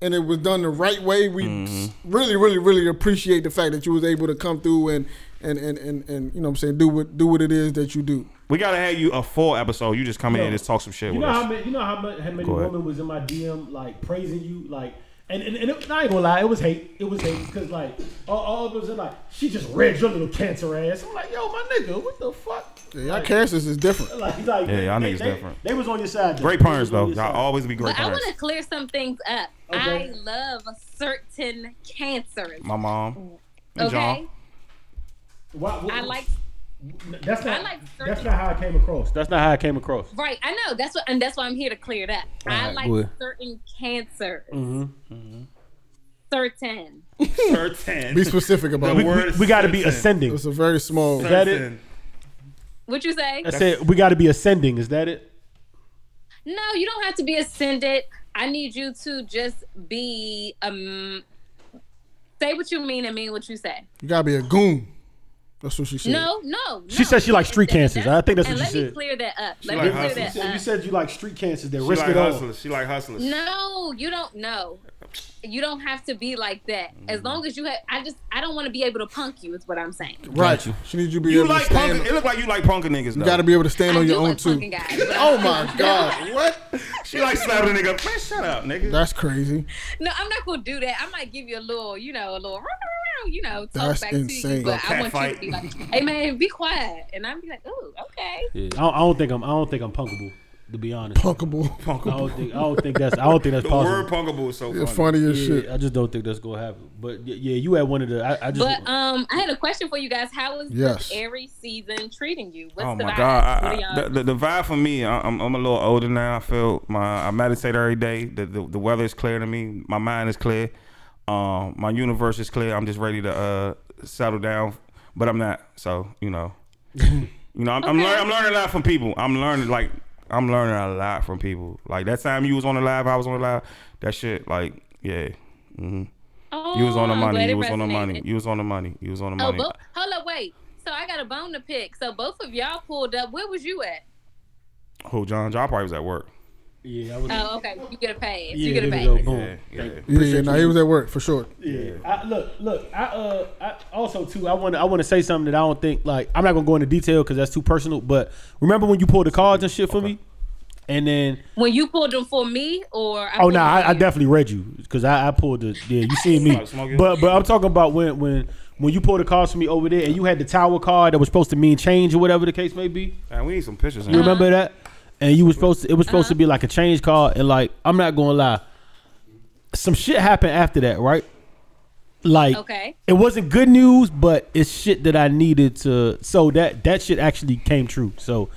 and it was done the right way, we
Mm-hmm.
s- really, really, really appreciate the fact that you was able to come through and and and and, and you know what I'm saying do what do what it is that you do.
We gotta have you a full episode. You just come in and just talk some shit
You
with
know
us.
how many, you know how many, how many
Go ahead.
women was in my DM like praising you like and and, and it, I ain't gonna lie it was hate it was hate because like all, all of us are like she just read your little cancer ass I'm like yo my nigga what the fuck <laughs>
Yeah, y'all cancers is different.
like, like
Yeah, y'all
they-
niggas
they-
different.
they was on your side
Great
They was
parents
on
though.
your
Y'all
side.
always be great
But I
parents.
want to clear some things up.
Okay.
I love certain cancers.
My mom. And
Okay.
John.
Why- why-
I like
that's not
I like
that's not how I came across that's not how I came across
right. I know that's what, and that's why I'm here to clear that. I
Alright,
like
good.
certain cancers.
mm-hmm.
Certain. <laughs>
Be specific about
we,
it.
we, we got to be ascending
It's a very small.
Is that it?
What you say?
I said we got to be ascending is that it
No, you don't have to be ascended. I need you to just be um. Say what you mean and mean what you say.
You gotta be a goon. That's what she said.
No, no,
She
no.
said she likes street cancers. I think that's
and
what
let
you
me
said.
clear that up.
She
Let
like
me clear
hustlers.
that up.
You said you like street cancers that
She
risk
like
it all.
hustlers. She like hustlers.
No, you don't know. You don't have to be like that. As
Mm.
long as you have, I just I don't want to be able to punk you. Is what I'm saying.
Right. She needs you to be
You
able
like
to stand.
punk? It look like you like punker niggas.
You got to be able to stand
I
on your
do
own
like
too.
punking guys, but
Oh
I'm-
my
<laughs>
god, what?
She like slapping a nigga. Man, shut up, nigga.
That's crazy.
No, I'm not gonna do that. I might give you a little, you know, a little, you know, talk
That's
back to you,
insane.
but
Little
I want
cat
you to be like, hey man, be quiet, and I'm be like, ooh, okay.
I, don't, I don't think I'm. I don't think I'm punkable. To be honest,
punkable.
I don't think. I don't think that's. I don't think that's
<laughs> The
possible.
word punkable is so
It's funny. funny as
Yeah,
shit.
I just don't think that's gonna happen. But y- yeah, you had one of the. I, I just.
But um, I had a question for you guys. How is
Yes.
this Aries season treating you? What's
Oh
the
my
vibe?
god! I,
What
I,
are
the,
y'all-
the, the vibe for me, I- I'm, I'm a little older now. I feel my I meditate every day. The, the the weather is clear to me. My mind is clear. Um, my universe is clear. I'm just ready to uh settle down, but I'm not. So you
<laughs>
know, you know, I'm I'm, learn, I'm learning a lot from people. I'm learning like I'm learning a lot from people. Like that time you was on the live, I was on the live. That shit, like yeah. hmm you was on the
Oh, I'm
money.
glad
You
it
was on the money.
resonated.
You was on the money. You was on the
Oh,
money.
both, hold up, wait. So I got a bone to pick. So both of y'all pulled up. Where was you at?
Who, John? John probably was at work.
Yeah, I
Oh, okay. You get a pass.
Yeah,
you get a
there
pass.
we go. Boom.
Yeah,
Yeah, yeah. Now he was at work for sure.
Yeah. I, look, look. I uh, I also too. I want to. I want to say something that I don't think. Like, I'm not gonna go into detail because that's too personal. But remember when you pulled the cards and shit for me, and then
When you pulled them for me, or I
oh
pulled
no,
them
I,
for
I
you?
definitely read you because I, I pulled the yeah. You seen me,
Like smoking?
but but I'm talking about when when when you pulled the cards for me over there and you had the tower card that was supposed to mean change or whatever the case may be.
Man, we need some pictures.
You remember that? And you was supposed to, it was
Uh-huh.
supposed to be like a change card, and like I'm not gonna lie, some shit happened after that, right? Like,
Okay.
it wasn't good news, but it's shit that I needed to. So that that shit actually came true. So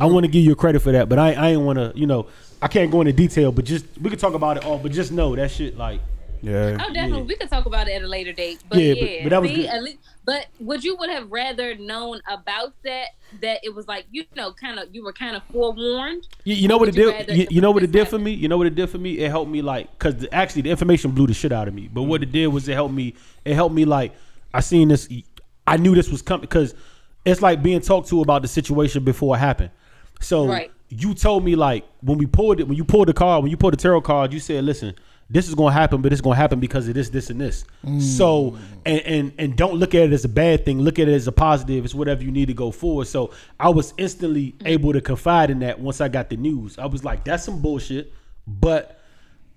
I want to give you credit for that, but I I ain't want to, you know, I can't go into detail, but just we could talk about it all, but just know that shit like,
yeah,
Oh, definitely. We could talk about it at a later date. But
Yeah,
yeah,
but- but that was
see,
good.
at least, but would you would have rather known about that? That it was like you know, kind of you were kind of forewarned.
You, you know what it
Would you
did?
rather-
You, you know what it did for me? You know what it did for me? It helped me like because actually the information blew the shit out of me. But what it did was it helped me. It helped me like I seen this. I knew this was coming because it's like being talked to about the situation before it happened. So
Right.
you told me like when we pulled it, when you pulled the card, when you pulled the tarot card, you said, "Listen, this is gonna happen, but it's gonna happen because of this, this, and this."
Mm.
So and and and don't look at it as a bad thing. Look at it as a positive. It's whatever you need to go forward. So I was instantly
Mm.
able to confide in that once I got the news. I was like, "That's some bullshit," but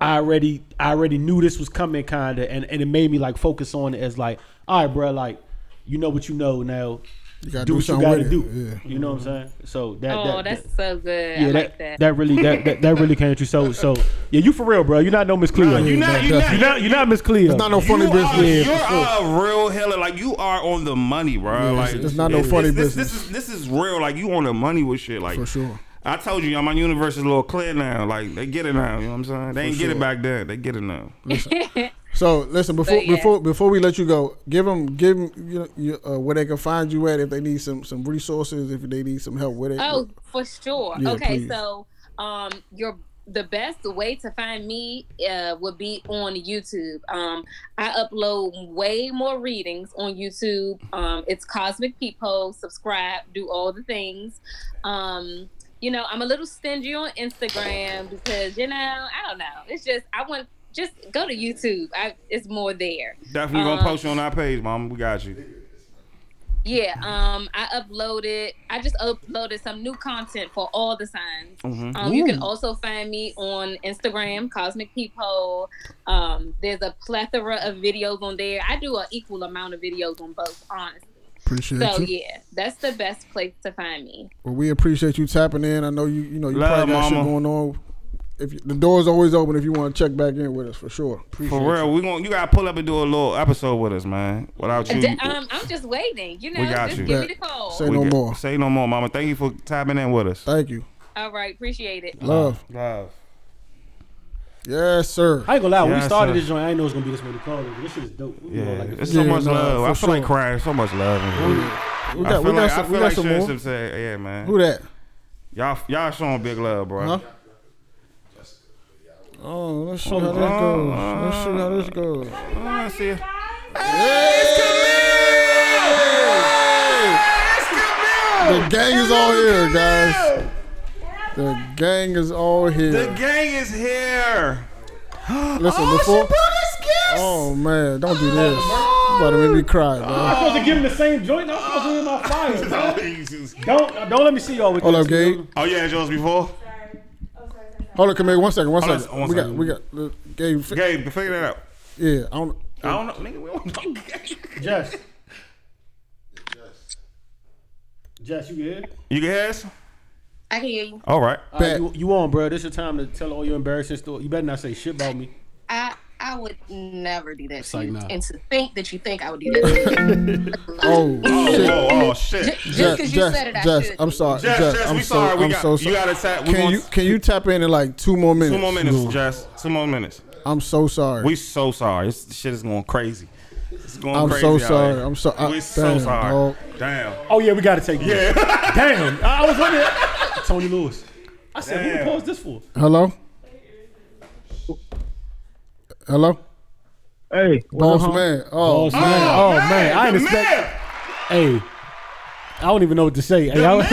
I already I already knew this was coming, kinda, and and it made me like focus on it as like, "All right, bro, like you know what you know now."
You gotta
do,
do
what you
something
gotta
with
do.
it. Yeah.
You know what I'm saying? So that,
oh,
that,
that's
that-
so good.
yeah,
I
that,
like that.
that really that, that that really came true. So so yeah, you for real, bro. You're not no Miss Cleo.
Nah, you not- you not-
you not you not Miss Cleo. It's not
no funny
You are,
Yeah,
you're
for sure.
a real hella like you are on the money, bro.
Yeah,
like
it's- it's not no funny
this, this- This, is this is real. Like you on the money with shit. Like
For sure.
I told you, y'all, my universe is a little clear now. Like they get it now. You know what I'm saying? They
For
ain't get
sure.
it back then. They get it now.
<laughs>
So listen before
yeah.
before before we let you go, give them give 'em, you know you, uh, where they can find you at if they need some some resources if they need some help with it.
Oh, for sure.
Yeah,
okay,
please.
so um your the best way to find me uh, would be on YouTube. Um, I upload way more readings on YouTube. Um, it's Cosmic Peephole. Subscribe, do all the things. Um, you know, I'm a little stingy on Instagram because you know I don't know. It's just I want just go to YouTube. I, it's more there.
Definitely gonna
Um,
post you on our page, mom. We got you.
yeah, um, I uploaded. I just uploaded some new content for all the signs.
Mhm.
Um, you can
Ooh.
also find me on Instagram, Cosmic Peephole. Um, there's a plethora of videos on there. I do an equal amount of videos on both, honestly.
appreciate
so
you.
yeah, that's the best place to find me.
Well, we appreciate you tapping in. I know you you know you
Love,
probably got shit
mama.
going on. If you, the door's always open if you want to check back in with us for sure. Appreciate
for real,
you.
we going you gotta pull up and do a little episode with us, man. Without you,
D- um, I'm just waiting. You know,
we got
just
you.
give me the call.
Say no
got-
more.
Say no more, mama. Thank you for tapping in with us.
Thank you.
All right, appreciate it.
Love.
Love.
Yes, sir.
I ain't gonna lie. When
Yes,
we started
sir.
this joint, I didn't know it was gonna be this many callers. This shit is dope. We
Yeah,
doing like a-
it's so much love. I feel like crying. So much love. In here.
We got-
I feel
we got
like,
some-
I
we
feel
got
like
some
Shane
more.
Simpson said, yeah, man.
Who that?
Y'all, y'all showing big love, bro.
Huh? Oh, let's see
Oh,
how
uh,
that goes. Let's see how this goes.
Oh, I see.
Hey, The gang is all here, guys. The gang is all here.
The gang is here.
Listen,
Oh, she Oh,
before.
brought
Oh man, don't do this. You about to make me cry,
I'm
oh.
man.
supposed to give him the same joint. I'm supposed to give him my fire.
<laughs>
man. don't don't let me see y'all with
Hold
this.
up, Gabe.
Oh, you had
<laughs>
yours before?
Hold on, come here. One second. One
Hold on,
second.
one
we
second.
got. We got. look, Gabe. fi-
Gabe, figure that out.
Yeah. I don't.
I don't know, nigga. We don't know.
Jess. Jess, you good?
You can hear us?
I can hear you.
All right.
All right, you, you on, bro? This your time to tell all your embarrassing story. You better not say shit about me.
I I would never do that
It's
to
like,
you.
nah.
And to think that you think I
<laughs>
would do that.
Oh, shit.
Oh, oh, shit.
Ju- just
Jess,
'cause you
Jess,
said it, I
Jess,
should.
I'm sorry.
Jess,
Jess,
Jess,
I'm
we
so,
sorry. We
I'm
got-
so
you
sorry.
gotta tap- we
Can
gonna-
you can you tap in in like two more minutes?
Two more minutes,
Lou?
Jess. Two more minutes.
I'm so sorry.
We so sorry. This shit is going crazy. It's going
I'm
crazy.
so
out here.
sorry. I'm so- I-
We're so
damn,
sorry.
dog.
Damn.
Oh yeah, we gotta take. Yeah. Damn. I, I was wondering. Tony Lewis. I said, who
Damn.
the pause this for?
Hello. Hello.
Hey,
Boss man. Oh,
Boss
man.
man.
Oh,
Oh man, I ain't expect. Hey, I don't even know what to say. Hey, <laughs> I-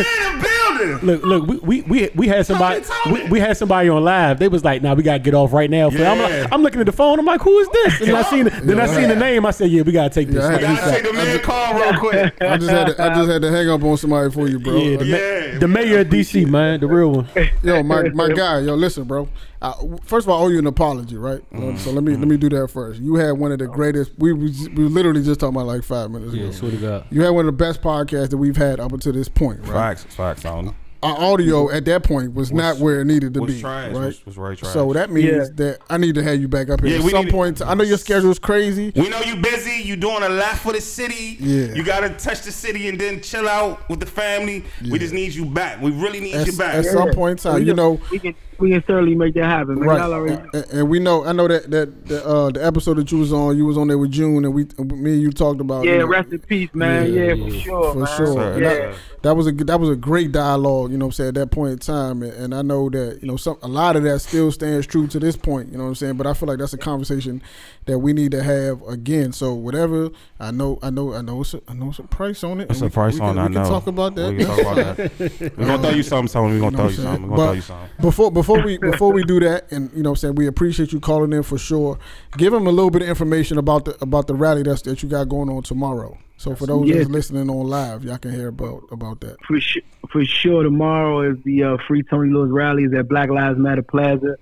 Look, look, we we we, we had somebody we, we had somebody on live. They was like, "Nah, we gotta get off right now." I'm,
Yeah.
like, I'm looking at the phone. I'm like, "Who is this?" And then I seen then I seen the name. I said, "Yeah, we gotta take this."
I
Like,
had
we
to-
gotta-
Take the man call
<laughs>
real quick.
I just had to, I just had to hang up on somebody for you, bro.
yeah, the, ma- the mayor of DC, man, the real one. <laughs>
yo, my, my guy, yo, listen, bro. I, first of all, I owe you an apology, right? Um, So let me let me do that first. You had one of the greatest. We was, we were literally just talking about like five minutes ago.
Yeah, swear to God.
You had one of the best podcasts that we've had up until this point, right?
Facts, facts, Tony.
Our audio at that point was, not where it needed to
Mm-hmm. was
be,
trash,
right?
was- was very trash.
So that means
Yeah.
that I need to have you back up here
Yeah,
at
we
some
need to-
point. I know your schedule's crazy.
We know you busy. You doing a lot for the city.
Yeah.
You gotta touch the city and then chill out with the family. We just need you back. We really need
at,
you back.
at some point in time, you know,
we can we can certainly make that happen, man. Y'all already
And, and- and we know, I know that that the, uh, the episode that you was on, you was on there with June, and we, me and you talked about.
Yeah,
you know,
rest in peace, man. Yeah, for sure,
for
man.
sure. And
Yeah.
That, that was a good- that was a great dialogue. You know, what I'm saying at that point in time, and, and I know that you know some a lot of that still stands true to this point. You know what I'm saying, but I feel like that's a conversation that we need to have again. So whatever, I know, I know, I know, it's a, I know it's a price on it.
It's
and
a price
we
on
can,
it, I
We can
know.
talk about that.
We can talk about
<laughs>
that. We gonna throw you something, Tony. We gonna
know
throw
what
you
I'm
something. We gonna
saying? But
throw you something.
Before before we before we do that, and you know, what I'm saying we appreciate you calling in for sure. Give them a little bit of information about the about the rally that's that you got going on tomorrow. So for those
Yes.
that's listening on live, y'all can hear about about that.
for sure, for sure tomorrow is the uh, free Tony Lewis rally is at Black Lives Matter Plaza.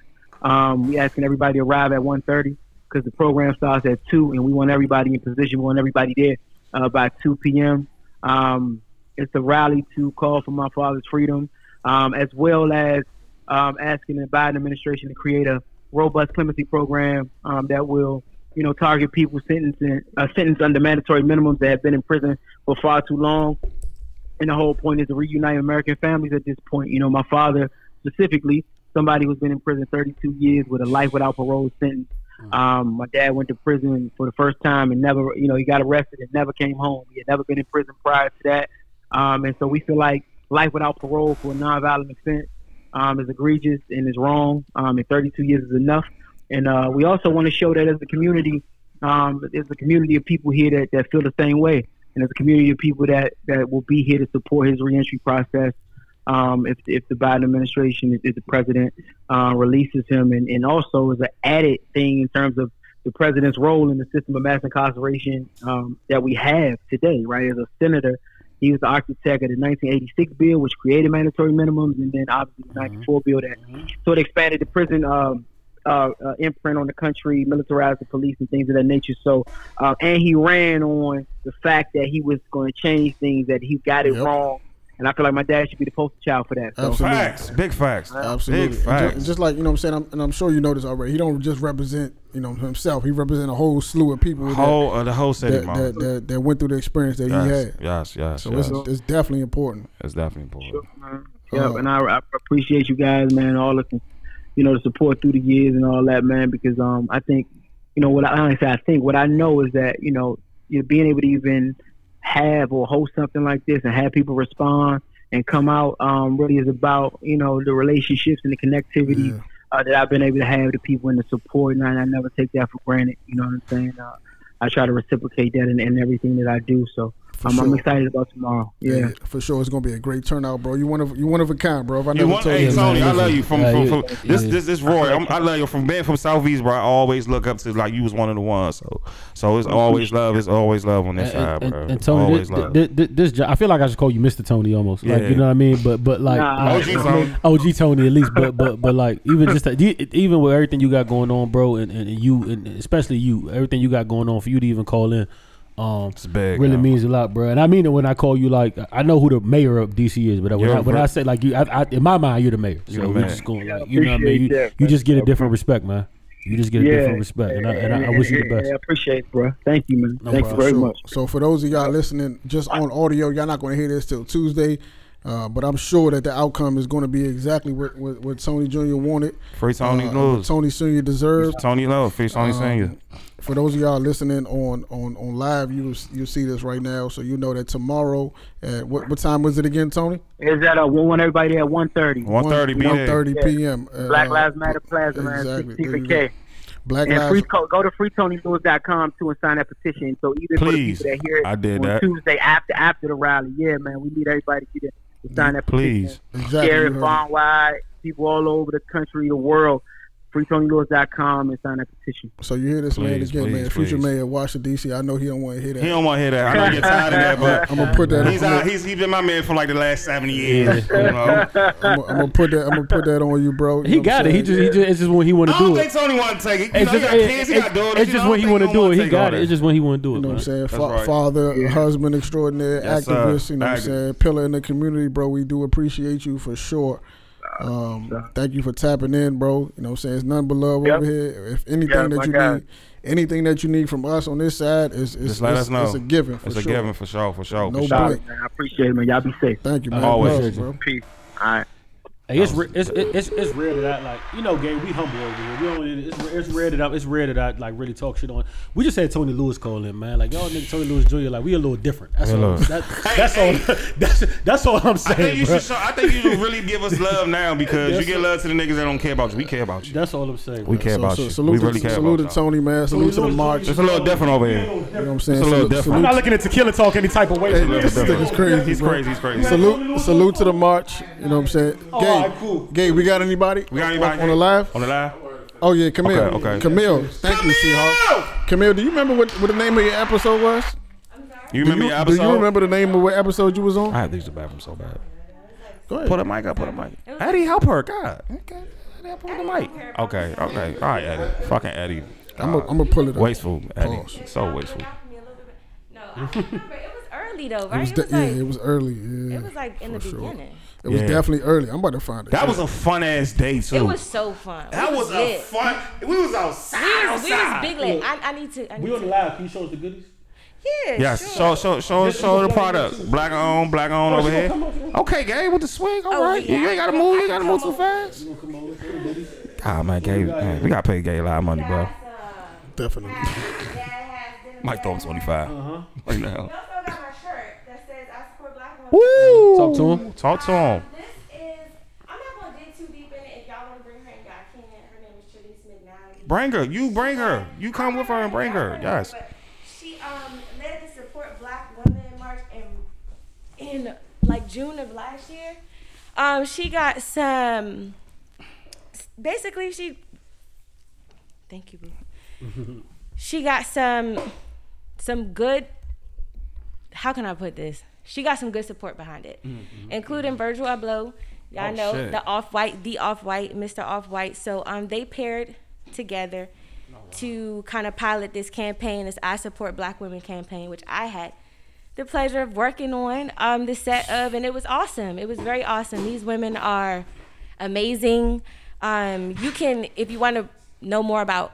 Um, we asking everybody to arrive at 1.30 because the program starts at two, and we want everybody in position. We want everybody there uh, by two p.m. Um, it's a rally to call for my father's freedom, um, as well as um, asking the Biden administration to create a robust clemency program um, that will, you know, target people sentenced in, uh, sentenced under mandatory minimums that have been in prison for far too long and the whole point is to reunite American families at this point. You know, my father specifically, somebody who's been in prison 32 years with a life without parole sentence. Um, my dad went to prison for the first time and never, you know, he got arrested and never came home. He had never been in prison prior to that. Um, and so we feel like life without parole for a nonviolent offense um, is egregious and is wrong. Um, and 32 years is enough. And uh, we also want to show that as a community, um, there's a community of people here that, that feel the same way. And there's a community of people that, that will be here to support his reentry process um, if, if the Biden administration, if, if the president uh, releases him. And, and also is an added thing in terms of the president's role in the system of mass incarceration um, that we have today, right? As a senator, he was the architect of the 1986 bill, which created mandatory minimums, and then obviously the 94 bill that so it expanded the prison um, uh, uh, imprint on the country, militarized the police, and things of that nature. So, uh, and he ran on the fact that he was going to change things, that he got it
Yep.
wrong, and I feel like my dad should be the poster child for that. So.
Absolutely.
Facts, big facts,
Absolutely.
big
And ju-
facts.
and Just, like you know, what I'm saying, I'm, and I'm sure you know this already. He don't just represent you know himself. He represent a whole slew of people.
Whole- uh, the whole city,
that,
Mom.
that, that, that went through the experience that
Yes,
he had.
yes, yes,
So
yes.
It's, it's definitely important.
That's definitely important.
Uh,
Yeah,
Uh,
and I, I appreciate you guys, man, all the you know the support through the years and all that, man. Because um, I think you know what I honestly I think what I know is that you know you know, being able to even have or host something like this and have people respond and come out um, really is about you know the relationships and the connectivity uh, that I've been able to have to people and the support, and I, I never take that for granted. You know what I'm saying? Uh, I try to reciprocate that in, in everything that I do. So um, I'm
sure.
excited about tomorrow. Yeah.
for sure, it's gonna be a great turnout, bro. You one of you one of a kind, bro. If I
You
never
want,
told
hey
you,
Tony,
man.
I love you from, from, from, this, this this Roy. I'm, I love you from being from Southeast, bro. I always look up to like you was one of the ones. So so it's always love. It's always love on this side,
and, and,
bro.
and Tony,
always
this,
love.
this, this, this job, I feel like I should call you Mister Tony almost. Like
Yeah.
you know what I mean? But but like
Nah.
like,
OG
I
Tony.
mean, OG Tony at least. But but but like even just that, you- even with everything you got going on, bro, and, and you and especially you, everything you got going on for you to even call in. Um,
big,
really means a lot, bro, and I mean it when I call you. Like I know who the mayor of DC is, but when,
Yeah,
I, when
bro.
I say like you, I, I, in my mind you're the mayor. So
You're the
we
man.
just going
Yeah,
like you know what I mean. You,
appreciate that,
you just get a
bro.
different respect, man. You just get a different respect, and I, and I, I wish you the best.
I appreciate it, bro. Thank you, man. Thank you
problem.
very
So-
much.
So for those of y'all listening just on audio, y'all not going to hear this till Tuesday, uh, but I'm sure that the outcome is going to be exactly what, what, what Tony Jr. wanted.
Free Tony
uh,
Lewis.
what Tony Sr. deserved.
Tony Love, free Tony
Um,
Senior.
For those of y'all listening on on on live, you you see this right now, so you know that tomorrow at what, what time was it again, Tony?
Is that uh, we want everybody at 1.30.
1:30, be there. 1:30 p.m., uh,
Black Lives Matter Plaza, man.
exactly.
16th and
There you
K.
go. Black
and
Lives-
Free, co- go to freetonylewis.com too and sign that petition. So even for the
Please.
people that hear it
I did
on
that.
Tuesday after after the rally, yeah, man, we need everybody to get in to sign that petition.
Please.
Exactly,
Share it
you heard
far and wide, people all over the country, the world. Freetonylewis.com and sign that petition.
So you hear this man
Please,
again,
please,
man. Future
please.
mayor of Washington D.C. I know he don't want to hear that.
He don't want to hear that. I know
<laughs>
you're tired of that, but
I'm gonna put that.
He's
I'm
out,
gonna-
he's, he's been my man for like the last seventy years. you <laughs> know?
I'm gonna put that. I'm gonna put that on you, bro. You know
He
what
got
I'm
it. He just,
saying?
he just, it's just when he want to
I
do
don't
it.
think Tony want to take it. You
It's
know, he
just-
got kids, he
it-
got daughters. you
it's
know,
just
I
when he
don't
want to
think
do
wanna
it. He
take all
got it.
that.
It's just when he want to do it.
You know what I'm
man.
saying?
That's
Fa-
right.
Father, husband extraordinaire,
Yes, sir.
activist, you know what I'm
Thank you.
saying? Pillar in the community, bro. We do appreciate you for sure. Um, thank you for tapping in, bro. You know what I'm saying? It's none but love
Yep.
over here. If
Yeah,
anything
my
that you
God.
need, anything that you need from us on this side is is
Just let
it's,
us know.
it's a given for
It's
sure.
a given for sure. For sure.
No
for sure.
blink.
Man, I appreciate it, man. Y'all be safe.
Thank you, man.
Always.
Love, bro.
Peace. All right.
Hey, it's, re- it's, it- it's it's rare that I like you know, Gabe. We humble over here. We don't. It's, it's rare that I it's rare that I like really talk shit on. We just had Tony Lewis call in, man. Like y'all nigga Tony Lewis Jr. Like we a little different. That's all.
Hello.
That, that's all. <laughs> That's that's all I'm saying.
I think you
bro.
should. Show, I think you should really give us love now because you
That's
get love to the niggas that don't care about you. We care about you.
That's all I'm saying.
We care
So-
about
so
you.
salute
we
to-
really care
salute
about
to Tony, man. Salute to the march.
It's a little different over here.
You know what I'm saying?
It's a little
Salute-
different.
I'm not looking at tequila talk any type of way.
Hey, this
different.
nigga's crazy.
He's
bro.
crazy, he's crazy.
Salute, salute to the march. You know what I'm saying?
Oh,
Gabe,
alright, cool.
Gabe, we got anybody?
We got anybody
on the live?
On the live?
Oh yeah, Camille.
Okay, okay.
Camille, thank you, sweetheart. Camille, do you remember what, what the name of your episode was?
You remember
do you,
your
Do you
episode?
remember the name of what episode you was on?
I had to use the bathroom so bad.
Go ahead.
Put a mic up. Put a mic. Eddie, help her. God. Okay. Eddie, help her with the mic. Okay. Okay. All right, Eddie. Fucking Eddie.
I'm a- I'ma pull it up.
Wasteful, Eddie.
Pause.
So wasteful.
early though,
It
right?
was,
It
de-
was like
yeah, it was early. Yeah,
it was like in
for
the
sure.
beginning.
It was
Yeah.
definitely early. I'm about to find it.
That was a fun ass day too.
It was so fun.
That
We
was a
lit.
fun- We was outside.
We was, we was
outside.
big lit. I, I need to. I need
We on the
to.
live. Can you show us the goodies?
Yeah.
Yes.
Sure.
Show show show show the product. Black on, black
Oh,
on over here. Okay, Gabe with the swing.
Oh,
All right. You ain't gotta move. You ain't gotta move too fast. God, man, Gabe, man, we gotta pay Gabe a lot of money, bro.
Definitely.
Mike throw him twenty five
Uh-huh.
right now.
Woo! Talk to him.
Talk to him. Bring her. You bring her. You come with her and bring her. Yes.
She um led the support Black Women March in in like June of last year. Um, she got some. Basically, she. Thank you, boo.
Mm-hmm.
<laughs>
She got some some good. How can I put this? She got some good support behind it, including Virgil Abloh. Y'all
Mm-hmm. Oh,
know
shit.
the Off White, the Off White, Mr. Off White. So um, they paired together
Oh,
to kind of pilot this campaign, this I Support Black Women campaign, which I had the pleasure of working on um, the set of, and it was awesome. It was very awesome. These women are amazing. Um, you can, if you want to know more about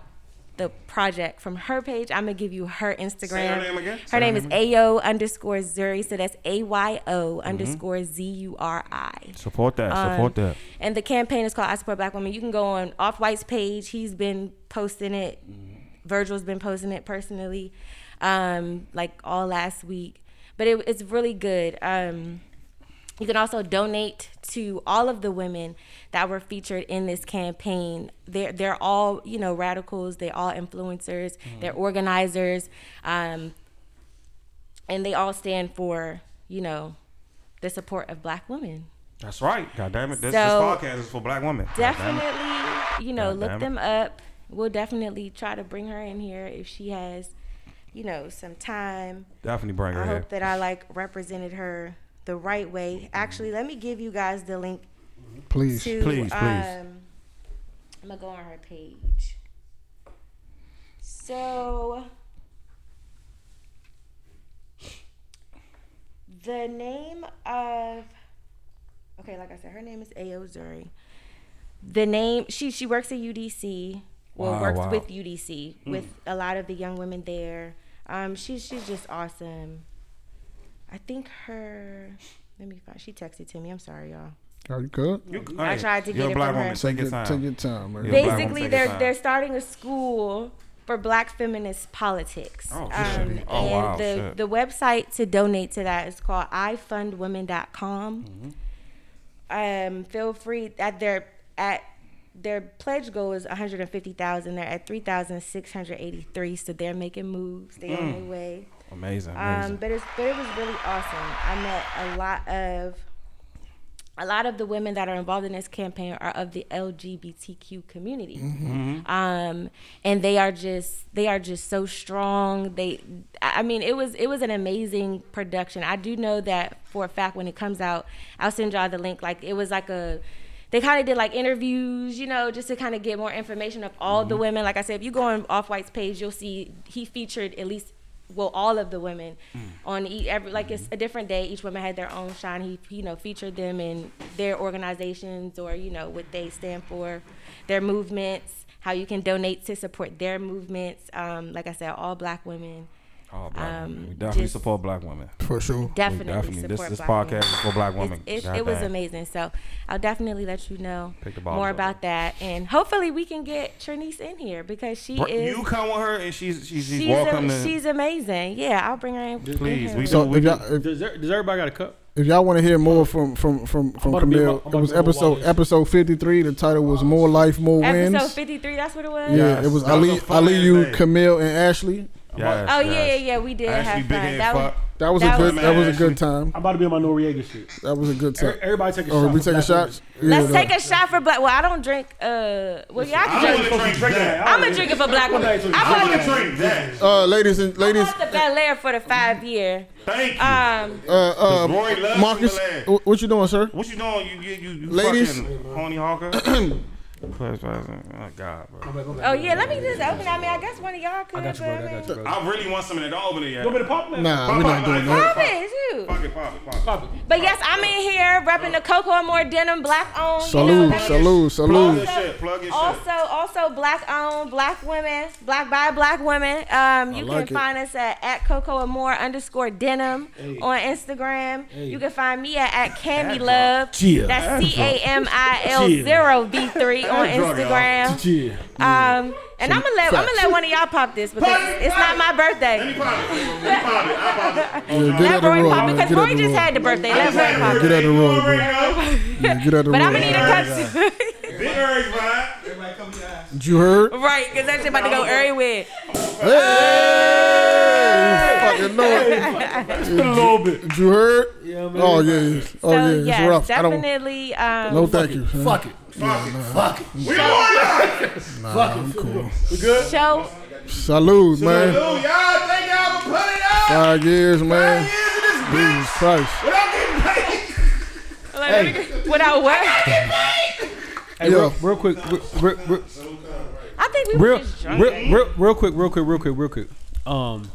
the project from her page, I'm gonna give you her Instagram.
name again.
Her
Say her
name is
name
Ayo underscore Zuri, so that's A Y O underscore Z U R I.
Support that. Support that.
Um, And the campaign is called I Support Black Women. You can go on Off White's page. He's been posting it.
Mm-hmm.
Virgil's been posting it personally, um, like all last week. But it, it's really good. Um, you can also donate to all of the women that were featured in this campaign. They're they're all you know
Mm-hmm.
radicals. They're all influencers. They're organizers. Um, and they all stand for you know the support of black women.
That's right. God damn it. This,
So,
this podcast is for black women. God damn it.
Definitely, you know,
God
look
damn it.
them up. We'll definitely try to bring her in here if she has, you know, some time.
Definitely bring her
I
here.
hope that I like represented her the right way. Actually, let me give you guys the link.
Please.
to,
Please, please.
Um, I'm gonna go on her page. So the name of okay, like I said, her name is A. Zuri. The name she she works at UDC. Well,
Wow,
works
wow.
with UDC
Hmm.
with
Mm.
a lot of the young women there. Um, she's she's just awesome. I think her. Let me find. She texted to me. I'm sorry, y'all.
Are you good?
You good. I tried to get it from her.
Take
Take
your
your
time. Take your time. man.
Basically, they're they're starting a school for Black feminist politics. Um,
Oh,
and
shit. Oh, wow,
the
shit.
the website to donate to that is called
Mm-hmm.
ifundwomen.com. Um, feel free at their at their pledge goal is 150,000. They're at 3,683, so they're making moves. They on
Mm.
their way.
Amazing,
Um,
amazing.
but it's but it was really awesome. I met a lot of a lot of the women that are involved in this campaign are of the LGBTQ community,
Mhm.
um, and they are just they are just so strong. They, I I mean, it was it was an amazing production. I do know that for a fact when it comes out, I'll send y'all the link. Like it was like a. They kind of did like interviews, you know, just to kind of get more information of all the
Mm-hmm.
Mhm.
women. Like I said, if you go on Off White's page, you'll see he featured at least, well, all of the women
Mm.
on each every like
Mm-hmm.
it's a different day. Each woman had their own shine. He you know featured them in their organizations or you know what they stand for, their movements, how you can donate to support their movements. Um, like I said, all black women.
All black
Um,
women. We definitely
just-
support black women.
For sure.
We
Definitely,
This,
support
this
black
podcast
women.
is for black
It's-
women.
It,
God
it was
damn.
amazing. So I'll definitely let you know
Pick the balls
more
up.
about that, and hopefully we can get Trinice in here because she
Br-
is.
You come with her and she's she's, she's,
She's,
welcome.
a,
and-
she's amazing. Yeah, I'll bring her in. in here.
So if y'all, if,
Does, there, does everybody got a cup?
if y'all want to hear more from from from from
about to be
Camille,
wa- I'm
it was
about to be
episode episode fifty three. The title was "More Life, More Wins."
Episode 53, that's what it was?
Yeah, it was
That was
Ali,
a fun
Ali, you,
thing.
Camille, and Ashley.
Yes,
Oh, yeah,
yes.
yeah, yeah, we did
Ashley
have
Big
fun.
Head
That was-
Fuck.
That was a
That
good.
was-
that was a good time.
I'm about to be on my Noriega shit.
That was a good time.
E- everybody take a
Oh,
shot
we
for
taking
black
shots.
Let's
Yeah,
take a shot for black. Well, I don't drink. Uh, well, y'all
I'm
can
only supposed to be
drink.
drinking that.
I'm gonna drink it for black women.
I'm
I'm
only
gonna
drinking
drink
that.
Uh, ladies and ladies,
the Bel Air for the five year.
Thank you.
Um,
uh, uh,
Roy loves
Marcus,
Bel Air.
wh- what you doing, sir?
What you doing? You you you, you
Ladies.
fucking pony
<clears throat>
hawker. oh God, bro.
oh yeah, let me just open. I mean, I guess one of y'all could. but I mean-
I really want something that don't open it yet.
You want me to pop it?
Nah,
Pop
we're
it,
not
pop
doing
it,
that.
Pop it, it's you.
Pop it, pop it, pop it. Pop it.
But yes, I'm in here repping the Cocoa and More denim, black owned.
Salute, salute,
Plug
salute.
your shit. Plug your shit.
Also, also black owned, black women, black by black women. Um, you
like it.
can find us at, at Coco and More underscore denim
Hey.
on Instagram.
Hey.
You can find me at, at Cammy
That
Love.
drop. Yeah. That
That's
drop.
C A M I L zero V three
<laughs>
on
That drop, y'all.
Instagram.
Yeah.
Um, and I'm gonna let I'm gonna let one of y'all pop this because it's not my birthday. Let me
pop it. Let me pop it.
Yeah, get out
Let
the
Roy
room.
pop it because
Get out
Roy
the
just
room.
had the birthday. Let Roy pop
Get out the
it.
room, bro. Yeah, get out the
But I'm gonna
room.
need a cup too.
Did you heard?
Right, because that shit about to go everywhere.
Hey, you fucking know it. <laughs>
a little bit.
Did you heard?
Yeah, man.
Oh yeah, yeah. Oh
So
yeah, it's
yes,
rough. I don't.
definitely. Um,
No, thank you.
Fuck it.
Fuck it.
Fuck it.
We Nah,
Fuck it.
I'm cool.
We good?
Show.
Salute,
Salute,
man.
y'all. Thank y'all for putting it up.
Five years, man. Jesus Christ.
Without getting paid.
Like, Without what?
Hey, real, real quick, real, real, real,
I think we
real,
were just drunk.
real, real, real quick, real quick, real quick, real quick. Um,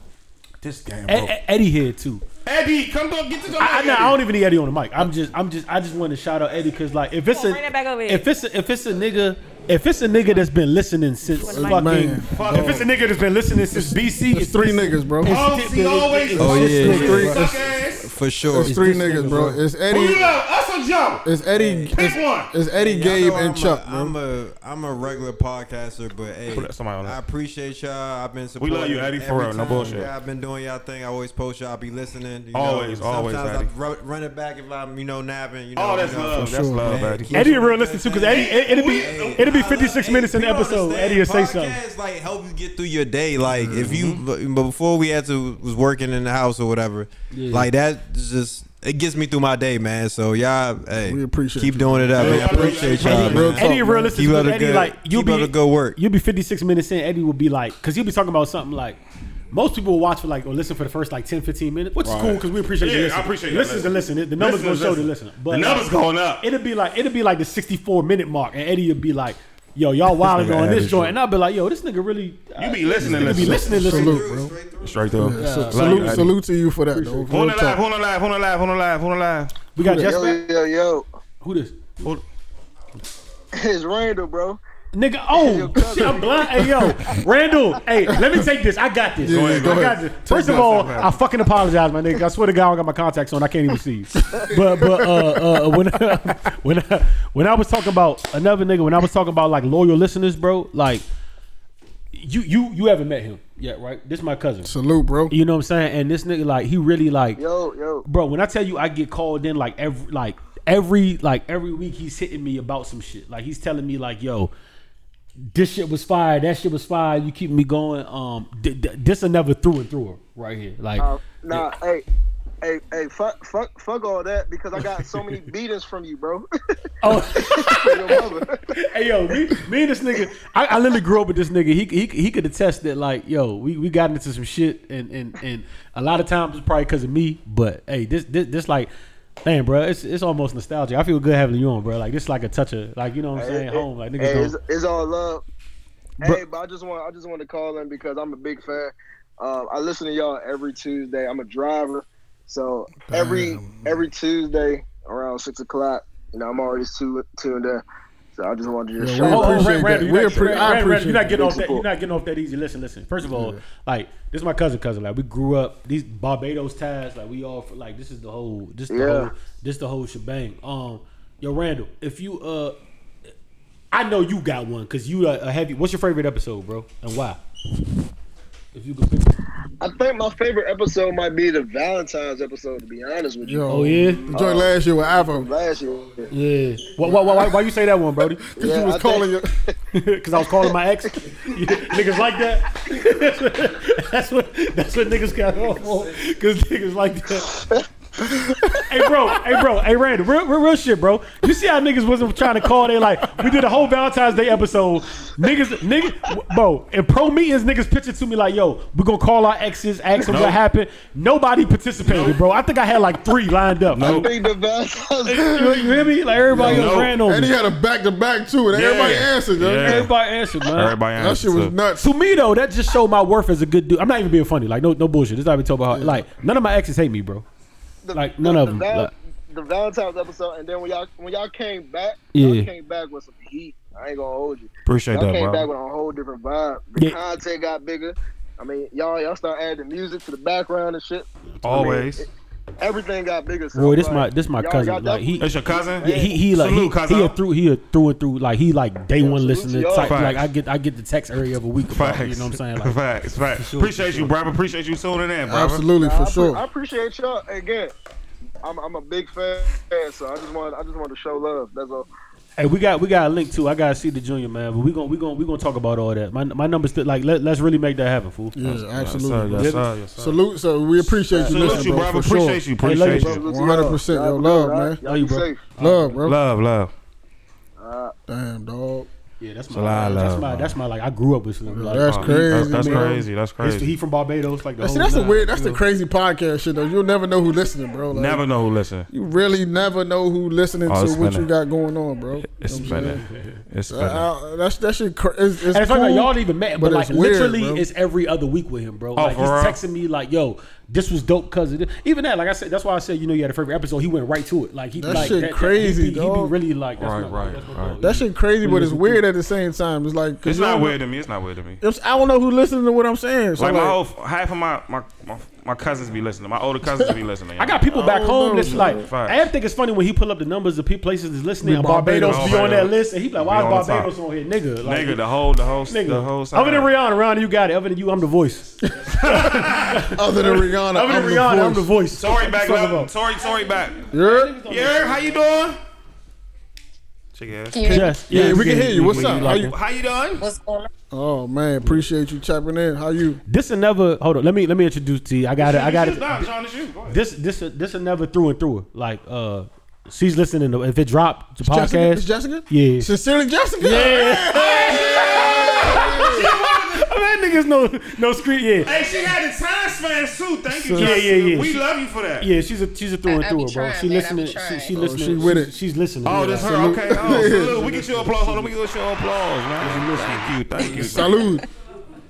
this damn
Ed, Ed- Eddie here too.
Eddie, come up, get to
I, I, no, I don't even need Eddie on the mic. I'm just, I'm just, I just want to shout out Eddie because like if it's
Come on,
a,
bring that back over here.
if it's a, if it's a nigga, if it's a nigga that's been listening since
Put the mic
fucking,
Man,
fuck, if it's a nigga that's been listening since BC, it's
three niggas, bro.
It's,
Oh,
it's,
see,
it's-
always
it's-
Oh,
it's
yeah.
niggas,
Three-
bro. Oh,
it's- For sure. It's three niggas, bro. It's Eddie.
Who you love, us
or Joe?
It's Eddie.
Pick
it's,
one.
it's Eddie,
Y'all
Gabe,
know
and
I'm
Chuck.
A,
bro.
I'm a I'm a regular podcaster, but hey,
Put somebody on
I
that.
appreciate y'all. I've been
We
supporting.
love you, Eddie, for
every
real, no
time.
bullshit.
Yeah, I've been doing y'all thing. I always post y'all. I be listening. You
Always,
know,
always,
Sometimes
Eddie.
I ru- run it back if I'm you know napping. You know,
Oh, that's
you know,
love.
for
That's
sure,
love,
man.
Eddie.
Keep
Eddie
it-
a real listen to because Eddie it, it'll be it'll be 56 minutes in the episode. Eddie will say something.
It's like help you get through your day. Like if you,
Mm-hmm.
but but before we had to was working in the house or whatever.
Yeah.
Like that is just it gets me through my day, man. So y'all, hey, we appreciate keep doing it up.
Hey,
man. I appreciate y'all.
Eddie,
man.
Eddie a real listen
Keep
to
up the
Eddie
good,
like you
keep
be
up the good work.
You'll be 56 minutes in. Eddie will be like, because he'll be talking about something like. Most people will watch for like or listen for the first like 10, 15 minutes, which is
Right.
cool because we appreciate
Yeah,
you.
I
listening.
appreciate y'all
Listen to
listening.
listen. The numbers gonna
Listen to
show the
listen.
listener. But
The numbers
like,
going up.
It'll be like it'll be like the sixty four minute mark, and Eddie will be like, "Yo, y'all wilding on this
Average.
joint," and I'll be like, "Yo, this nigga really."
You be
this
listening,
nigga Be listening.
listening.
Listening.
Straight through.
Yeah, so- salute, salute to you for that. Though,
Who on the
Real talk.
live? Who on the live? Who on the live? Who on the live? Who on the live?
We got Jess
Yo,
back?
yo, yo.
Who this?
It's Randall, bro.
Nigga, oh shit, I'm blind. Hey yo, Randall, hey, let me take this. I got this.
Yeah, go ahead, go
I got
ahead.
this.
Take
First of
that,
all,
take that.
I fucking apologize, my nigga. I swear to God, I don't got my contacts on. I can't even see you.
<laughs>
But but uh, uh when <laughs> when when I was talking about another nigga, when I was talking about like loyal listeners, bro, like you you you haven't met him yet, right? This is my cousin.
Salute, bro.
You know what I'm saying? And this nigga, like, he really like
yo yo,
bro. When I tell you, I get called in like every like every like every week. He's hitting me about some shit. Like he's telling me like, yo, this shit was fire. That shit was fire. You keep me going. Um, d- d- this another through and through right here. Like,
Uh, nah, hey, hey, hey, fuck, fuck, fuck all that because I got
<laughs>
so many beatings from you, bro.
<laughs> hey yo, me, me and this nigga, I, I literally grew up with this nigga. He he, he could attest that like, yo, we, we got into some shit, and and and a lot of times it's probably because of me. But hey, this this this like. Man, bro, it's it's almost nostalgic. I feel good having you on, bro. Like this, is like a touch of, like you know what I'm
Hey,
saying,
it-
home. Like niggas
hey,
don't.
it's, it's all love.
Bru-
Hey, but I just want I just want to call in because I'm a big fan. Uh, I listen to y'all every Tuesday. I'm a driver, so every every Tuesday around six o'clock, you know, I'm always tu- tuned in. So I just wanted to just
Yeah,
shout
we
out.
appreciate that. Randall, oh, you not- Randall, Randall, you're not getting off that. You're not getting off that easy. Listen, listen. First of all,
Yeah.
like this is my cousin, cousin. Like we grew up these Barbados ties. Like we all like this is the whole this the
Yeah.
whole this the whole shebang. Um, yo, Randall, if you uh, I know you got one because you a, a heavy. What's your favorite episode, bro, and why? If you could pick
I think my favorite episode might be the Valentine's episode. To be honest with you. Uh,
Yo,
Oh, yeah?
the joint last year with Ivo.
Last year.
<laughs> Yeah. Why, why, why, why you say that one, Brody? Because
Yeah, I think-
<laughs> Because I was calling my ex. Yeah, niggas like that. <laughs> that's what. That's what niggas got off on. Because niggas
<laughs>
like that. hey bro, hey bro, hey Randall, real, real, real shit, bro. You see how niggas wasn't trying to call? They like we did a whole Valentine's Day episode. Niggas, niggas, bro, in pro meetings, niggas pitched to me like, yo, we gonna call our exes, ask them
Nope.
what happened. Nobody participated, bro. I think I had like three lined up.
I think the Valentine's.
You, you hear me? Like everybody
Yo,
else
no.
ran on
And
me.
he had a back to back too, and everybody answered. yo.
Everybody answered, man.
Everybody That answered, shit was too. nuts.
To me though, that just showed my worth as a good dude. I'm not even being funny. Like no, no bullshit. This is not even talking about. Like none of my exes hate me, bro. like none of them.
Val-
Like,
the Valentine's episode, and then when y'all when y'all came back,
Yeah.
y'all came back with some heat. I ain't gonna hold you.
Appreciate
y'all
that,
came
bro.
back with a whole different vibe. The
Yeah.
content got bigger. I mean, y'all y'all start adding the music to the background and shit. I mean,
Always.
it- everything got bigger. So
Boy, this
like,
my this my
y'all-
cousin.
y'all
like
definitely-
he,
That's your cousin?
Yeah, he he like
Salute,
he,
cousin.
he a through he a through and through like he like day one listener.
y'all.
Type, like
Facts.
I get I get the text every other week. About, it, you know what I'm saying? Like,
facts,
for
facts.
sure,
appreciate
for
you,
sure.
brother. Appreciate you tuning in, brother.
Absolutely,
I, appre- I appreciate y'all again. I'm, I'm a big fan, so I just want I just want to show love. That's all.
Hey, we got we got a link too. I gotta see the junior man, but we gonna we gonna we gonna talk about all that. My my number's still like let, let's really make that happen, fool.
Yeah, absolutely. bro.
Yeah.
Salute, sir. We appreciate you,
Salute
listening,
you,
bro.
brother.
for sure.
Appreciate you. Hey, love you, Appreciate bro. you.
One hundred percent, yo.
Y'all
Love,
be
man.
safe. Y'all be safe.
Love, bro.
Love, love.
Damn, dog.
Yeah, that's
It's
my
a lot of
that's
love,
my
bro.
that's my like I grew up with Slim. Like,
That's
he-
crazy, That's- that's man.
crazy, that's
He's-
crazy.
He from Barbados, like the
That's,
whole.
that's the
nine,
weird. That's the
you know?
crazy podcast shit though. You'll never know who listening, bro. Like,
Never know who listen.
You really never know who listening
Oh, it's
to what
spinning.
you got going on, bro.
It's
You know what I'm
spinning.
saying?
It's
Uh,
spinning.
uh, that's that shit. Cr- it's, it's
and it's
cool,
like, y'all don't even met, but, like
it's weird,
literally,
bro.
it's every other week with him, bro.
Oh,
like
for
he's
real?
texting me like, "Yo, This was dope because even that, like I said, that's why I said you know you had a favorite episode. He went right to it, like he
That
like,
shit crazy,
He be, he be
dog.
really like that's
Right,
not-
right,
that's not-
right.
That shit crazy, but it's
It's
weird at the same time. It's like 'cause you
not
don't
weird
know-
to me. It's not weird to me.
It's- I don't know who listening to what I'm saying. So
like
like,
my whole half of my my, my my cousins be listening. My older cousins be listening.
<laughs> I got people
I
back
don't
home
know,
that's
dude.
like,
Facts.
I think it's funny when he pull up the numbers of pe- places that's listening.
Be
and Barbados,
Barbados.
be on that
Barbados.
list, and he be like, "Why
Be on
is
the top.
Barbados on here, nigga?" Like,
nigga, the whole the whole
nigga.
the whole side.
Other than Rihanna, Rihanna, you got it. Other than you, I'm the voice.
Other than Rihanna, I'm
other than
the
Rihanna,
voice.
I'm the voice.
Sorry back
First of
up.
all.
Sorry, sorry back.
Yeah.
Yeah, how you doing? Check your ass.
Yes, Yeah, yes, we can yes, hear you. we- What's we up? like How you- it.
How you doing?
What's going on?
Oh man, appreciate you tapping in. How you?
This another hold on. Let me let me introduce to you. I got it. I
<laughs>
got it.
Nah, Sean, it's you. Go ahead.
This this this another through and through. Like uh, she's listening. to If it dropped the podcast,
Jessica- it's Jessica?
Yeah,
sincerely Jessica.
Yeah. <laughs> that nigga's no no screen. Yeah,
Hey, she had the time span too. Thank you,
Yeah,
Jessica.
yeah, yeah.
We
She-
love you for that.
Yeah, she's a she's a through and
I- I
through,
be
bro.
trying,
she
man, I be
listening. She, she
trying. Oh,
listening.
she with it.
She's, she's listening.
Oh,
yeah.
that's her.
Salute.
Okay.
<laughs>
Oh, salute.
<laughs>
We get you applause. Hold on. We get you an applause, man. Thank you. Thank
<laughs>
you.
Salute.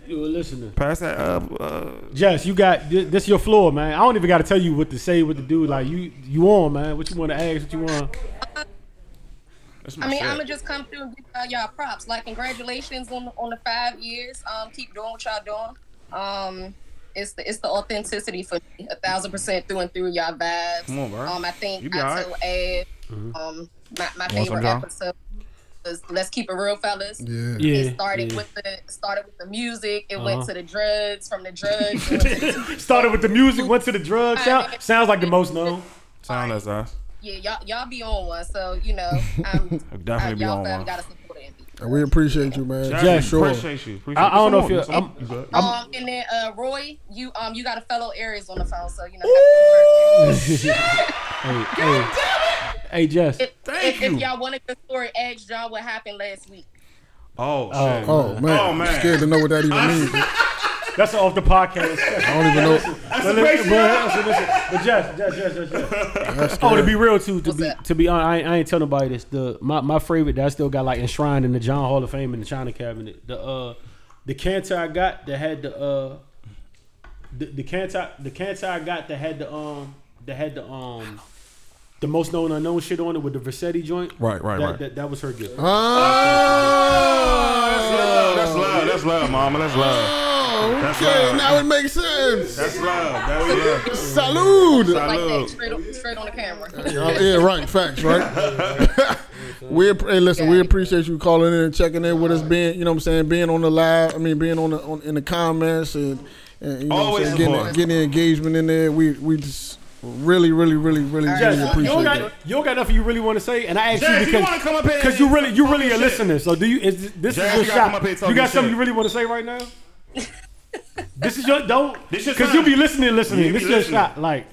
You a listener.
Pass that up. Uh,
Jess, you got thi- this. Your floor, man. I don't even got to tell you what to say, what to do. Like you, you on, man. What you want to ask? What you want?
I mean,
<laughs>
I'm gonna just come through and give uh, y'all props. Like, congratulations on on the five years. Um, keep doing what y'all doing. Um, it's the it's the authenticity for me, a thousand percent through and through y'all vibes.
Come on, bro.
Um, I think
You be all
I
right.
told Ad,
Mhm.
um, my, my
You want some,
favorite
John?
episode was Let's Keep It Real, fellas.
Yeah.
It
Yeah,
started
yeah.
with the started with the music. It
Uh-huh.
went to the drugs. From
<laughs>
the drugs, it went to the
Started with the music, went to the drugs. Sound, sounds like the most known.
Sound us, us.
Yeah, y'all y'all be on one, so you know, I'm,
Definitely
I,
be on
y'all
one.
family gotta support it.
And we appreciate you, man.
Jessica,
For sure.
Appreciate you. Appreciate
I, I don't
you.
know if
Come
you're.
on,
I'm,
man.
Um, and then uh, Roy, you um, you got a fellow Aries on the phone, so you know.
hey, <laughs> hey, hey, Jess.
If,
Thank
if,
you.
if y'all want a good story, ask John what happened last week.
Oh,
Oh,
shit.
man.
Oh,
I'm scared to know what that even means.
That's off the podcast. I
don't even know.
But listen, but listen, listen. But Jess, Jess, Jess, Jess, Jess. Oh, to be real too, to be to be honest, I ain't, I ain't tell nobody this. The my, my favorite that I still got like enshrined in the John Hall of Fame in the China cabinet. The uh the canter I got that had the uh the, the canter the canter I got that had the um that had the um the most known unknown shit on it with the Versetti joint.
Right, right,
that,
right.
That, that was her gift.
Oh, that's love. That's love, mama. That's love. That's
Okay,
love.
Oh. now it makes sense.
That's love. That we love.
Salud.
Like that, straight on, straight on the
Yeah,
camera.
yeah, right. Facts, right? <laughs> we app- hey, listen. We appreciate you calling in and checking in with us. Being, you know, what I'm saying, being on the live. I mean, being on the on, in the comments and, and you know, what I'm
Always
saying, getting,
support.
getting the engagement in there. We we just really, really, really, really,
Jess,
really
you,
appreciate
don't
it.
got, you don't got nothing you really want to say, and I asked
Jess,
you
you
because
wanna come up here and-
because you really you really a
shit.
listener. So do you? Is this, this
Jess,
is your
you gotta come
shot?
up here
You
and talk
got
your
something
shit.
you really want to say right now? this is your don't
This your
because
time.
you'll be listening, listening.
You
this
be
is your
listening.
shot. Like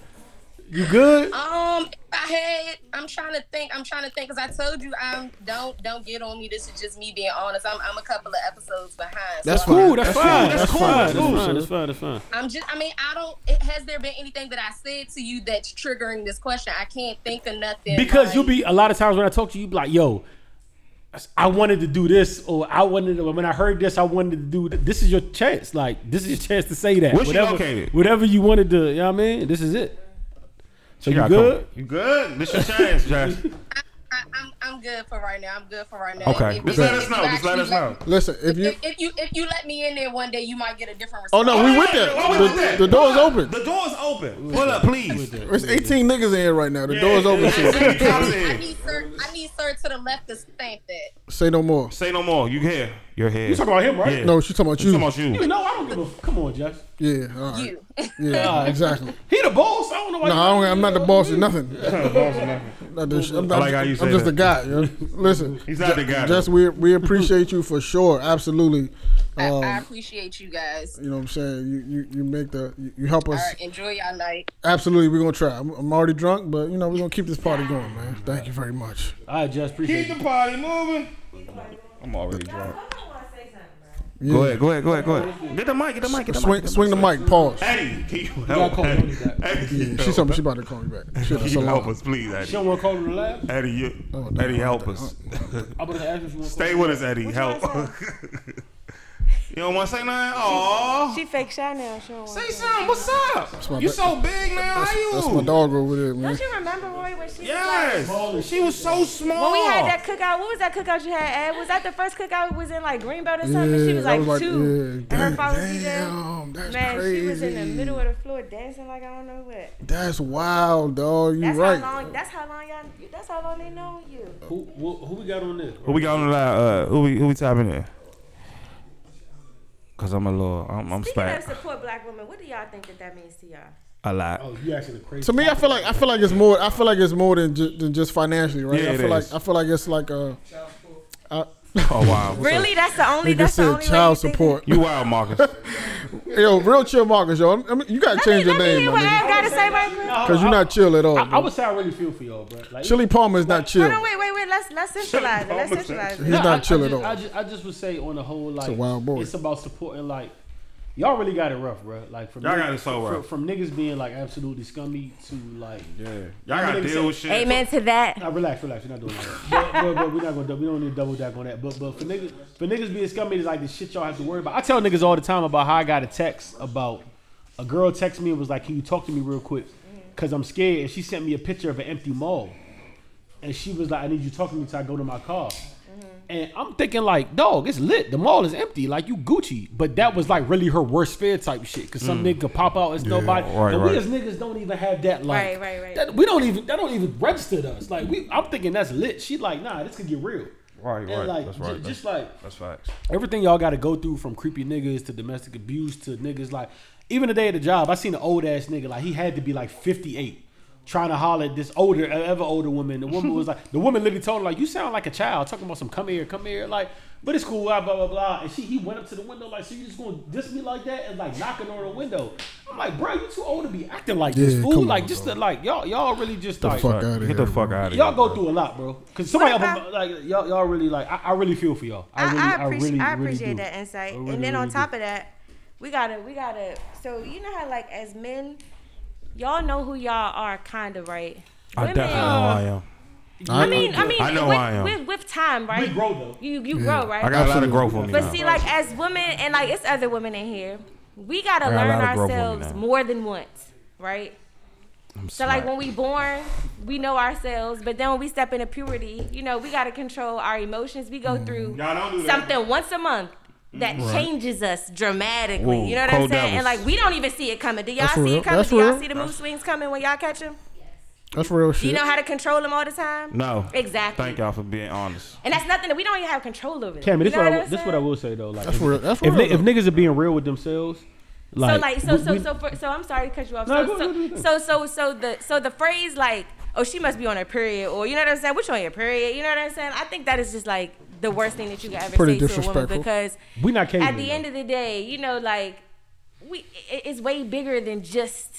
you good?
Um, if I had, I'm trying to think. I'm trying to think because I told you I'm don't don't get on me. This is just me being honest. I'm, I'm a couple of episodes behind.
That's
so I'm-
cool. That's, fine. That's, cool. That's
That's
fine.
fine.
That's fine. That's fine.
I'm just. I mean, I don't. It, has there been anything that I said to you that's triggering this question? I can't think of nothing.
Because you'll be a lot of times when I talk to you, you be like, "Yo, I wanted to do this, or I wanted to, when I heard this, I wanted to do th- this." Is your chance? Like this is your chance to say that.
Where she
whatever,
located?
whatever you wanted to. You know what I mean? This is it. So
She
you
gotta come-
good?
You good? This your chance, Jess.
I'm good for right now. I'm good for right now.
Okay.
If-
Just
if-
let
if
us know.
you
Just let
actually
us know.
Listen, if you.
If, if you if you let me in there one day, you might get a different
Oh
response.
no, we with that.
Oh, we with that.
The, the door's open.
The door's open. Pull up, please.
There's 18 niggas in here right now. The door's open.
Cops
shit.
in.
I need sir. I need sir to the left to stamp that.
Say no more.
Say no more. You here? You're here.
You talking about him, right? No, she talking about
She
you.
Talking about you.
know, I don't give a. Come on, Jeff.
Yeah. All right.
You.
<laughs> Yeah. Exactly.
<laughs> He the boss. I don't know
No, I don't, I'm not the boss
<laughs>
of nothing. Not the- I'm, not,
I like how you
I'm
say
just
that.
a guy. you know? Listen,
He's not the guy,
Just
though.
we we appreciate you for sure, absolutely. Um,
I appreciate you guys.
you know what I'm saying? You you, you make the you, you help
All
us.
right, enjoy y'all night.
Absolutely, we're gonna try. I'm, I'm already drunk, but you know we're gonna keep this party going, man. Thank you very much.
I just appreciate.
Keep the party moving. I'm already drunk.
Yeah.
go ahead, go ahead, go ahead. Get the mic, get the mic, get the
swing,
mic.
swing the mic. Pause.
Hey, can you
gotta
help?
call
Eddie?
Yeah, she something. She about to call me back.
Can
Shit, that's
you
a lot.
help us, please, Eddie.
She don't want to call her to laugh.
Eddie, you, Eddie, help us.
I'm gonna ask if you want.
Stay with us, Eddie. Help. <laughs> You don't want to say nothing? Aw.
She fake shy now. She don't
Say something. What's up?
That's my
you
ba-
so big now.
That's,
How you?
that's my dog over there, man.
Don't you remember Roy when she? was
Yes.
like-
She was so small.
When we had that cookout, what was that cookout you had? Ed? Was that the first cookout? Was in like Greenbelt or
Yeah,
something? she was like,
I was like,
two.
yeah,
and her
damn,
father was
damn,
there. Man, she was in the
crazy.
middle of the floor dancing like I don't know what.
That's wild, dog. You
That's
right.
how long. That's how long y'all. That's how long they know you.
Who, who, who we got on this?
Who we got on the line? Uh, who we who we tapping in? Cause I'm a little, I'm, I'm
Speaking of
spat
support black women, what do y'all think that that means to y'all?
a lot.
Oh, you asking the crazy.
To me, I feel like I feel like it's more. I feel like it's more than, ju- than just financially, right?
Yeah,
I
it
feel
is.
like I feel like it's like a. I,
oh
<laughs>
wow.
Really, that's the only.
Nigga
That's the
said
only.
child support.
You wild, Marcus.
<laughs> yo, real chill, Marcus. Yo, I mean, you gotta change your name, my
What I
nigga.
gotta say, my friend.
Cause you're not chill at all.
I, I
bro.
would say I really feel for y'all, bro. Like,
Chili Palmer is not chill.
No, no, wait, wait, wait. Let's
<laughs>
let's centralize it. Let's centralize it.
He's not chill
I
at
just,
all.
I just, I just would say on the whole, like,
a wild boy.
it's about supporting, like, y'all really got it rough, bro. Like, from
Y'all
niggas-
got it so
fr-
rough.
From, niggas being like absolutely scummy to like, yeah,
Y'all gotta deal with shit.
Amen to that.
Now relax, relax. We're not doing all that. but, but, but we're not gonna. We don't need to double back on that. But but for niggas, for niggas being scummy is like the shit y'all have to worry about. I tell niggas all the time about how I got a text about a girl texted me and was like, "Can you talk to me real quick?
Mm.
Cause I'm scared." And she sent me a picture of an empty mall, and she was like, "I need you talking to me till I go to my car." And I'm thinking like, dog, it's lit. The mall is empty. Like you Gucci, but that was like really her worst fear type shit. Cause some
Mm.
nigga could pop out as
Yeah,
nobody.
right,
and
right.
we as niggas don't even have that
Right,
like.
right, right.
That, we don't even that don't even register to us. Like we, I'm thinking that's lit. She like, nah, this could get real.
Right,
And
right.
like,
that's
ju-
right.
just like
that's facts.
everything y'all got to go through from creepy niggas to domestic abuse to niggas like even the day of the job i seen an old ass nigga like he had to be like 58 trying to holler at this older e-, ever older woman
<laughs>
the woman was like the woman literally told her like you sound like a child talking about some come here come here like but it's cool blah blah blah, blah. and she he went up to the window like so you just gonna diss me like that and like knocking on the window i'm like bro you too old to be acting like this
Yeah,
fool
come
like
on,
just to, like y'all y'all really just
The
like
fuck outta Get the here, fuck bro. outta
y'all
here,
go through a lot bro because somebody up, like y'all y'all really like I, I really feel for y'all
uh, I,
really
I, appreciate,
really,
I
really
appreciate
do.
that insight.
I really,
and then on
really
top of that, we gotta, we gotta. So you know how, like, as men, y'all know who y'all are, kind of, right?
I definitely know who I am.
uh, I mean, I mean,
I know who
with,
I am.
With, with time, right?
We grow though.
You you
Yeah.
grow, right?
I got a lot of growth on me
But
now.
see, like as women and like it's other women in here, we gotta
I got a
learn
lot of growth on me
ourselves
now.
more than once, right?
I'm
So like when we born, we know ourselves, but then when we step into puberty, you know, we gotta control our emotions. We go through
don't do that.
something once a month that
Mm. Right.
changes us dramatically.
Whoa,
you know what I'm
cold
saying? And
devils.
like we don't even see it coming. Do y'all
That's
see
real.
it coming?
That's
do y'all
real.
see the move swings coming when y'all catch them?
That's
Do
real shit.
you know how to control them all the time?
No.
Oh.
Exactly.
Thank y'all for being honest.
And that's nothing that we don't even have control over.
Cammy,
you
this
know
what I,
what
will-
I'm
this what I will say though. Like,
That's
if,
real- that's
if,
real,
ni- if niggas are being real with themselves, like,
so like so
we-
so
we-
so for, so I'm sorry to cut you off. so,
No, go- go- go-
so,
go.
so so so the so the phrase like oh she must be on her period or you know what I'm saying what you on your period you know what I'm saying I think that is just like the worst thing that you can ever
Pretty
say to a woman
disrespectful.
because
we not
at
cavemen.
the end of the day you know like we it, it's way bigger than just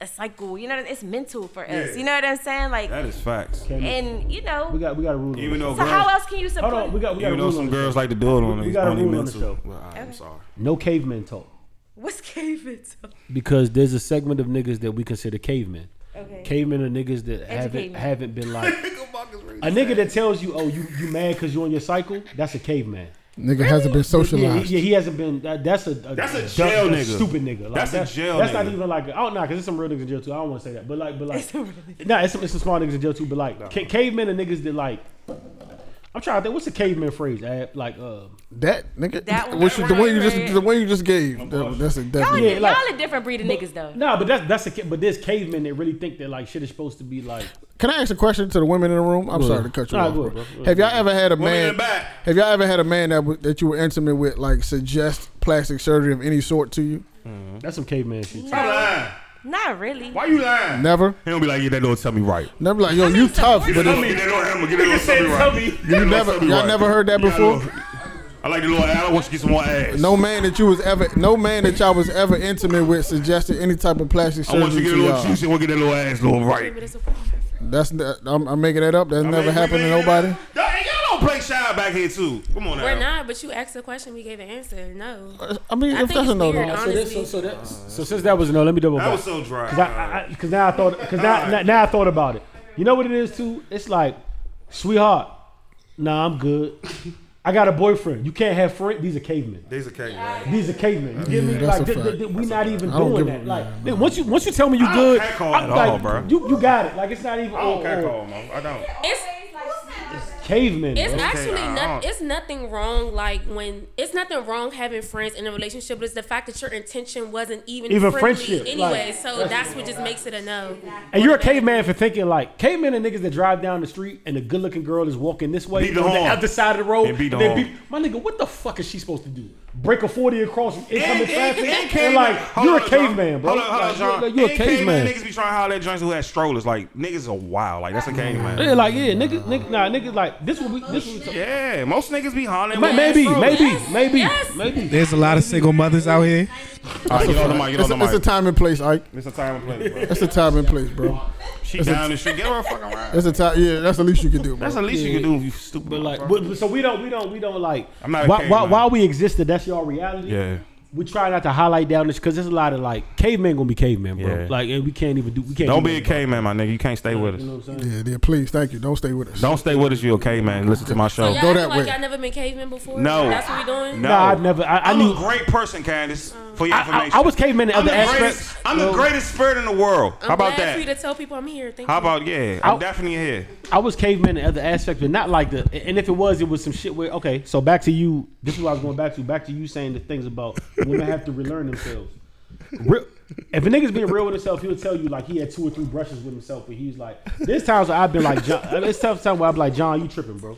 a cycle you know it's mental for us
Yeah.
you know what I'm saying like
That is facts.
and you know
we got we got a rule.
Even though
so how
girls-
else can you support
Hold on, we got we got
Even
a
though
rule
some
on the
girls
show.
like to do it on
We- we
these
got a
on their
rule on the
mental.
show.
Well, I- I'm sorry.
no caveman talk
what's caveman talk?
because there's a segment of niggas that we consider cavemen.
Okay.
Cavemen are niggas that
Educate
haven't
me.
<laughs>
haven't been like a nigga that tells you oh you you mad because you on your cycle. That's a caveman.
Nigga hasn't been
Yeah,
socialized.
he- yeah, he hasn't been. That, that's a,
That's a
dumb-
jail
dumb,
nigga.
stupid nigga. Like,
That's a
that-
jail
That's
nigga.
not even like. I don't know because there's some real niggas in jail too. I don't want to say that, but like, but like, nah, it's some, it's some small niggas in jail too. But like, ca- cavemen and niggas that like. I'm trying to think. What's a caveman phrase? Ab? Like, uh,
That nigga,
That one.
which is the
Right,
one you just
right.
the one you just gave. That- that's a
y'all,
definite.
y'all a different breed of niggas though
nah, but that's that's a ca- but there's cavemen that really think that like shit is supposed to be like.
Can I ask a question to the women in the room? I'm
Go
sorry to
ahead.
cut you
Nah,
off.
go
bro.
ahead, bro.
Have y'all ever had a
Women in
man?
the back.
Have y'all ever had a man that w- that you were intimate with, like suggest plastic surgery of any sort to you?
That's some caveman shit.
Stop lying. not really why
you lying
Never.
He don't be like, yeah, that don't tell me right.
Never like, yo, you tough, but
Tell me
if,
that don't hammer. Get that little something
tell
right.
me.
Get that
You
little
never-
something
y'all
right.
never heard that
Yeah, I
before?
know. I like the little ass. I want you to get some more ass.
no man that you was ever, no man that y'all was ever intimate with suggested any type of plastic
I want you
surgery
to get a
to
little
y'all.
juicy. I want to get that little ass little right.
That's n- I'm, I'm making that up. That's never happened to nobody.
Y'all, and y'all don't play shy back here too. Come on now.
We're not, but you asked the question, we gave an answer. No.
I mean,
if that's a no, no.
So, this, so, so, that, so since that was a no, let me double
That
back.
was so dry.
Cause, I, I, I, 'cause now I thought, cause now, now, now I thought about it. You know what it is too? It's like, sweetheart, nah, I'm good. I got a boyfriend. You can't have friends. These are cavemen.
These are cavemen.
These are cavemen. You get
Yeah,
me?
that's
Like
a
th- th-
fact.
th- we not even
I don't
doing
give
that.
a-
Like th- once you once you tell me you good,
catcall
I'm
at
like,
all, bruh.
You you got it. Like it's not even.
I don't
oh,
catcall,
oh.
man. I don't.
Cavemen.
It's
bro.
actually
uh-huh.
not, it's nothing wrong. Like when it's nothing wrong having friends in a relationship, but it's the fact that your intention wasn't even
Even
friendly
friendship,
anyway.
like-
so that's what just makes it a no.
And you're a caveman for thinking like cavemen and niggas that drive down the street and a good looking girl is walking this way
Beat the
on the
horn.
other side of the road.
And beat the
then
horn.
my nigga, what the fuck is she supposed to do? Break a forty across from incoming
And- and-
traffic?
and
And,
cavemen-
like
Hold
you're
on,
a
John.
caveman, bro.
Hold on, hold on,
Like,
John.
you're- you're a
And caveman
caveman.
Niggas be trying to holler at joints who had strollers. Like niggas are wild. Like that's a caveman.
Yeah, like yeah, nigga, nigga, nah, nigga, like this will be this will be
Yeah, most niggas be hollering.
May-
with
maybe,
strollers.
maybe, maybe, maybe.
There's a lot of single mothers out here.
All right, get on the mic. Get on
It's
the
a, it's a
mic.
time and place, Ike.
It's a time and place, bro.
That's a time and place, bro.
She
That's a-
down and she get her a fucking ride.
That's a time. Yeah, that's the least you can do. Bro.
That's the least you can do. You stupid.
But like, but, but so we don't, we don't, we don't like.
I'm not a
Why, why,
caveman.
why we existed? That's y'all reality.
Yeah.
We try not to highlight down this because there's a lot of like cavemen gonna be cavemen, bro.
Yeah.
Like, and we can't even do. We can't.
Don't
do
be a
nothing
caveman, my nigga. You can't stay with
about it,
us.
You know what I'm saying?
Yeah, yeah. Please, thank you. Don't stay with us.
Don't stay with us. You a caveman? Listen to my
So
show.
y'all act like y'all never been cavemen before.
No.
that's what we doing.
No,
Nah, I've never- I- I
am
knew-
a great person, Candace. For your
I- I-
information,
I was caveman in
I'm
other
the
aspects.
greatest- I'm the
No.
greatest spirit in the world.
I'm
How about
glad For you
that?
to tell people I'm here. Thank
How
you.
about yeah? I'm
I-
definitely here.
I was caveman in other aspects, but not like the. And if it was, it was some shit where okay. So back to you. This is what I was going back to. Back to you saying the things about women have to relearn themselves. Real, if a nigga's being real with himself, he'll tell you like he had two or three brushes with himself, but he's like, there's times where I've been like, John, <laughs> uh, there's tough time where I'm like, John, you tripping, bro.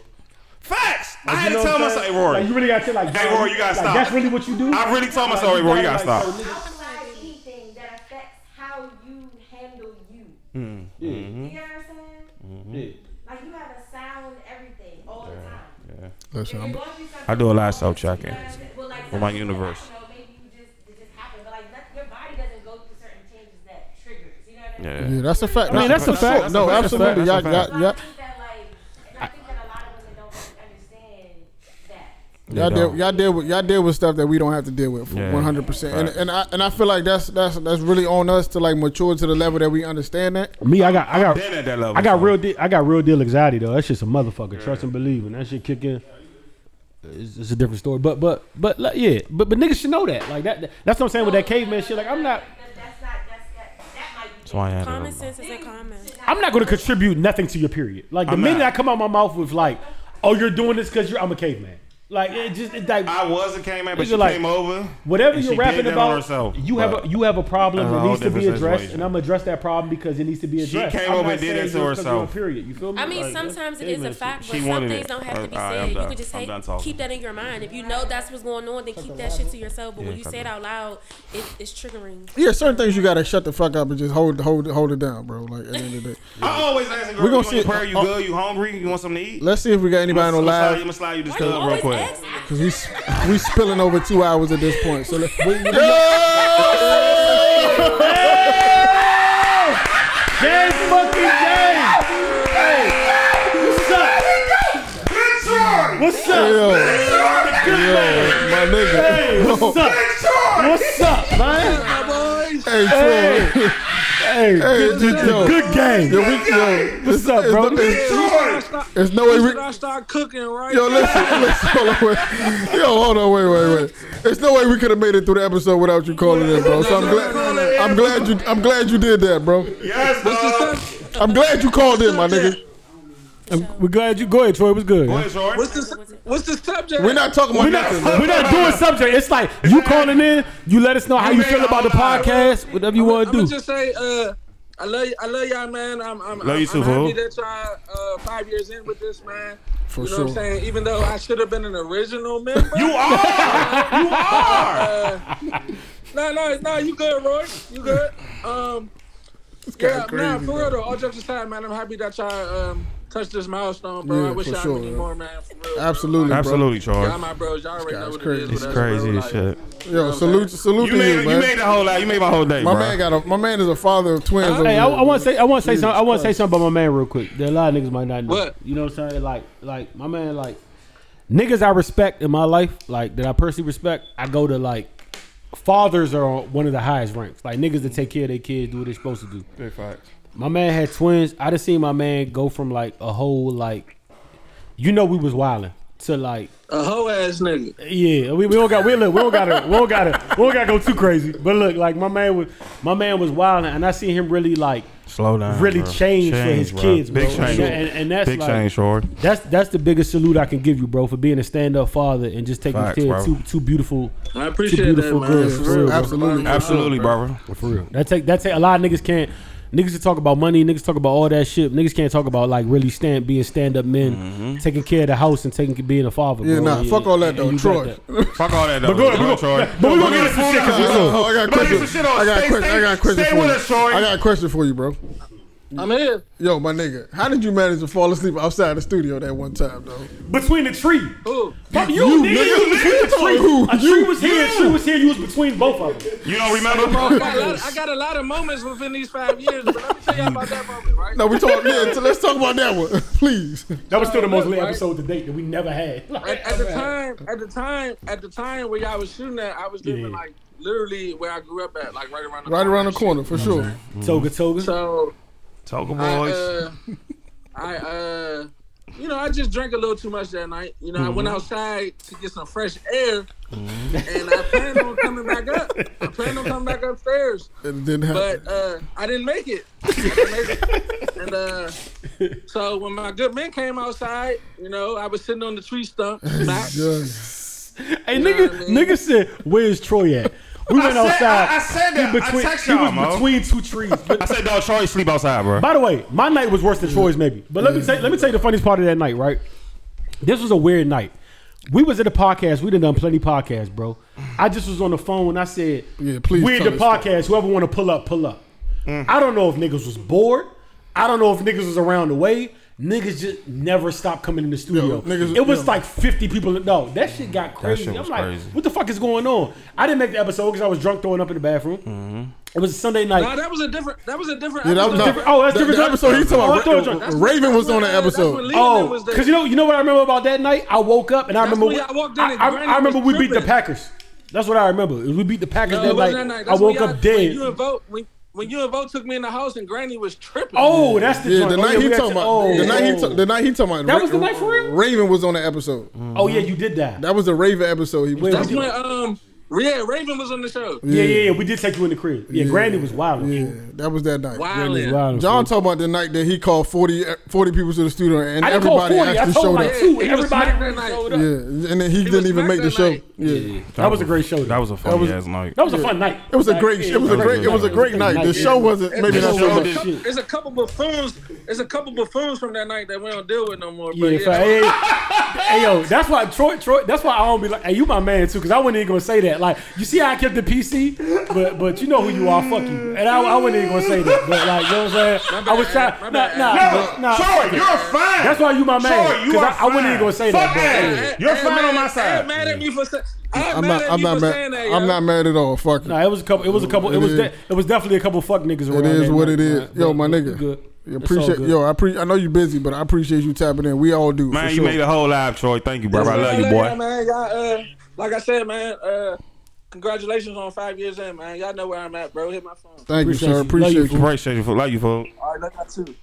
Facts. I
Like,
had to
you know what
tell
I'm
myself,
saying?
hey, Rory.
Like, you really got to like,
Hey, Rory, you gotta
like,
stop.
That's really what you do.
I really told
Like,
myself, hey, Rory, you gotta
like,
stop.
so, nigga,
Anything that affects how you handle you.
Mm,
Yeah.
You
mhm.
get what I'm saying?
Mhm.
Yeah.
Like you gotta sound everything all the time.
Yeah.
Listen, I'm-
I do a lot of self checking for my universe. Yeah.
Yeah, that's a fact.
I mean, that's a fact.
No,
That's a fact.
absolutely. Y'all,
That's a fact.
y'all, y'all, Y'all
They
deal,
don't.
y'all deal with y'all deal with stuff that we don't have to deal with
Yeah.
one hundred percent, and
Right.
and I and I feel like that's that's that's really on us to like mature to the level that we understand that.
Me, I got, I got,
Been at that level.
I got real, de- I got real deal anxiety though. That shit's a motherfucker. Trust and believe, and that shit kick in. It's, it's a different story, but but but like, yeah, but but niggas should know that. Like that, that's what I'm saying with that caveman shit. Like I'm not,
So I had
Common
it.
sense isn't common.
I'm not going to contribute nothing to your period. Like the
I'm
minute
not.
I come out my mouth with like, oh, you're doing this because you're, I'm a caveman. Like it just, it, like
I was a caveman, but
Nigga,
she
like,
came over.
whatever
and
you're
she did
rapping
that on
about,
herself,
you have
but-
a you have a problem
That's a
that
whole
needs to be
different
addressed,
situation.
and I'm gonna address that problem because it needs to be
She
addressed.
came
I'm
over
not
and did
saying
that to
you're 'cause you're on
herself.
Period. You feel me?
I mean,
Like, that's
sometimes it is
caveman
a
shit.
fact,
She
but some
wanted
things
it.
don't have to be
All right, I'm
said. You
done.
can just
I'm
take,
done talking.
keep that in your mind. If you know that's what's going on, then keep that shit to yourself. But when
Yeah,
you
cut
say it
it.
out loud, it, it's triggering.
Yeah, certain things you gotta shut the fuck up and just hold hold hold it down, bro. Like at the end of the day,
I always ask a girl,
We
we
gonna
gonna you
see-
see prayer. You
uh,
good? You hungry? You want something to eat?
let's see if we got anybody on
I'm gonna
live
slide you this
Why you
club real
always
quick.
because we s- we spilling over two hours at this point. So let, we, we-
Jay fucking Jay. Hey, what's up? What's up?
my nigga.
Hey, what's up? What's up, man?
Hey,
Hey.
Troy.
Hey, good,
yo.
good game.
Yo, we- yo,
What's up,
it's-
bro?
it's- There's no way.
Should
We,
I start cooking right
yo,
now?
listen, listen. Hold on, wait. Yo, hold on, wait, wait, wait. There's no way we could have made it through the episode without you calling in, bro. So I'm glad. I'm glad you. I'm glad you did that, bro.
Yes, dog.
I'm glad you called in, my nigga.
we're glad you. Go ahead, Troy. It was good.
Go ahead, Troy.
What's the what's the subject?
We're not talking about
We're not,
nothing.
we're not doing subject. It's like you calling in, you let us know how you feel about the podcast, whatever you
I'm
want to
gonna
do.
just say, uh, I love, I love y'all, man. I'm, I'm,
Love
I'm,
you
I'm
too,
happy
fool.
that y'all uh, five years in with this, man.
For
you know what I'm
sure.
saying? Even though I should have been an original member.
You are. you are.
<laughs> No, no, no. You good, Roy? You good? Um,
kinda
yeah,
crazy,
nah, for
bro.
real though. All jokes aside, man, I'm happy that y'all um, touched this milestone, bro.
Yeah,
I wish
for
y'all
sure,
could do
man.
more, man. For real.
Absolutely, bro.
Absolutely, Charles.
Y'all my bros. Y'all already know what
crazy.
it is. with us,
Crazy
bro.
as
Like,
shit.
Yo, salute, salute
You
to
made-
him,
you
man.
made the whole lot- you made my whole day,
My
bro.
man got a. My man is a father of twins. over
Hey, I,
here, bro.
want to say, I want to say
Jesus
something. I want to say
Christ.
something about my man real quick. That a lot of niggas might not know.
What?
You know what I'm saying? Like, like my man, like niggas I respect in my life, like that I personally respect. I go to like fathers are on one of the highest ranks. Like niggas that take care of their kids, do what they're supposed to do.
Big facts.
My man had twins. I just seen my man go from like a whole like, you know, we was wilding. to like
a hoe ass nigga.
Yeah, we, we don't got we look we don't got to we don't got to we don't got to go too crazy. But look, like my man was my man was wild, and I see him really like
Slow down.
really
bro.
change for his
bro.
kids, bro.
Big change.
And, and, and that's
big
like,
change, short.
That's that's the biggest salute I can give you, bro, for being a stand up father and just taking
Facts,
care
bro.
of two two beautiful,
I
two
appreciate that,
beautiful
man.
girls.
For
for
real,
real, bro.
absolutely,
Absolutely, bro.
For real. That take that take a lot of niggas can't niggas can talk about money, niggas talk about all that shit. Niggas can't talk about like really stand being stand up men,
Mm-hmm.
taking care of the house and taking being a father.
Yeah,
bro.
nah, fuck all that
and
though,
you got
Troy.
Fuck all that
But go ahead, we go- but we gonna get into shit 'cause we
I got-
cool.
I got a
We gonna
question.
get some shit on.
I got a
Stay-
question-
stay-
I got a question
stay
for
with
you.
us, Troy.
I got a question for you, bro.
I'm here.
Yo, my nigga, how did you manage to fall asleep outside the studio that one time, though?
Between the tree.
Who?
Fuck you, nigga. You was between the tree. a tree was here, a tree was here. You was between both of them.
You don't remember,
I got, a lot, I got a lot of moments within these five years, but let me tell y'all about that
<laughs>
moment, right?
No, we talk. Yeah, so let's talk about that one, <laughs> please.
That was still the most lit
Right.
episode to date that we never had.
at, at the time, at the time, at the time where y'all was shooting at, I was living
Yeah.
like literally where I grew up at, like right around the
Right
corner.
around the corner, for sure.
Mm-hmm. Toga Toga.
So
Toga
I,
boys.
uh, I, uh, you know, I just drank a little too much that night. You know, I went
Mm-hmm.
Mhm.
outside to get some fresh air, and I planned on coming back up. I planned on coming back upstairs,
It didn't happen.
but uh, I didn't make it. I didn't make it. And uh, so when my good men came outside, you know, I was sitting on the tree stump. Not,
Hey, nigga, nigga said, "Where's Troy at?" We went
I said-
outside.
I- I said
He
that. I
between,
text
he
y'all,
was
Mo.
between two trees. But-
I said, dog, Troy sleep outside, bro. Mm.
By the way, my night was worse than Troy's, maybe. But let me tell let me tell you the funniest part of that night, right? This was a weird night. We was at a podcast. We done done plenty podcasts, bro. I just was on the phone and I said, "Yeah,
please
We're at
tell
the
this story.
podcast. Whoever want to pull up, pull up."
Mm.
I don't know if niggas was bored. I don't know if niggas was around the way. Niggas just never stopped coming in the studio.
niggas-
it was
yeah.
like fifty people. No, that shit got crazy.
shit
I'm
was
like,
crazy.
what the fuck is going on? I didn't make the episode because I was drunk throwing up in the bathroom.
Mm-hmm.
It was a Sunday night.
Nah, that was a different. That was a different.
Yeah, that was
episode.
different. Oh, that's
That-
different
that
episode. He talking
Oh, I
about-
thought it was-
Ra-
that's-
Raven was on that
when
episode.
Leland
Oh,
was there.
because you know, you know what I remember about that night. I woke up and I
That's
remember.
when
we-
y'all walked in and
I, I-
Granny
I remember
was
we beat the
tripping.
Packers. That's what I remember. Is We beat the Packers
No,
that,
it
night.
wasn't that night.
I
That's when
woke
y'all-
up dead.
When you and Vogue, when, when you and Vogue took me in the house and Granny was tripping.
Oh, that's the
Yeah,
joint.
the
Oh,
night
yeah,
he
we
talking
got-
about. The
oh,
night he
oh.
ta- the night he talking about.
That was the night for real?
Raven was on that episode.
Oh yeah, you did that.
That was the Raven episode. He was
That's when um, yeah, Raven was on the show.
Yeah, yeah, yeah. We did take you in the crib. Yeah,
Yeah.
Granny was wild. Yeah,
That was that night.
Granny was
wild.
John talking about the night that he called 40, 40 people to the studio and
I didn't call
everybody
40, I
actually
told
showed
like
up.
two,
Yeah,
and everybody
smacked that
really
night.
showed up.
and then he didn't even make the show. Yeah,
That was a great show.
That was a funny ass night.
That was a fun night.
It was a
Like,
great.
yeah,
It was a great. It was a great night. The show wasn't maybe
There's
not
a
so
couple-
much.
There's a couple buffoons. There's a couple buffoons from that night that we don't deal with no more.
Yeah,
But yeah,
fact. Hey, hey, hey, yo, that's why Troy, Troy, that's why I don't be like, hey, you my man too, because I wasn't even gonna say that. Like, you see, how I kept the PC, but but you know who you are, fuck you, and I, I wasn't even gonna say that. But like, you know what I'm saying? I was trying, nah, nah,
No,
nah,
Troy, you're fine.
That's why you my man.
Troy, you
'cause
are
I, I wasn't even
fine.
gonna say
Fuck
that.
Ed.
but-
You're fine on my
I
side.
ain't mad at you for saying. I'm,
I'm
mad
not.
at
I'm
you for
not
saying
mad.
that.
I'm not mad at all. Fuck.
Nah, it was a couple. It was a couple. It
It
was
is.
de- it was definitely a couple fuck niggas
It
around.
is
that
what
night,
it is.
man.
Yo, my
But
nigga.
good.
You
It's all
appreciate.
good.
Yo, I appreciate. I know you busy, but I appreciate you tapping in. We all do.
Man,
for
you
sure.
made a whole live, Troy. Thank you, bro. I love you,
Yeah,
boy.
man. Y'all, uh, like I said, man. Uh, congratulations on five years in, man. Y'all know where I'm at, bro. Hit my phone.
Thank you,
Appreciate
sir.
you.
Appreciate you.
Appreciate you for love you, folks.
All right, love y'all too.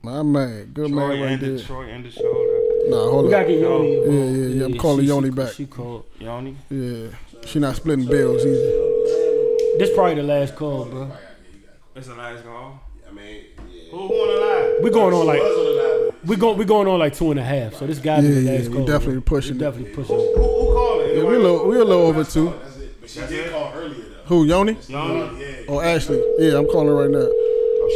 My man, good man right there.
Troy and the shoulder.
Nah, hold
We
up.
gotta get Yoni
Yeah,
involved.
yeah, yeah. I'm
Yeah,
calling
she-
Yoni
she-
back.
she called.
Yoni.
Yeah, she not splitting bills either.
This probably the last call, bro.
It's the last call. I mean, yeah. who won the live?
We going on like we going we going on like two and a half. So this guy
Yeah,
be the
yeah,
last
we
call.
definitely
bro.
pushing
We
it.
definitely pushing. it.
Yeah, we a little, we a little over two.
She did call earlier though.
Who Yoni?
Yoni? Yeah.
Oh, Ashley. Yeah, I'm calling right now.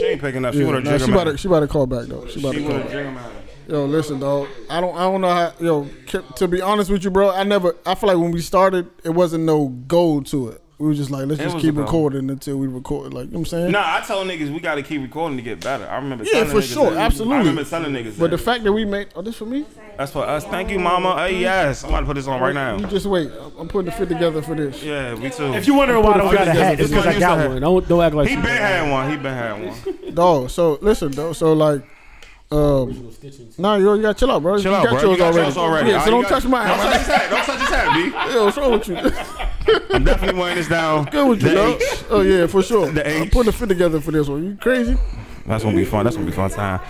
She ain't picking up. She
Yeah,
want to
nah,
drink
she
him
about
out.
to, she about to call back though. She about
She
to call
want to
back.
drink him out.
Yo, listen, dog. I don't, I don't know how. Yo, ki- to be honest with you, bro, I never. I feel like when we started, it wasn't no goal to it. We were just like, let's
It
just
was
keep
a goal.
recording until we record. Like, you know what I'm saying?
Nah, I told niggas we got to keep recording to get better. I remember.
yeah,
telling
for
niggas
sure,
that.
absolutely.
I remember telling niggas.
But
that.
the fact that we made, oh, this for me?
That's for us. Thank you, mama. Hey, yes. I'm about to put this on right
You
now.
just wait. I'm- I'm putting the fit together for this.
Yeah, me too.
If you wondering why I don't got a hat, it's because I got one. Don't don't act like
He been had one. He been had one.
<laughs> Dog, so listen, though. So like, um, nah, you, you gotta chill out, bro.
Chill
you
out,
got
bro.
yours
you got
already.
yours already.
Yeah,
All
so
you
don't
got-
touch my
Don't touch
hat.
his hat. Don't touch his hat, B.
Yo, what's wrong with you?
I'm definitely wearing this down.
Good with you,
The
dog.
H.
Oh yeah, for sure. I'm putting the fit together for this one. You crazy?
That's gonna be fun. That's gonna be fun time.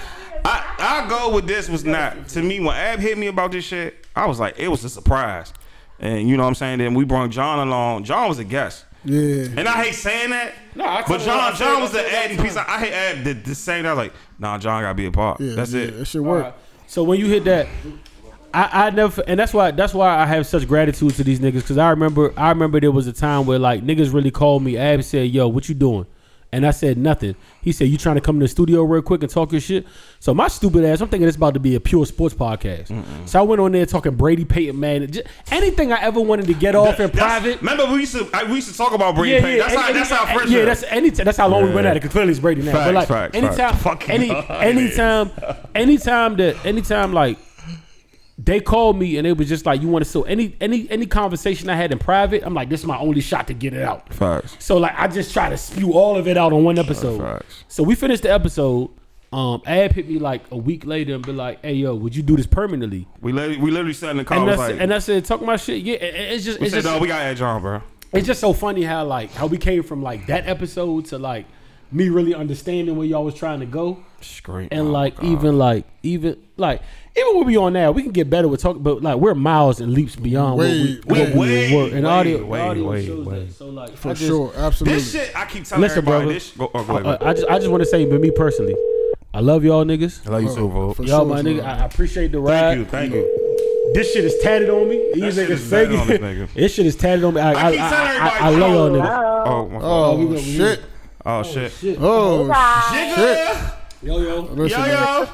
I I go with this was not to me when Ab hit me about this shit. I was like, it was a surprise, and you know what I'm saying. Then we brought John along. John was a guest.
Yeah.
And I hate saying that,
No, I
but
told- I
John,
said-
John
I
was the
said that
adding piece. I, I hate Ab the, the same. I was like, nah, John gotta be a part. That's it.
That should work.
So when you hit that, I, I never, and that's why that's why I have such gratitude to these niggas because I remember I remember there was a time where like niggas really called me. Ab said, "Yo, what you doing?" And I said nothing. He said, "You trying to come to the studio real quick and talk your shit?" So my stupid ass, I'm thinking it's about to be a pure sports podcast. So I went on there talking Brady, Peyton, man, just, anything I ever wanted to get off in private.
Remember we used to I, we used to talk about Brady Payne. That's
any-
how
any-
that's how
uh,
fresh.
Yeah, that's any that's how long we went at it. Because clearly it's Brady now.
Facts,
but like
facts,
anytime,
facts. Fucking <laughs>
any
God,
anytime, anytime that anytime like they called me and they was just like, "You want to?" So any any any conversation I had in private, I'm like, "This is my only shot to get it out."
Facts.
So like I just try to spew all of it out on one episode. So we finished the episode. Um, Ab hit me like a week later and be like, "Hey yo, would you do this permanently?"
We literally, we literally sat in the car.
and,
was
that's,
like,
and I said, "Talk my shit." Yeah, and- and it's just
we
it's
said,
just
no, we gotta add John, bro.
it's just so funny how like how we came from like that episode to like me really understanding where y'all was trying to go.
great,
And like even like even like even when we on now, we can get better with talking, but like we're miles and leaps beyond
Way,
what we, what
way,
we
way,
were. And
way,
audio,
way,
audio
way,
shows
way.
that. So like
For
I just-
sure, absolutely.
This shit, I keep telling
Listen,
everybody.
brother.
This, go, oh, go ahead,
I, I- I just I just want to say, but me personally, I love y'all niggas. I
love you too, bro. For
Y'all
sure,
my
bro.
nigga. I I appreciate the ride.
Thank you, thank you.
This shit is tatted on me. These
shit
niggas
is tatted
faking.
on this nigga.
<laughs> This shit is tatted on me. I, I, I,
keep telling
I,
everybody,
I love y'all
oh,
niggas.
Oh, my
Oh, we gonna- we-
shit. Oh shit.
Oh,
Jigga.
Yo yo.
Listen,
yo yo.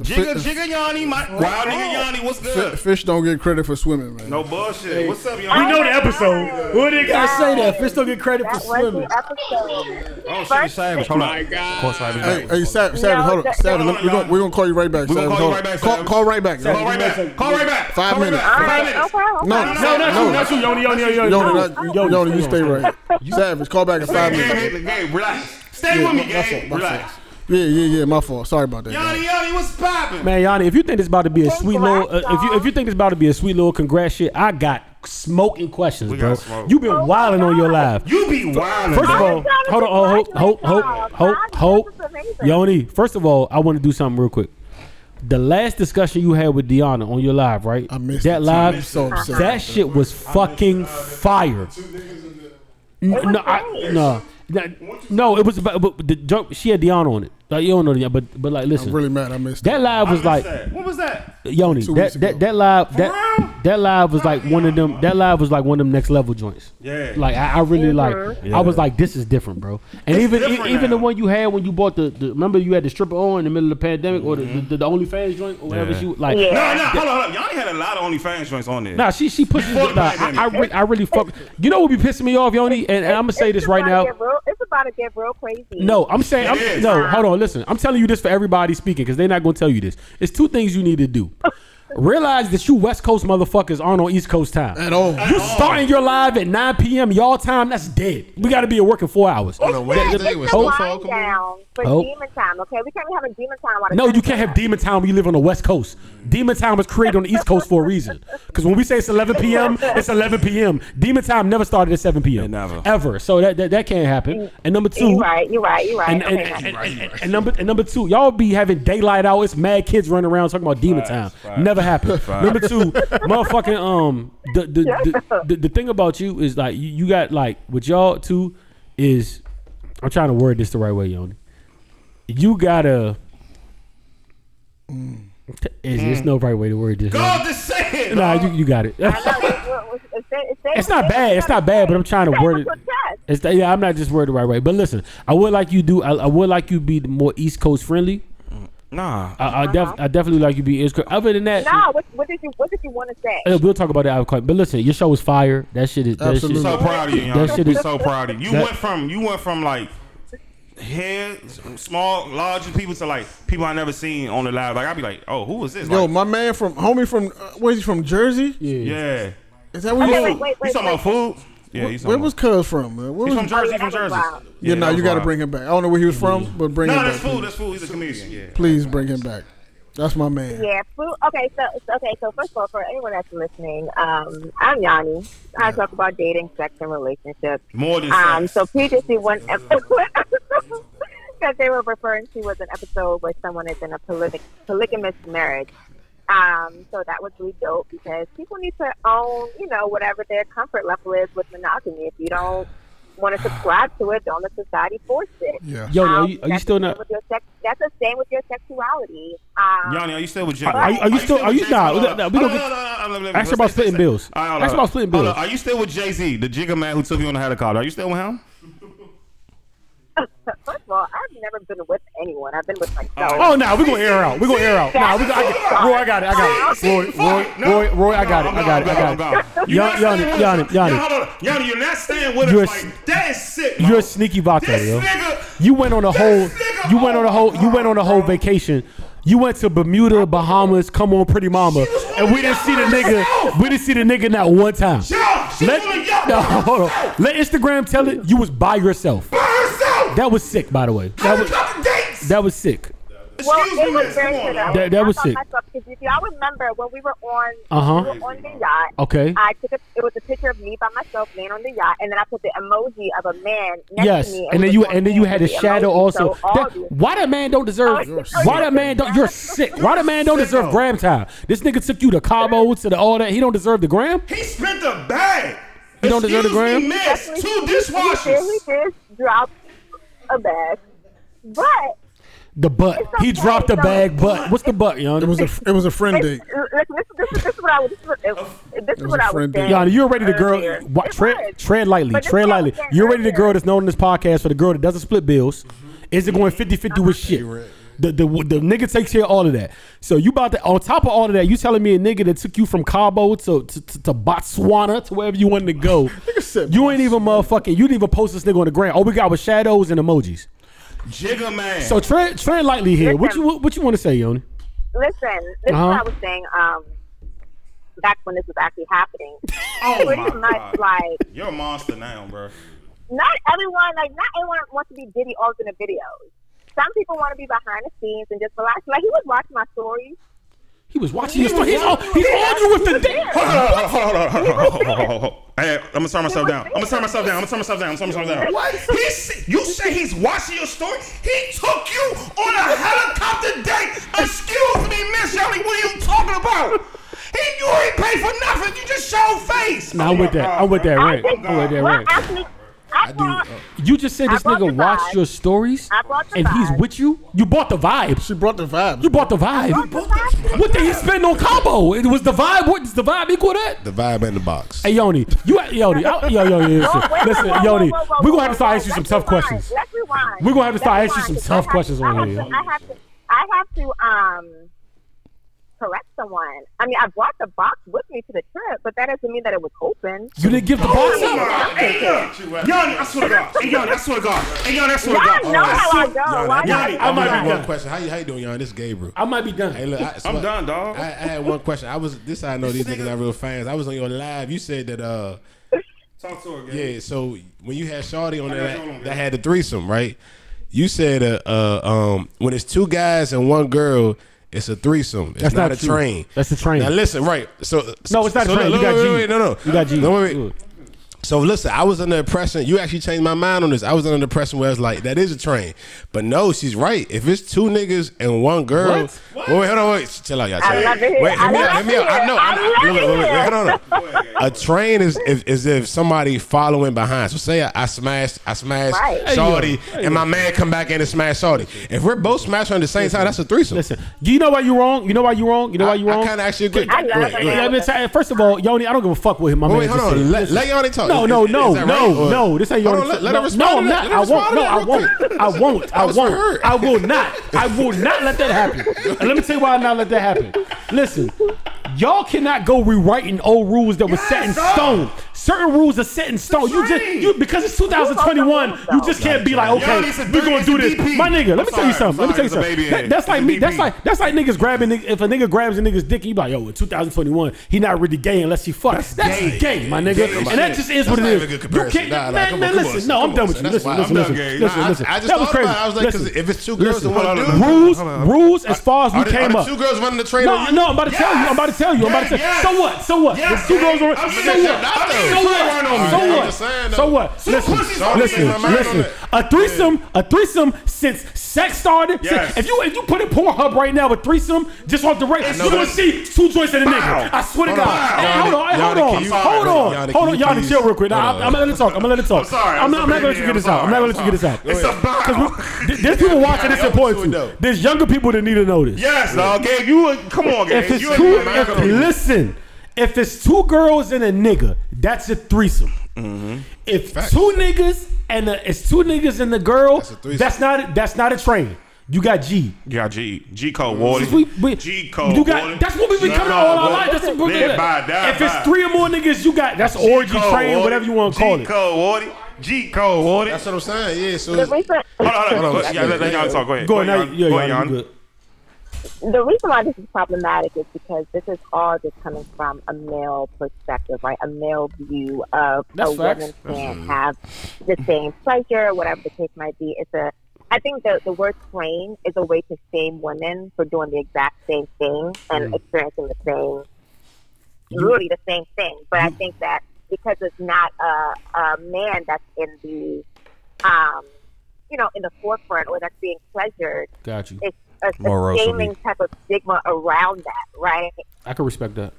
Jigga
Fi-
Jigga Yanni, my wild nigga Yanni, what's
Fi-
good?
Fish don't get credit for swimming, man.
No bullshit. What's up, Yanni?
We know the episode. Who they gotta say that? Fish don't get credit for
was
swimming.
the episode.
Oh shit,
First-
Savage. Hold
My
on. Of course, Savage.
Hey, hey, Sav, Savage,
No,
hold up.
that-
Savage,
Hold
we're gonna, we gonna call you right back.
We gonna
Savage,
call you
hold-
right back,
Call,
Savage.
call right back.
Call right back. Call right back.
Five
Call right
minutes.
back. Five
Five
minutes.
minutes.
Okay,
No,
okay.
no,
not you, not you, Yoni, Yoni, Yoni, Yoni.
Yoni, not-
Yoni,
Yoni, you
stay
stay right here. Savage, call back in five
Hey,
minutes.
hey, hey, hey, relax. Stay
Yeah,
with me,
my- my fault,
gang.
my
Relax.
Yeah, yeah, yeah. My fault. Sorry about that.
Yanni, Yanni, what's poppin'?
Man, Yanni, if you think it's about to be a sweet little, uh, if you if you think it's about to be a sweet little congrats shit, I got smoking questions, bro.
smoke.
You been wilding on your live.
You be wildin'.
First of
bro.
all, hold on, hold, hold, hold, hold, hold, Yoni. First of all, I want to do something real quick. The last discussion you had with Deanna on your live, right? I missed that
it, too.
live.
I'm so upset.
that shit was fucking fire. N- No, I, no, no, no, it was about but the jump. She had Deanna on it. Like you don't know Deanna, but but like listen,
I'm really mad. I missed
that live was like
What was that?
Yoni.
Two
That
weeks
that,
ago.
that live that that live was like one of them. That live was like one of them next level joints.
Yeah.
Like I, I really like.
Yeah.
I was like, this is different, bro. And
It's
even e-
different
even
now.
the one you had when you bought the, the remember you had the stripper on in the middle of the pandemic or the the, the OnlyFans joint or whatever
Mm-hmm. Yeah.
she like.
no, no, Oh, hold on, hold on. Yanni had a lot of OnlyFans joints on there.
Nah, she she pushes.
Before the
Nah, I, I,
pandemic.
re- I really fuck. You know what be pissing me off, Yoni? And, and I'm gonna say this right now.
It's about to get real- It's about to get real crazy.
No, I'm saying
It
I'm,
is.
no. Hold on, listen. I'm telling you this for everybody speaking because they're not going to tell you this. It's two things you need to do. Realize that you West Coast motherfuckers aren't on East Coast time
At all.
You starting your live at 9 p.m. y'all time. That's dead. We got to be at work in four
It's
hours. That-
not-
that-
it's the
Oh,
wind down for
Oh.
demon time. Okay, we can't be having demon time. While the
No,
sun
you
is
can't have
out.
Demon Time when you live on the West Coast. Demon Time was created on the East Coast for a reason. Because when we say it's 11 p.m., it's 11 p.m. Demon Time never started at 7 p.m.
never.
Ever. So that, that that can't happen. And number two,
You Mm. right, you right, you right.
And, and,
Okay,
and,
you right,
and- and number and number two, y'all be having daylight out. It's mad kids running around talking about demon time.
Facts, facts.
Never happened.
Facts.
Number two, motherfucking um, the the, the, the the thing about you is like you, you got like with y'all too is I'm trying to word this the right way, Yoni. You gotta. Is it's no right way to word this?
Go
Yoni.
just say it.
Nah, you, you got it. <laughs> It's not bad. It's not bad, but I'm trying to word it. It's yeah, I'm not just worded the right way. But listen, I would like you do. I, I would like you be more East Coast friendly.
Nah.
I, I, def, I definitely like you be East Coast. Other than that,
No, what, what did you what did you want to say?
uh, we'll talk about it out of court. But listen, your show was fire. That shit is that shit
Absolutely.
is-
So proud of you, Yanni.
That shit is
so proud of you. You
that-
went from you went from like here, small, larger people to like people I never seen on the live. Like I'd be like, oh, who is this?
Yo,
Like,
my man from homie from uh, where's he from? Jersey?
yeah.
Is that where
Okay,
you
wait, wait,
You
wait,
talking
wait.
about food? Yeah,
Where,
he's
where was Cuz from, man? Where
He's
was
from Jersey. He's from
that was
Jersey.
wild.
Yeah, no,
that
you
was
got to
wild.
bring him back. I don't know where he was from, but bring
No,
him back.
that's food. That's food. He's a comedian. Yeah.
Please bring him back. That's my man.
Yeah, food. Okay, so so- okay, so first of all, for anyone that's listening, um, I'm Yanni. I talk about dating, sex, and relationships.
More than
Um,
sex.
<laughs>
so previously, one episode,
that they were referring to was an episode where someone is in a polyg- polygamous marriage. Um, so that was really dope because people need to own, you know, whatever their comfort level is with monogamy. If you don't want to subscribe to it, don't let society force it.
Yeah.
Yo,
Um,
are you, are you
that's
still
the same
not?
with your sex- that's the same with your sexuality. Um,
Yanni, are you still with Jay?
Are, are you, are you still? Are you nah? nah, nah, we
Hold
gonna
on,
get-
hold on, hold on, let me-
Ask
let's-
about splitting bills.
All right, hold
Ask
on.
about splitting
Hold
bills.
on, Are you still with Jay Z, the jigger man who took you on the helicopter? Are you still with him?
First of all, I've never been with anyone. I've been with myself.
Oh, nah, we're gonna air out. We're gonna air out. Nah, we gonna, I got, Roy, I got it. I got it. Roy, Roy, Roy, Roy, I got it. I got it. I got it. Yanni, Yanni, Yanni, Yanni.
Yanni, you're not staying with
You're
us.
s-
Like, that is sick.
You're a sneaky vodka, yo.
nigga-
You went on a whole. You went on a whole. You went on a whole vacation. You went to Bermuda, Bahamas. Come on, pretty mama, and we didn't see the nigga. We didn't see the nigga not one time. Let, <laughs> no, hold on. Let Instagram tell it. You was by yourself. By herself. That was sick, by the way. That was, that was sick.
well, it was very good. I
That- that was
I thought
sick.
myself, 'cause if y'all remember when we were on,
Uh-huh.
we were on the yacht.
Okay.
I took a, it was a picture of me by myself laying on the yacht, and then I put the emoji of a man next to
Yes,
me.
and
we
then you
was on
and then you
there
had a
with the
shadow
emoji.
also.
So all
That-
of you-
why that man don't deserve? Why that man don't? You're sick. Why that man don't deserve gram time? This nigga took you to Cabo to the all that. He don't deserve the gram.
He spent the bag.
He don't deserve the
Excuse me,
gram.
miss. Two
He
dishwashers.
really just dropped a bag, but
The butt. He dropped the bag butt. What's the butt, Yanni? It was a it was a friend
listen, listen, this, this, this is what I was. This is what,
Oh,
this is what I was saying. Uh,
Yanni, you're already the
earlier.
girl. wa-
It
tread,
was.
tread lightly.
But this
tread
is what I was
lightly.
saying
You're already the
earlier.
girl that's known in this podcast for the girl that doesn't split bills. Is it going 50 50 with shit? The, the, the nigga takes care of all of that. So you about to on top of all of that, you telling me a nigga that took you from Cabo to to, to, to Botswana to wherever you wanted to
<laughs>
go. you ain't even motherfucking. You didn't even post this nigga on the ground. All we got was shadows and emojis.
Jigger man.
So tread tread lightly here. What you what, what you want to say, Yoni?
Listen, this
Uh-huh.
is what I was saying. Um, back when this was actually
<laughs>
happening,
Oh
pretty
my
much
God.
like
You're a monster now,
<laughs>
bro.
not everyone, like not everyone wants to be Diddy alternate videos. Some people want to be behind the scenes and just relax. Like he would watch my stories.
He was watching your story. He's on he's on you with the dick.
Hold on, hold on, hold on, hold on, hold on, hold on, hold on. Hey, I'm gonna turn myself down. I'm gonna turn myself down. I'm gonna turn myself down. I'm gonna turn myself down.
What?
He s- you say he's watching your story? He took you on a helicopter date. Excuse me, Miss Shelley. What are you talking about? He, you ain't paid for nothing. You just showed face.
Nah, I'm with that. I'm with that rant. I'm with that rant.
Actually, I, brought,
You just said this nigga watched your stories
I brought the
and he's
vibe.
with you. You bought the vibe. She brought the vibe. You brought the vibe. What did he spend on combo? It was the vibe. What does the vibe equal that?
The vibe in the box.
Hey Yoni, you Yoni, I- yo
<laughs>
yo yo, listen,
Whoa, Oh, wait,
listen
whoa, whoa,
Yoni,
whoa, whoa,
we're gonna
whoa,
have to start asking you some tough questions.
let's rewind.
We're gonna have to start
Let's
asking you
rewind,
some tough
'cause
questions
I have,
on here.
I have to, I have to, I have to, um, correct someone. I mean, I brought the box with me to the trip, but that doesn't mean that it was open.
You didn't give the box
Oh,
up.
my
Hey, look. Yanni, I swear to God. Hey, Yanni, I swear to God. Hey, Yanni, I swear to God.
Y'all know how I
swear-
go. Why
Yanni, I might
have
be
one
done.
question. How you, how you doing, Yon? This is Gabriel.
I might be done.
Hey, look, I, so
I'm
I-
done, dog.
I, I had one question. I was this. I know these niggas are real fans. I was on your live. You said that. uh
Talk to her,
Yeah. So when you had Shawty on
I
there
got
that,
you on,
that had the threesome, right? You said uh, uh um when it's two guys and one girl, it's a threesome. It's
That's
not,
not
a
true.
train.
That's a train.
Now listen, right? So
No, it's not a
so
train.
look,
You got
wait,
G.
wait, wait, no, no,
You got G.
No, wait, wait. So listen, I was under the impression you actually changed my mind on this. I was under the impression where I was like, that is a train, but no, she's right. If it's two niggas and one girl,
What?
Wait, wait, hold on, wait, chill out, y'all.
I
chill out.
love it here.
Wait,
I
hear me
love
out, hear me
it
out. I
here.
know.
I love
look, look,
it
look,
here.
hold on, hold on a train is if is if somebody following behind. So say I, I smash I smash
Right.
Shorty
Hey,
and my man come back in and smash Shorty. If we're both smashing at the same time, that's a threesome.
Listen, do you know why you wrong? You know why you wrong? You know why you wrong? I
kind of actually agree.
Yeah,
Go ahead, go ahead.
I mean, t- First of all, Yoni, I don't give a fuck what him. My
Wait,
man
hold
just
on.
said.
Let-
Listen.
let Yoni talk.
No,
Is-
no,
is- is
no,
that right?
no,
Or-
no. This ain't
Hold
Yoni.
on, let- let
no,
her respond
No,
to
I'm
that.
not.
Let her
I
respond
won't.
to
No,
that
I
real
won't.
<laughs>
I won't. I
was
won't. I will not. I will not let that happen. And let me tell you why I not let that happen. Listen. Y'all cannot go rewriting old rules that were set in stone. Certain rules are set in stone. You just you because it's 2021. You just can't be like,
Yoni,
okay,
it's a
we're gonna do
dirty- it's
this.
a DP.
My nigga, let me
I'm
tell
sorry,
you something. Let me
I'm
tell
sorry, it's
you
a
something.
baby
That-
in
That's
it.
like
It's a
me. That's
DP.
like that's like niggas grabbing. nigg- If a nigga grabs a nigga's dick, he be like, yo, in 2021, he not really gay unless he fucks. That's
gay.
gay, my nigga.
Gay as
and
shit.
that just is
That's
what it
not
is.
even a good comparison.
You can't,
Nah, nah,
man,
come on,
man,
come on,
listen.
son.
no,
Come
I'm
on,
done with
son.
you.
That's
Listen,
wild.
listen,
I'm
listen,
done gay.
listen,
Nah, I-
listen.
I just
that was
thought about
crazy.
it. I was like, 'cause
Listen.
if it's two girls
Listen.
and one
Hold on,
dude-
rules,
Hold on.
rules as far as
Are
we
the-
came
are the
up.
two girls running the train
No,
on you?
no, I'm about to tell you. I'm about to tell you. I'm about to tell you. So what? So what? There's two girls running.
I'm
So
saying,
what?
not though.
so what?
on
So
me.
what?
I'm just saying,
so
though.
what?
So
listen,
pussies on me.
listen,
My mind on
listen.
that.
A threesome, a threesome since sex started. since-
Yes.
if you if you put in Pornhub right now with threesome, just off the right,
It's
you
no-
will see two joints in a nigga. I swear to
Hold
God.
on.
Hey, Hold on, hey,
Yannick,
hold
Yannick,
on,
you-
hold on,
Yannick,
hold
you
on, Yannick.
please-
Chill real quick. Nah,
Hold
I'm
on.
I'm gonna let it talk. I'm gonna let it talk.
sorry,
I'm not
it's
I'm not gonna let you
opinion,
get this
I'm
out. I'm not
sorry,
gonna let you
I'm
get this out.
sorry. It's a bow.
'Cause we- th- There's people watching this important too. There's younger people that need to know this.
Yes, dog. Gabe, you a- come on, Gabe.
If it's
You a
two,
man,
if-
come on.
listen, if it's two girls and a nigga, that's a threesome.
Mm-hmm.
If two niggas and a, it's two niggas and the girl, that's, not that's not a train. You got G.
You got G. G code Wardy.
Since we- we-
G code.
you got- that's what we been coming all our life. That's a- If it's three or more niggas, you got that's orgy train, whatever you want to call
G
it.
code Wardy. G code Wardy. That's
what I'm saying. Yeah. So
The reason,
hold on, hold on. Go- Yeah, let, let y'all talk. Go ahead. Go ahead. Go ahead. Yanni.
the reason why this is problematic is because this is all just coming from a male perspective, right? A male view of
That's
a
facts.
woman can't have the same pleasure, whatever the case might be. It's a I think the, the word train is a way to shame women for doing the exact same thing and
Mm.
experiencing the same
You-
really the same thing. But I think that because it's not a, a man that's in the um, you know, in the forefront or that's being pleasured.
Got you.
It's a,
More
a shaming
socially.
type of stigma around that, right?
I can respect that.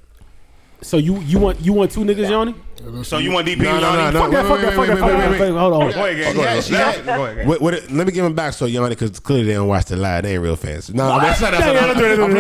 So you you want you want two niggas, Yanni?
So you want DP?
No, no, no,
Yanni?
no.
Fuck that,
Wait,
fuck
wait,
that, fuck
wait,
that,
wait,
fuck
wait,
that,
wait.
hold on.
Go ahead, Gabe.
Go ahead,
Go ahead. Go ahead, Gabe.
What, what, let me give them back so y'all because clearly they don't watch the live. They ain't real fans. No, that's not. That's not. I'm playing. I'm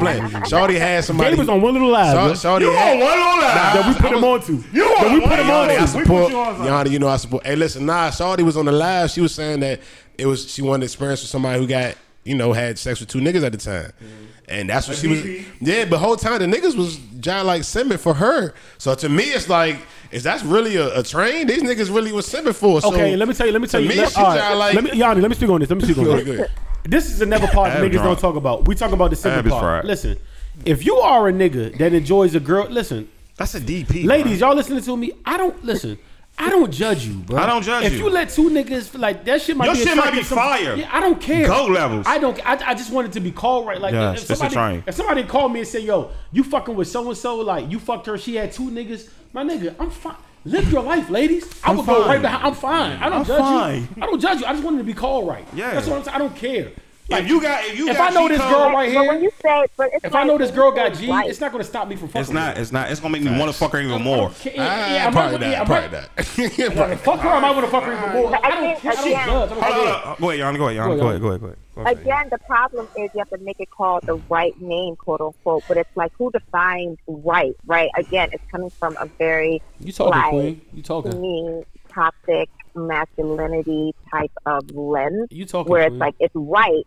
playing. I'm playing. <laughs> Shawty had somebody.
Gabe was on one little live.
Shaw-
bro.
Shawty had-
Nah, that we put him on to. That we put him on
Yanni, I
to.
support. Yanni, you know I support. Hey, listen, nah, Shawty was on the live. She was saying that it was she wanted to experience with somebody who got you know had sex with two niggas at the time.
Mm-hmm.
And that's what
A
she was.
DP.
Yeah, but whole time the niggas was giant like simping for her. So to me, it's like, is that's really a, a train? These niggas really was simping for. So
okay, let me tell you. Let me tell
to
you.
Me,
let,
she
all right,
jive like
let me, Yanni, let me speak on this. Let me speak
Go
on
ahead, go
this.
ahead.
This is another part
Ab
niggas don't
drunk.
talk about. We talk about the
Ab
simple
is
part.
fried.
Listen, if you are a nigga that enjoys a girl, listen.
That's a DP.
Ladies, y'all listening to me? I don't listen. I don't judge you, bro.
I don't judge
if
you.
If you let two niggas feel like that shit might
Your
be
shit might
attractive
be
to some-
fire.
Yeah, I don't care.
Go levels.
I don't. I, I just want it to be called right. Like
Yes,
if
it's a
somebody,
train.
if somebody called me and say, "Yo, you fucking with so and so," like you fucked her, she had two niggas. My nigga, I'm fine. Live your life, ladies. I
I'm
would go
fine.
right behind. I'm fine. I don't
I'm
judge
fine.
you. I don't judge you. I just want it to be called right. Yeah, that's what I'm saying. I don't care. Like,
you got- if you
I
got
know
G
this
code-
girl right
But
here,
when
you say, but
if I know this girl got G,
right.
it's not going to stop me from fucking.
It's not. It's not. It's gonna make me want to fuck her even more.
Yeah,
Ah,
yeah, yeah, I might wanna- yeah, I might-
that.
<laughs>
Like, fuck her, I might want to fuck her even more. I don't care. I don't
again-
judge. I don't
Hold on,
care.
hold on. Go ahead, Yanni. Go ahead, Yanni. Go ahead. Go ahead. Go ahead. Go ahead.
Again, the problem is you have to make it called the right name, quote unquote. But it's like who defines right, right? Again, it's coming from a very
You talking,
like,
queen. You talking.
mean, toxic masculinity type of lens.
You talking,
where it's
queen.
like it's right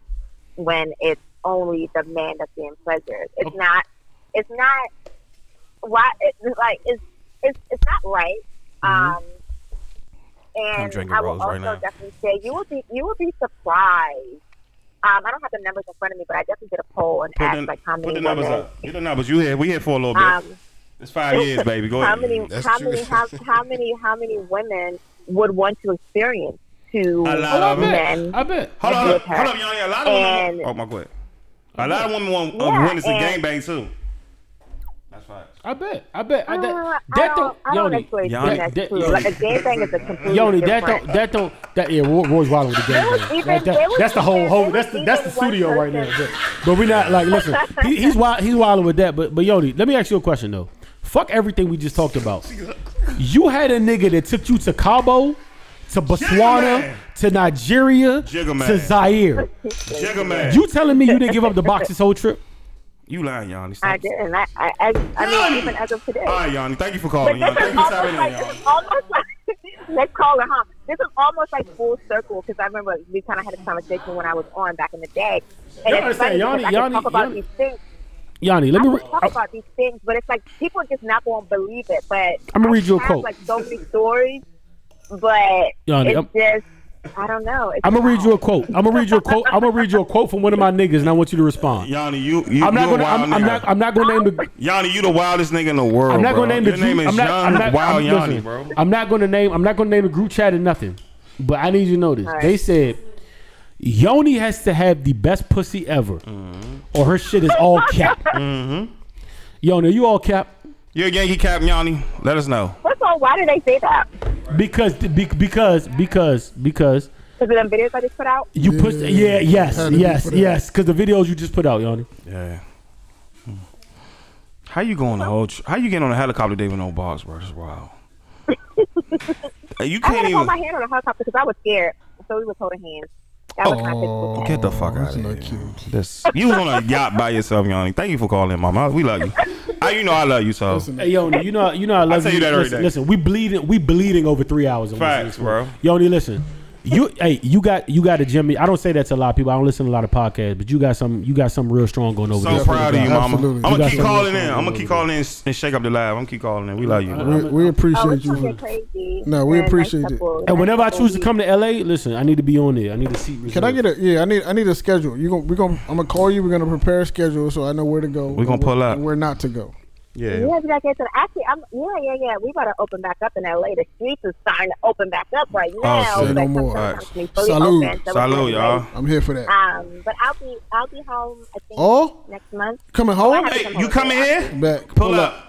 when it's only the man that's being pleasured. It's not. It's not. Why? It's like it's it's it's not right.
Mhm.
Mm-hmm.
Um,
I'm
and
drinking
I will
rose
also
right now.
definitely say you will be you will be surprised. Um, I don't have the numbers in front of me, but I definitely did a poll and asked
Put the,
like how many
put the numbers
women-
up. Get the numbers. You here? We here for a little bit.
Um,
it's five
<laughs>
years, baby. Go ahead.
How many? how
<laughs>
many? How, how many? How many women would want to experience two
A lot of 'em.
men?
I bet.
Hold on,
with
hold
her?
on, y'all. A lot of
and,
women. Oh my god. A lot of women want
Yeah,
yeah, witness the
and-
gangbang too. That's right.
I bet. I bet. I,
Uh,
that,
I don't-
that don't.
I don't
Yoni,
necessarily
Yoni,
think that's
that-
true.
Yoni,
Like a gangbang is a completely
Yoni, that
different.
don't. That don't. That yeah. Roy, Roy's wild with the game.
was even-
that, that-
there was
that's the
even-
whole
there
whole. That's the
was
that's the
even
studio
one
right now.
person-
But, but we not
<laughs>
like listen. He, he's wild. He's wilding with that. But but Yoni, let me ask you a question though. Fuck everything we just talked about. You had a nigga that took you to Cabo, to Botswana, to Nigeria,
Jigga
to
man.
Zaire.
Jigga man.
You telling me you didn't give up the box this whole trip?
You lying, Yanni. Stop.
I didn't. I, I, I, I mean, even as of today.
All right, Yanni. Thank you for
But
calling.
this
Yanni.
is
Thank you for tapping in, Yanni.
almost like, this is almost like <laughs> let's call it, huh? This is almost like full circle because I remember we kind of had a conversation when I was on back in the day.
You
And it's funny
understand, Yanni-
because I can
Yanni-
talk about
Yanni-
these things.
Yanni, let me.
I
Re-
can talk about these things, but it's like people just not gonna believe it. But
I'ma
I
read you a
have,
quote.
Like so many stories, but
Yanni,
it's
I'm-
just I don't know. It's
I'm gonna read you a quote. I'm gonna read you a quote. I'm gonna read you a quote from one of my niggas, and I want you to respond.
Yanni, you, you
I'm not
you a
gonna.
wild
I'm, I'm
nigga.
not. I'm not gonna name the.
Yanni, you the wildest nigga in the world.
I'm not
bro.
gonna name
Your
the.
name is
group- I'm not,
Young
I'm not,
Wild
I'm,
Yanni,
listen,
bro.
I'm not gonna name. I'm not gonna name the group chat or nothing. But I need you to know this. They said Yoni has to have the best pussy ever,
Mm-hmm.
or her shit is all
<laughs>
cap. Yoni, are you all cap?
You a Mm-hmm. Yankee cap, Yanni? Let us know.
What's all Oh, why did they say that?
Because be- because because because
Because of them videos I just put out.
you pushed. Yeah, yes,
Had to be
yes,
put out.
yes. Because the videos you just put out, Yanni.
Yeah. How you going on a whole? Tr- how you getting on a helicopter day with no bars, bro? That's
<laughs>
wild. Uh, you
I had
can't
to hold my
even
hand on the helicopter because I was scared, so we was holding hands. That was my physical.
get the fuck out of here. This you was on a yacht by yourself, Yanni. Thank you for calling, Mama. We love you. I, you know I love you, so
Hey, Yoni, you know, you know, I love
tell you that every
listen,
day.
listen, we bleeding, we bleeding over three hours. on this-
Facts,
this one.
bro.
Yoni, listen, you, hey, you got, you got a Jimmy. I don't say that to a lot of people. I don't listen to a lot of podcasts, but you got some, you got something real strong going over
So
there.
proud of you, Mama.
Absolutely.
I'm
You
gonna
got
keep
something real
calling in.
strong
I'm
going
gonna keep calling in and shake up the live. I'm gonna keep calling in. We love you.
We- we
appreciate you. No, we appreciate it.
And whenever I choose to come to LA, listen, I need to be on there. I need a seat. Reserved.
Can I get a yeah? I need I need a schedule. You going we gonna I'm gonna call you. We're gonna prepare a schedule so I know where to go.
We gonna
and where-
pull up.
and Where not to go.
Yeah.
Yeah, we gotta get to the, actually. I'm, yeah, yeah, yeah. We gotta open back up in LA. The streets are starting to open back up
Oh,
right now.
say
but
Oh, no more.
sometimes
Alright.
they fully
Salute,
open, so it's really great.
I'm here for that.
Um, but I'll be I'll be home. I think
Oh?
next month.
Coming
Oh, I
home?
have to come home.
here?
Back.
Pull, up.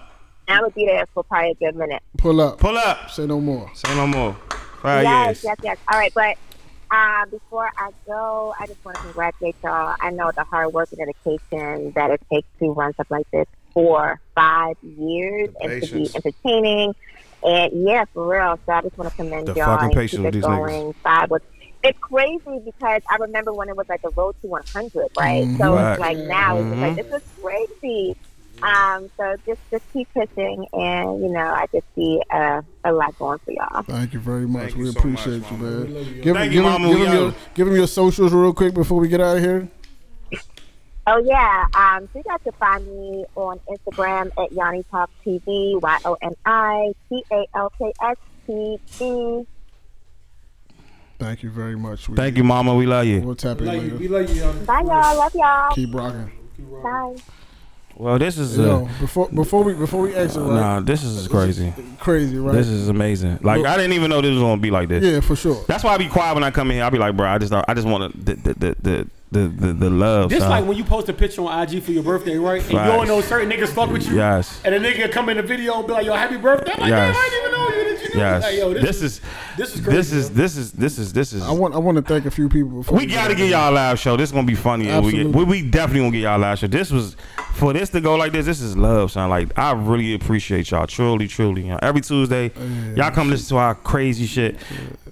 I would be there for probably a good minute.
Pull up.
Pull up.
Say no more.
Say no more. Five
yes,
years.
yes, yes. All right, but uh, before I go, I just want to congratulate y'all. I know the hard work and dedication that it takes to run stuff like this for five years
The
and to be
patience.
entertaining. And yeah, for real. So I just want to commend
The
y'all.
fucking
and keep
patience
it
with these niggas.
going. Five was. It's crazy because I remember when it was like the road to 100, right?
Mhm.
So
Right.
it's like now it's just
Mhm.
like this is crazy. Um, so just just keep pushing, and you know I just see uh, a lot going for y'all.
Thank you very much. we
so
appreciate
much,
you,
Mama.
man.
We love you,
Give,
Thank
him,
you,
give, him,
Mama.
give,
We
him your,
out.
give him your socials real quick before we get out of here.
Oh yeah, um, so you guys can find me on Instagram at Yanni Talk TV, Y O N I T A L K S T V.
Thank you very much. We,
Thank you, Mama. We love you.
We'll tap in later.
Bye y'all, love y'all.
Keep rocking.
Bye.
Well, this is uh,
Yo, before before we before we exit, right?
nah. This is crazy.
Crazy, right?
This is amazing. Like
Look-
I didn't even know this was gonna be like this.
Yeah, for sure.
That's why I be quiet when I come in here. I be like, bro, I just I just want the the the the the, the, the love.
This
son.
like when you post a picture on IG for your birthday, right? And you
Facts.
don't know certain niggas fuck with you.
Yes.
And a nigga come in the video and be like, "Yo, happy birthday!" I'm like,
Yes.
"Damn, I didn't even know you. Did you know?"
yes.
Like, Yo,
this, is
this is crazy.
this is this is this is this is.
I want I want to thank a few people. Before
We gotta get y'all a live show. This is gonna be funny. We, get-
Absolutely.
we we definitely gonna get y'all a live show. This was for this to go like this. This is love, son. Like I really appreciate y'all. Truly, truly. You know, every Tuesday, y'all come listen to our crazy shit,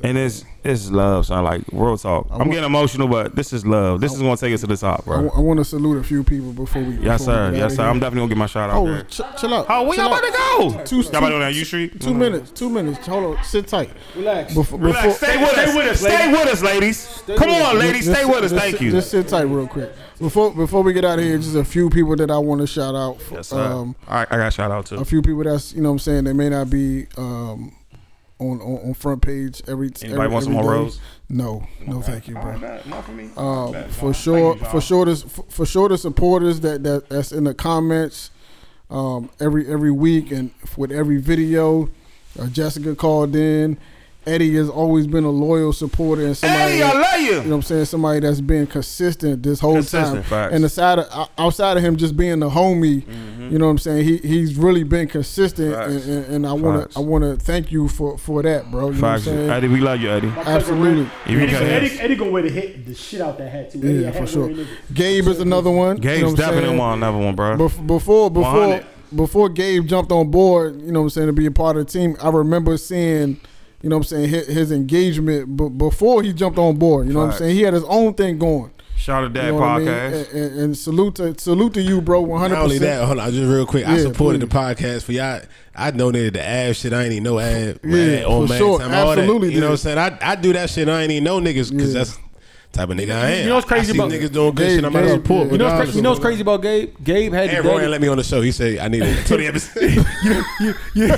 and it's it's love, son. Like real talk. I'm
want-
getting emotional, but this is love. This is gonna take us to the top,
I,
bro.
want to salute a few people before we.
Yes,
before we
sir.
get
Yes,
outta
sir.
here.
I'm definitely gonna get my shout out.
Oh,
there.
ch- chill out.
Oh, where
Chill
y'all
out.
about to go?
Two,
Y'all about to
two-
go down U Street? Mm-hmm.
Two minutes. Two minutes. Hold on. Sit tight.
Relax.
Relax. Stay with us. Stay with us, ladies. Come on, ladies. Stay with us. Thank you.
Just sit tight real quick. Before before we get out of here, just a few people that I want to shout out. um, f-
Yes, sir.
um,
All right, I got a shout out too.
a few people that's you know what I'm saying they may not be um on on, on front page every
Anybody
every,
want some
every
more
day.
rose?
No, no, thank you, bro.
Alright, bet. More for me?
Uh,
Bet.
for
Alright,
sure,
thank you,
for sure, this, for, for sure, the supporters that, that that's in the comments um, every every week and with every video. Uh, Jessica called in. Eddie has always been a loyal supporter and somebody.
Eddie, I love you.
know what I'm saying? Somebody that's been consistent this whole time.
Consistent, facts.
And aside of, o- outside of him just being the homie,
Mhm.
you know what I'm saying? He he's really been consistent, and,
Facts.
and, and I wanna
Facts.
I wanna thank you for for that, bro. You know what I'm
Facts.
saying?
Eddie, we love you, Eddie.
Absolutely.
If you
Eddie,
can-
Eddie, Eddie gonna wear the hit the shit out that hat too. Eddie,
Yeah,
a
for
hat
sure.
wearing nigga.
Gabe is another one. you know
Gabe's
what I'm
definitely
saying?
one, another one, bro.
Bef- Before before
100.
before Gabe jumped on board, you know what I'm saying, to be a part of the team, I remember seeing, you know what I'm saying, his, his engagement b- before he jumped on board. You know what I'm
Facts.
saying? He had his own thing going.
Shout out to that
you know what I mean?
podcast.
And, and- and salute to salute to you, bro. 100.
Not only that, hold on, just real quick. I
Yeah,
supported
please.
the podcast for y'all. I donated the ad shit. I ain't even know ad.
Yeah,
ad on
for
man
sure.
time, all that.
Absolutely
You know what I'm
did.
saying? I, I do that shit. I ain't even know niggas because that's the type of nigga I am.
You know what's crazy
I see
about
niggas doing good shit. I'm out
Gabe,
to support.
You know what's,
regardless
cra- you know
of-
what's crazy about Gabe? Gabe had
And
the
Roy
daddy-
let me on the show. He said I need
<laughs>
it. So the episode.
<laughs>
You
<laughs>
know,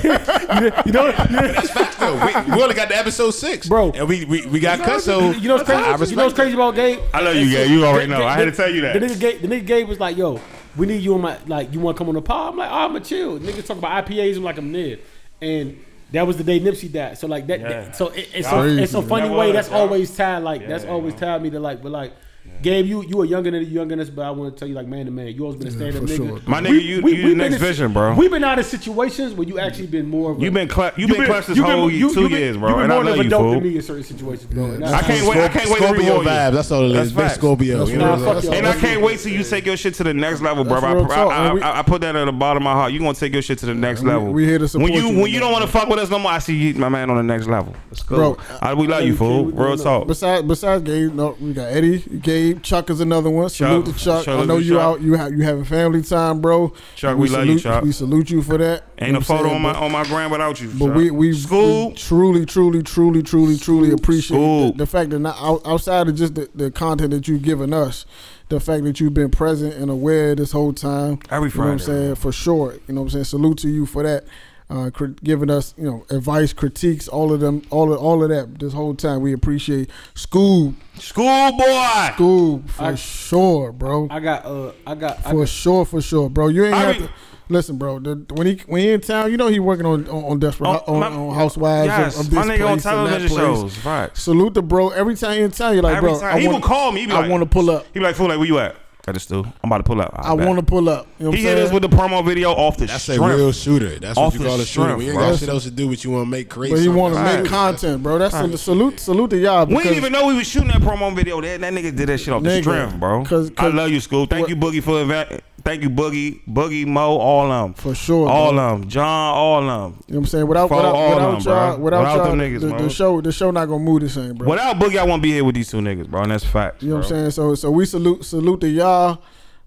you know
we, we only got the episode six, bro, and we we, we got cut. So
You know what's crazy?
I
You know
respect
what's crazy about Gabe?
I love you, Gabe. You already know. I had to tell you that.
The nigga Gabe, the nigga Gabe was like, "Yo, we need you on my like. You want to come on the pod?" I'm like, "I'm a chill." Niggas talk about IPAs. I'm like, "I'm dead." And that was the day Nipsey died. So like that.
Yeah.
that- so it, it's,
Crazy,
a, it's a
man.
funny
That
way.
was,
That's
yeah.
always tied. Like
Yeah,
that's
you
always tied me to like. But like Gabe, you you are younger than you younger than us, but I want to tell you like man to man, you always been a
Yeah,
stand up
for
nigga.
sure. My nigga, you- you the
we've been
next
in-
vision, bro.
We've been out of situations where you actually been more of a,
You been cla- you been clutch this
you
whole
you-
two
you been-
years, bro,
You been
and I
more
love
of
you,
an adult
fool.
than me in certain situations, bro. and
I can't wait. I can't wait to
Scorpio
reward you.
vibes, that's all it is.
That's
Big
facts.
Scorpio,
That's
you know
facts.
what I'm saying?
and I can't wait till you take your shit to the next level, bro. I,
real talk,
I,
man. We-
I- I put that at the bottom of my heart. You gonna take your shit to the next
we-
level.
we here to support
when you.
you
When
in
you
that.
don't want to fuck with us no more, I see you, my man on the next level. Let's go.
Bro,
I, we love you, fool. Real talk.
Besides, besides Gabe, no, we got Eddie, Gabe, Chuck is another one. Salute
Chuck.
to Chuck.
Salute
I know
to
you
Chuck.
out, you have you having family time, bro.
Chuck, we love you, Chuck.
We salute you for that.
Ain't
You know
a
what I'm
photo
saying?
on my
But-
on my gram without you.
But
son.
we we,
school.
we truly, truly, truly, truly, truly appreciate the, the fact that not out- outside of just the, the content that you've given us, the fact that you've been present and aware this whole time.
Every
you know what
Friday.
I'm saying for sure. You know what I'm saying. Salute to you for that. Uh, cr- giving us, you know, advice, critiques, all of them, all of all of that. This whole time, we appreciate school,
school boy,
school for
I-
sure, bro.
I got uh I got I
For
got-
sure, for sure, bro. You ain't
I
have
mean-
to listen, bro. The, when he when he in town, you know he working on on, on Desperate
Oh,
on,
my-
on Housewives.
Yes,
of, of this
my nigga on
place and that
television
place.
shows, right.
Salute the bro. Every time he in town, you're like,
Every
bro.
time- he
wanna-
would call me. He be like,
I want to pull up.
He be like, fool, like where you at? At the stool. I'm about to pull up. I'll
I
bet.
want to pull up. You know what
he
I'm
hit
saying?
us with the promo video off the
That's a
strength.
real shooter. That's
Off the
what you call a shooter.
strength,
When you ain't
bro.
got shit else to do, but you want to make create.
but he want to
something.
make content, bro. That's a
Right.
salute. Salute to y'all.
We didn't
because-
even know we was shooting that promo video. That, that nigga did that shit off the
Nigga,
strength, bro. I love you, school. Thank you, Boogie, for event. Thank you, Boogie, Boogie, Mo, all of them.
For sure.
All
bro.
of them. John, all of them.
You know what I'm saying? Without
For
without
all
without
of 'em,
y'all,
bro.
without,
Without
y'all,
them niggas,
the,
bro.
the show the show not gonna move the same, bro.
Without Boogie, I won't be here with these two niggas, bro. And that's facts.
You know what I'm
bro.
saying? So so we salute salute to y'all.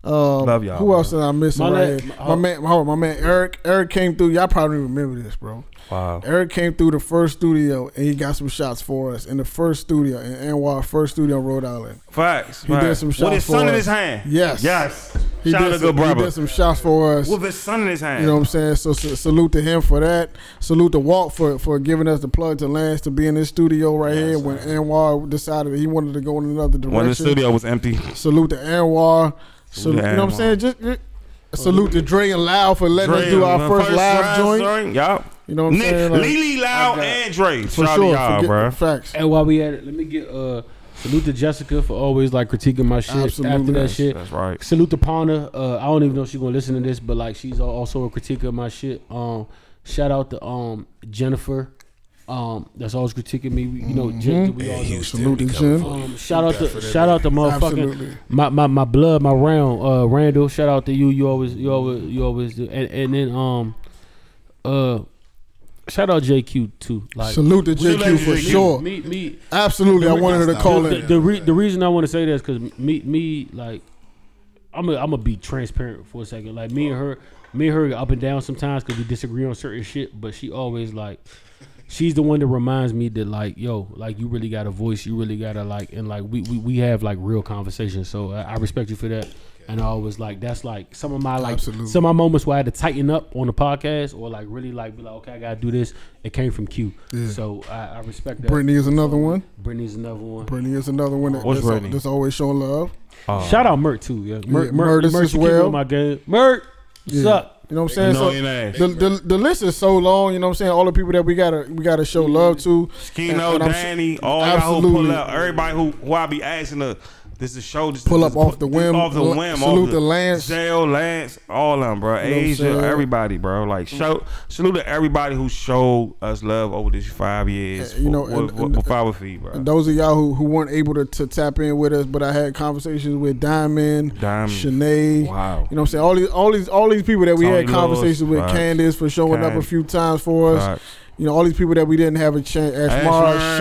Um,
Love y'all,
Who else did I miss?
My
My,
man-
right here?
my-
my man, hold on, my man Eric. Eric came through. Y'all probably don't remember this, bro.
Wow.
Eric came through the first studio and he got some shots for us in the first studio in Anwar, first studio, in Rhode Island.
Facts.
He
facts.
did some shots
With his
for
son
us.
in his hand.
Yes.
Yes.
He
Shout out
did
to
some,
good
He
brother.
did some shots for us.
With his son in his hand.
You know what I'm saying? So, so salute to him for that. Salute to Walt for, for giving us the plug to Lance to be in this studio right here when Anwar decided that he wanted to go in another direction.
When the studio was empty.
Salute to Anwar.
Salute
Salute,
to
you know what I'm
Anwar.
saying? Just, just- salute to Dre and Lau for letting us
Dre
do
and
our first, live
live
joint.
joint, y'all.
You know what I'm
Nick,
saying? Like,
Lily Loud and Dre.
For
Shout out to
sure,
y'all,
forget-
bro.
Facts.
And while we at it, let me get uh salute to Jessica for always like critiquing my shit after that
That's-
shit.
that's right.
Salute to Pana. Uh, I don't even know if she's gonna listen to this, but like she's al- also a critique of my shit. Um, shout out to um Jennifer. Um, that's always critiquing me. We- You know, Jen,
Mhm.
we all
Hey,
know
you salute to Jen.
Um, shout out
Definitely.
to shout out to
Absolutely.
motherfucking my, my my blood, my round, uh, Randall. Shout out to you. You always you always you always do. And and then um uh. Shout out JQ too.
Salute to JQ for sure.
Me, me,
Absolutely, I wanted her to call
the,
in.
The, re- the reason I want to say that is because me, me, like, I'm gonna I'm gonna be transparent for a second. Like me and her, me and her are up and down sometimes because we disagree on certain shit. But she always like, she's the one that reminds me that like, yo, like you really got a voice. You really gotta like, and like we we, we have like real conversations. So I, I respect you for that. And I always like that's like some of my like
Absolutely.
some of my moments where I had to tighten up on the podcast or like really like be like okay I gotta do this. It came from Q,
Yeah.
so I, I respect that.
Brittany is another one.
Brittany's another one.
Brittany is another one that,
What's
that's,
Brittany?
that's always showing love.
Uh,
Shout out Mert too. Yeah, Mert,
Yeah,
Mert,
Mertis
Mert,
as
you keep
well.
up my game. Mert, what's
Yeah.
up?
You know what I'm saying?
No,
So
you ain't.
the, the the list is so long. You know what I'm saying? All the people that we gotta we gotta show love to.
Kino,
And- and I'm-
Danny, all y'all who pull up, everybody who, who I be asking to, this is show, just
Pull
just
up off the whim.
off the
La-
whim,
salute
off the
to Lance.
Zell, Lance, all of them, bro,
You know what I'm saying?
Asia, everybody, bro, like show, salute to everybody who showed us love over these five years,
And, you know,
for,
and-
for,
and-
for Five with Feet, bro.
And those of y'all who, who weren't able to, to tap in with us, but I had conversations with Diamond,
Diamond.
Shanae.
Wow.
You know what I'm saying? All these all these all these people that we
Tony
had conversations
Lewis,
with,
facts.
Candace for showing up a
Candace.
few times for us.
Facts.
You know, all these people that we didn't have a chance
Ashmar,
Ashmar, Shiloh,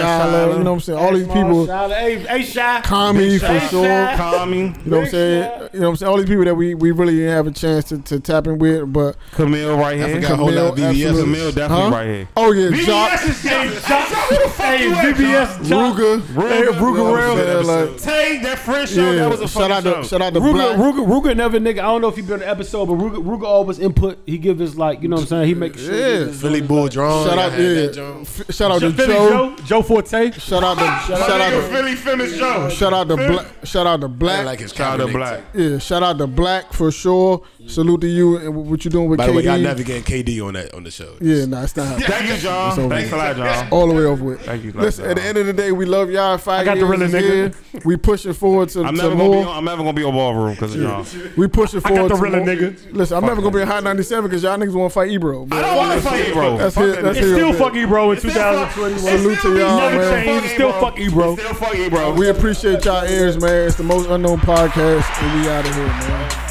Shiloh.
you know what I'm saying? All these people
Hey, hey, Shy.
Kami
Big
for
Shy.
sure.
Kami.
You know what I'm saying? You know what I'm saying? All these people that we, we really didn't have a chance to, to tap in with, but
Camille right here.
Camille, absolutely.
Camille definitely
Huh?
right here.
Oh yeah, Jock,
VBS is
Hey,
Jock, who the fuck you at, Jock?
Ruger, Hey,
Ruger,
Ruger Rail,
Ruger,
like-
Tay, that French show,
Yeah,
that was a
shout
fucking
out to-
show.
shout out to
Ruger,
Black.
Ruger, Ruger, never nigga. I don't know if you've been on an episode, but Ruger, Ruger always input. He give his like, you know what I'm saying. He make sure.
Yeah.
Philly Bull drone.
Shout
I
out,
had that
yeah.
drone.
F- shout out to
Philly
Joe.
Joe, Joe Forte.
Shout out to shout out to
Philly Feminist Joe.
shout out to black. Shout out to
I
black.
like his
Shout out
Kaepernick
to Black.
too.
yeah, shout out to black for sure. Salute to you and what- what you doing with
By
KD.
the way, y'all never getting KD on that on the show.
yeah, nah, it's not. happening.
Thank you, John.
It's over
Thanks a
with.
lot, John.
All the way over with.
Thank you,
Listen,
John.
at the end of the day, we love y'all. Five
I got the
years
realest
is here.
nigga.
we pushing forward to,
I'm
to
never gonna
more.
be. On, I'm never gonna be on ballroom because of y'all.
we pushing
I got
forward.
the
to
realer
more-
niggas.
Listen, I'm
Fuck
never gonna be in Hot 97 because y'all niggas want to fight Ebro.
I don't wanna fight Ebro.
That's
Fuck
his,
that
that's
nigga. It's
his
still
bit.
fuck Ebro in It's still 2021. fuck-
Salute to
it's
y'all,
still
man.
fuck It's still Ebro. fuck Ebro. It's still fuck Ebro.
We appreciate y'all ears, man. It's the most unknown podcast, and we out of here, man.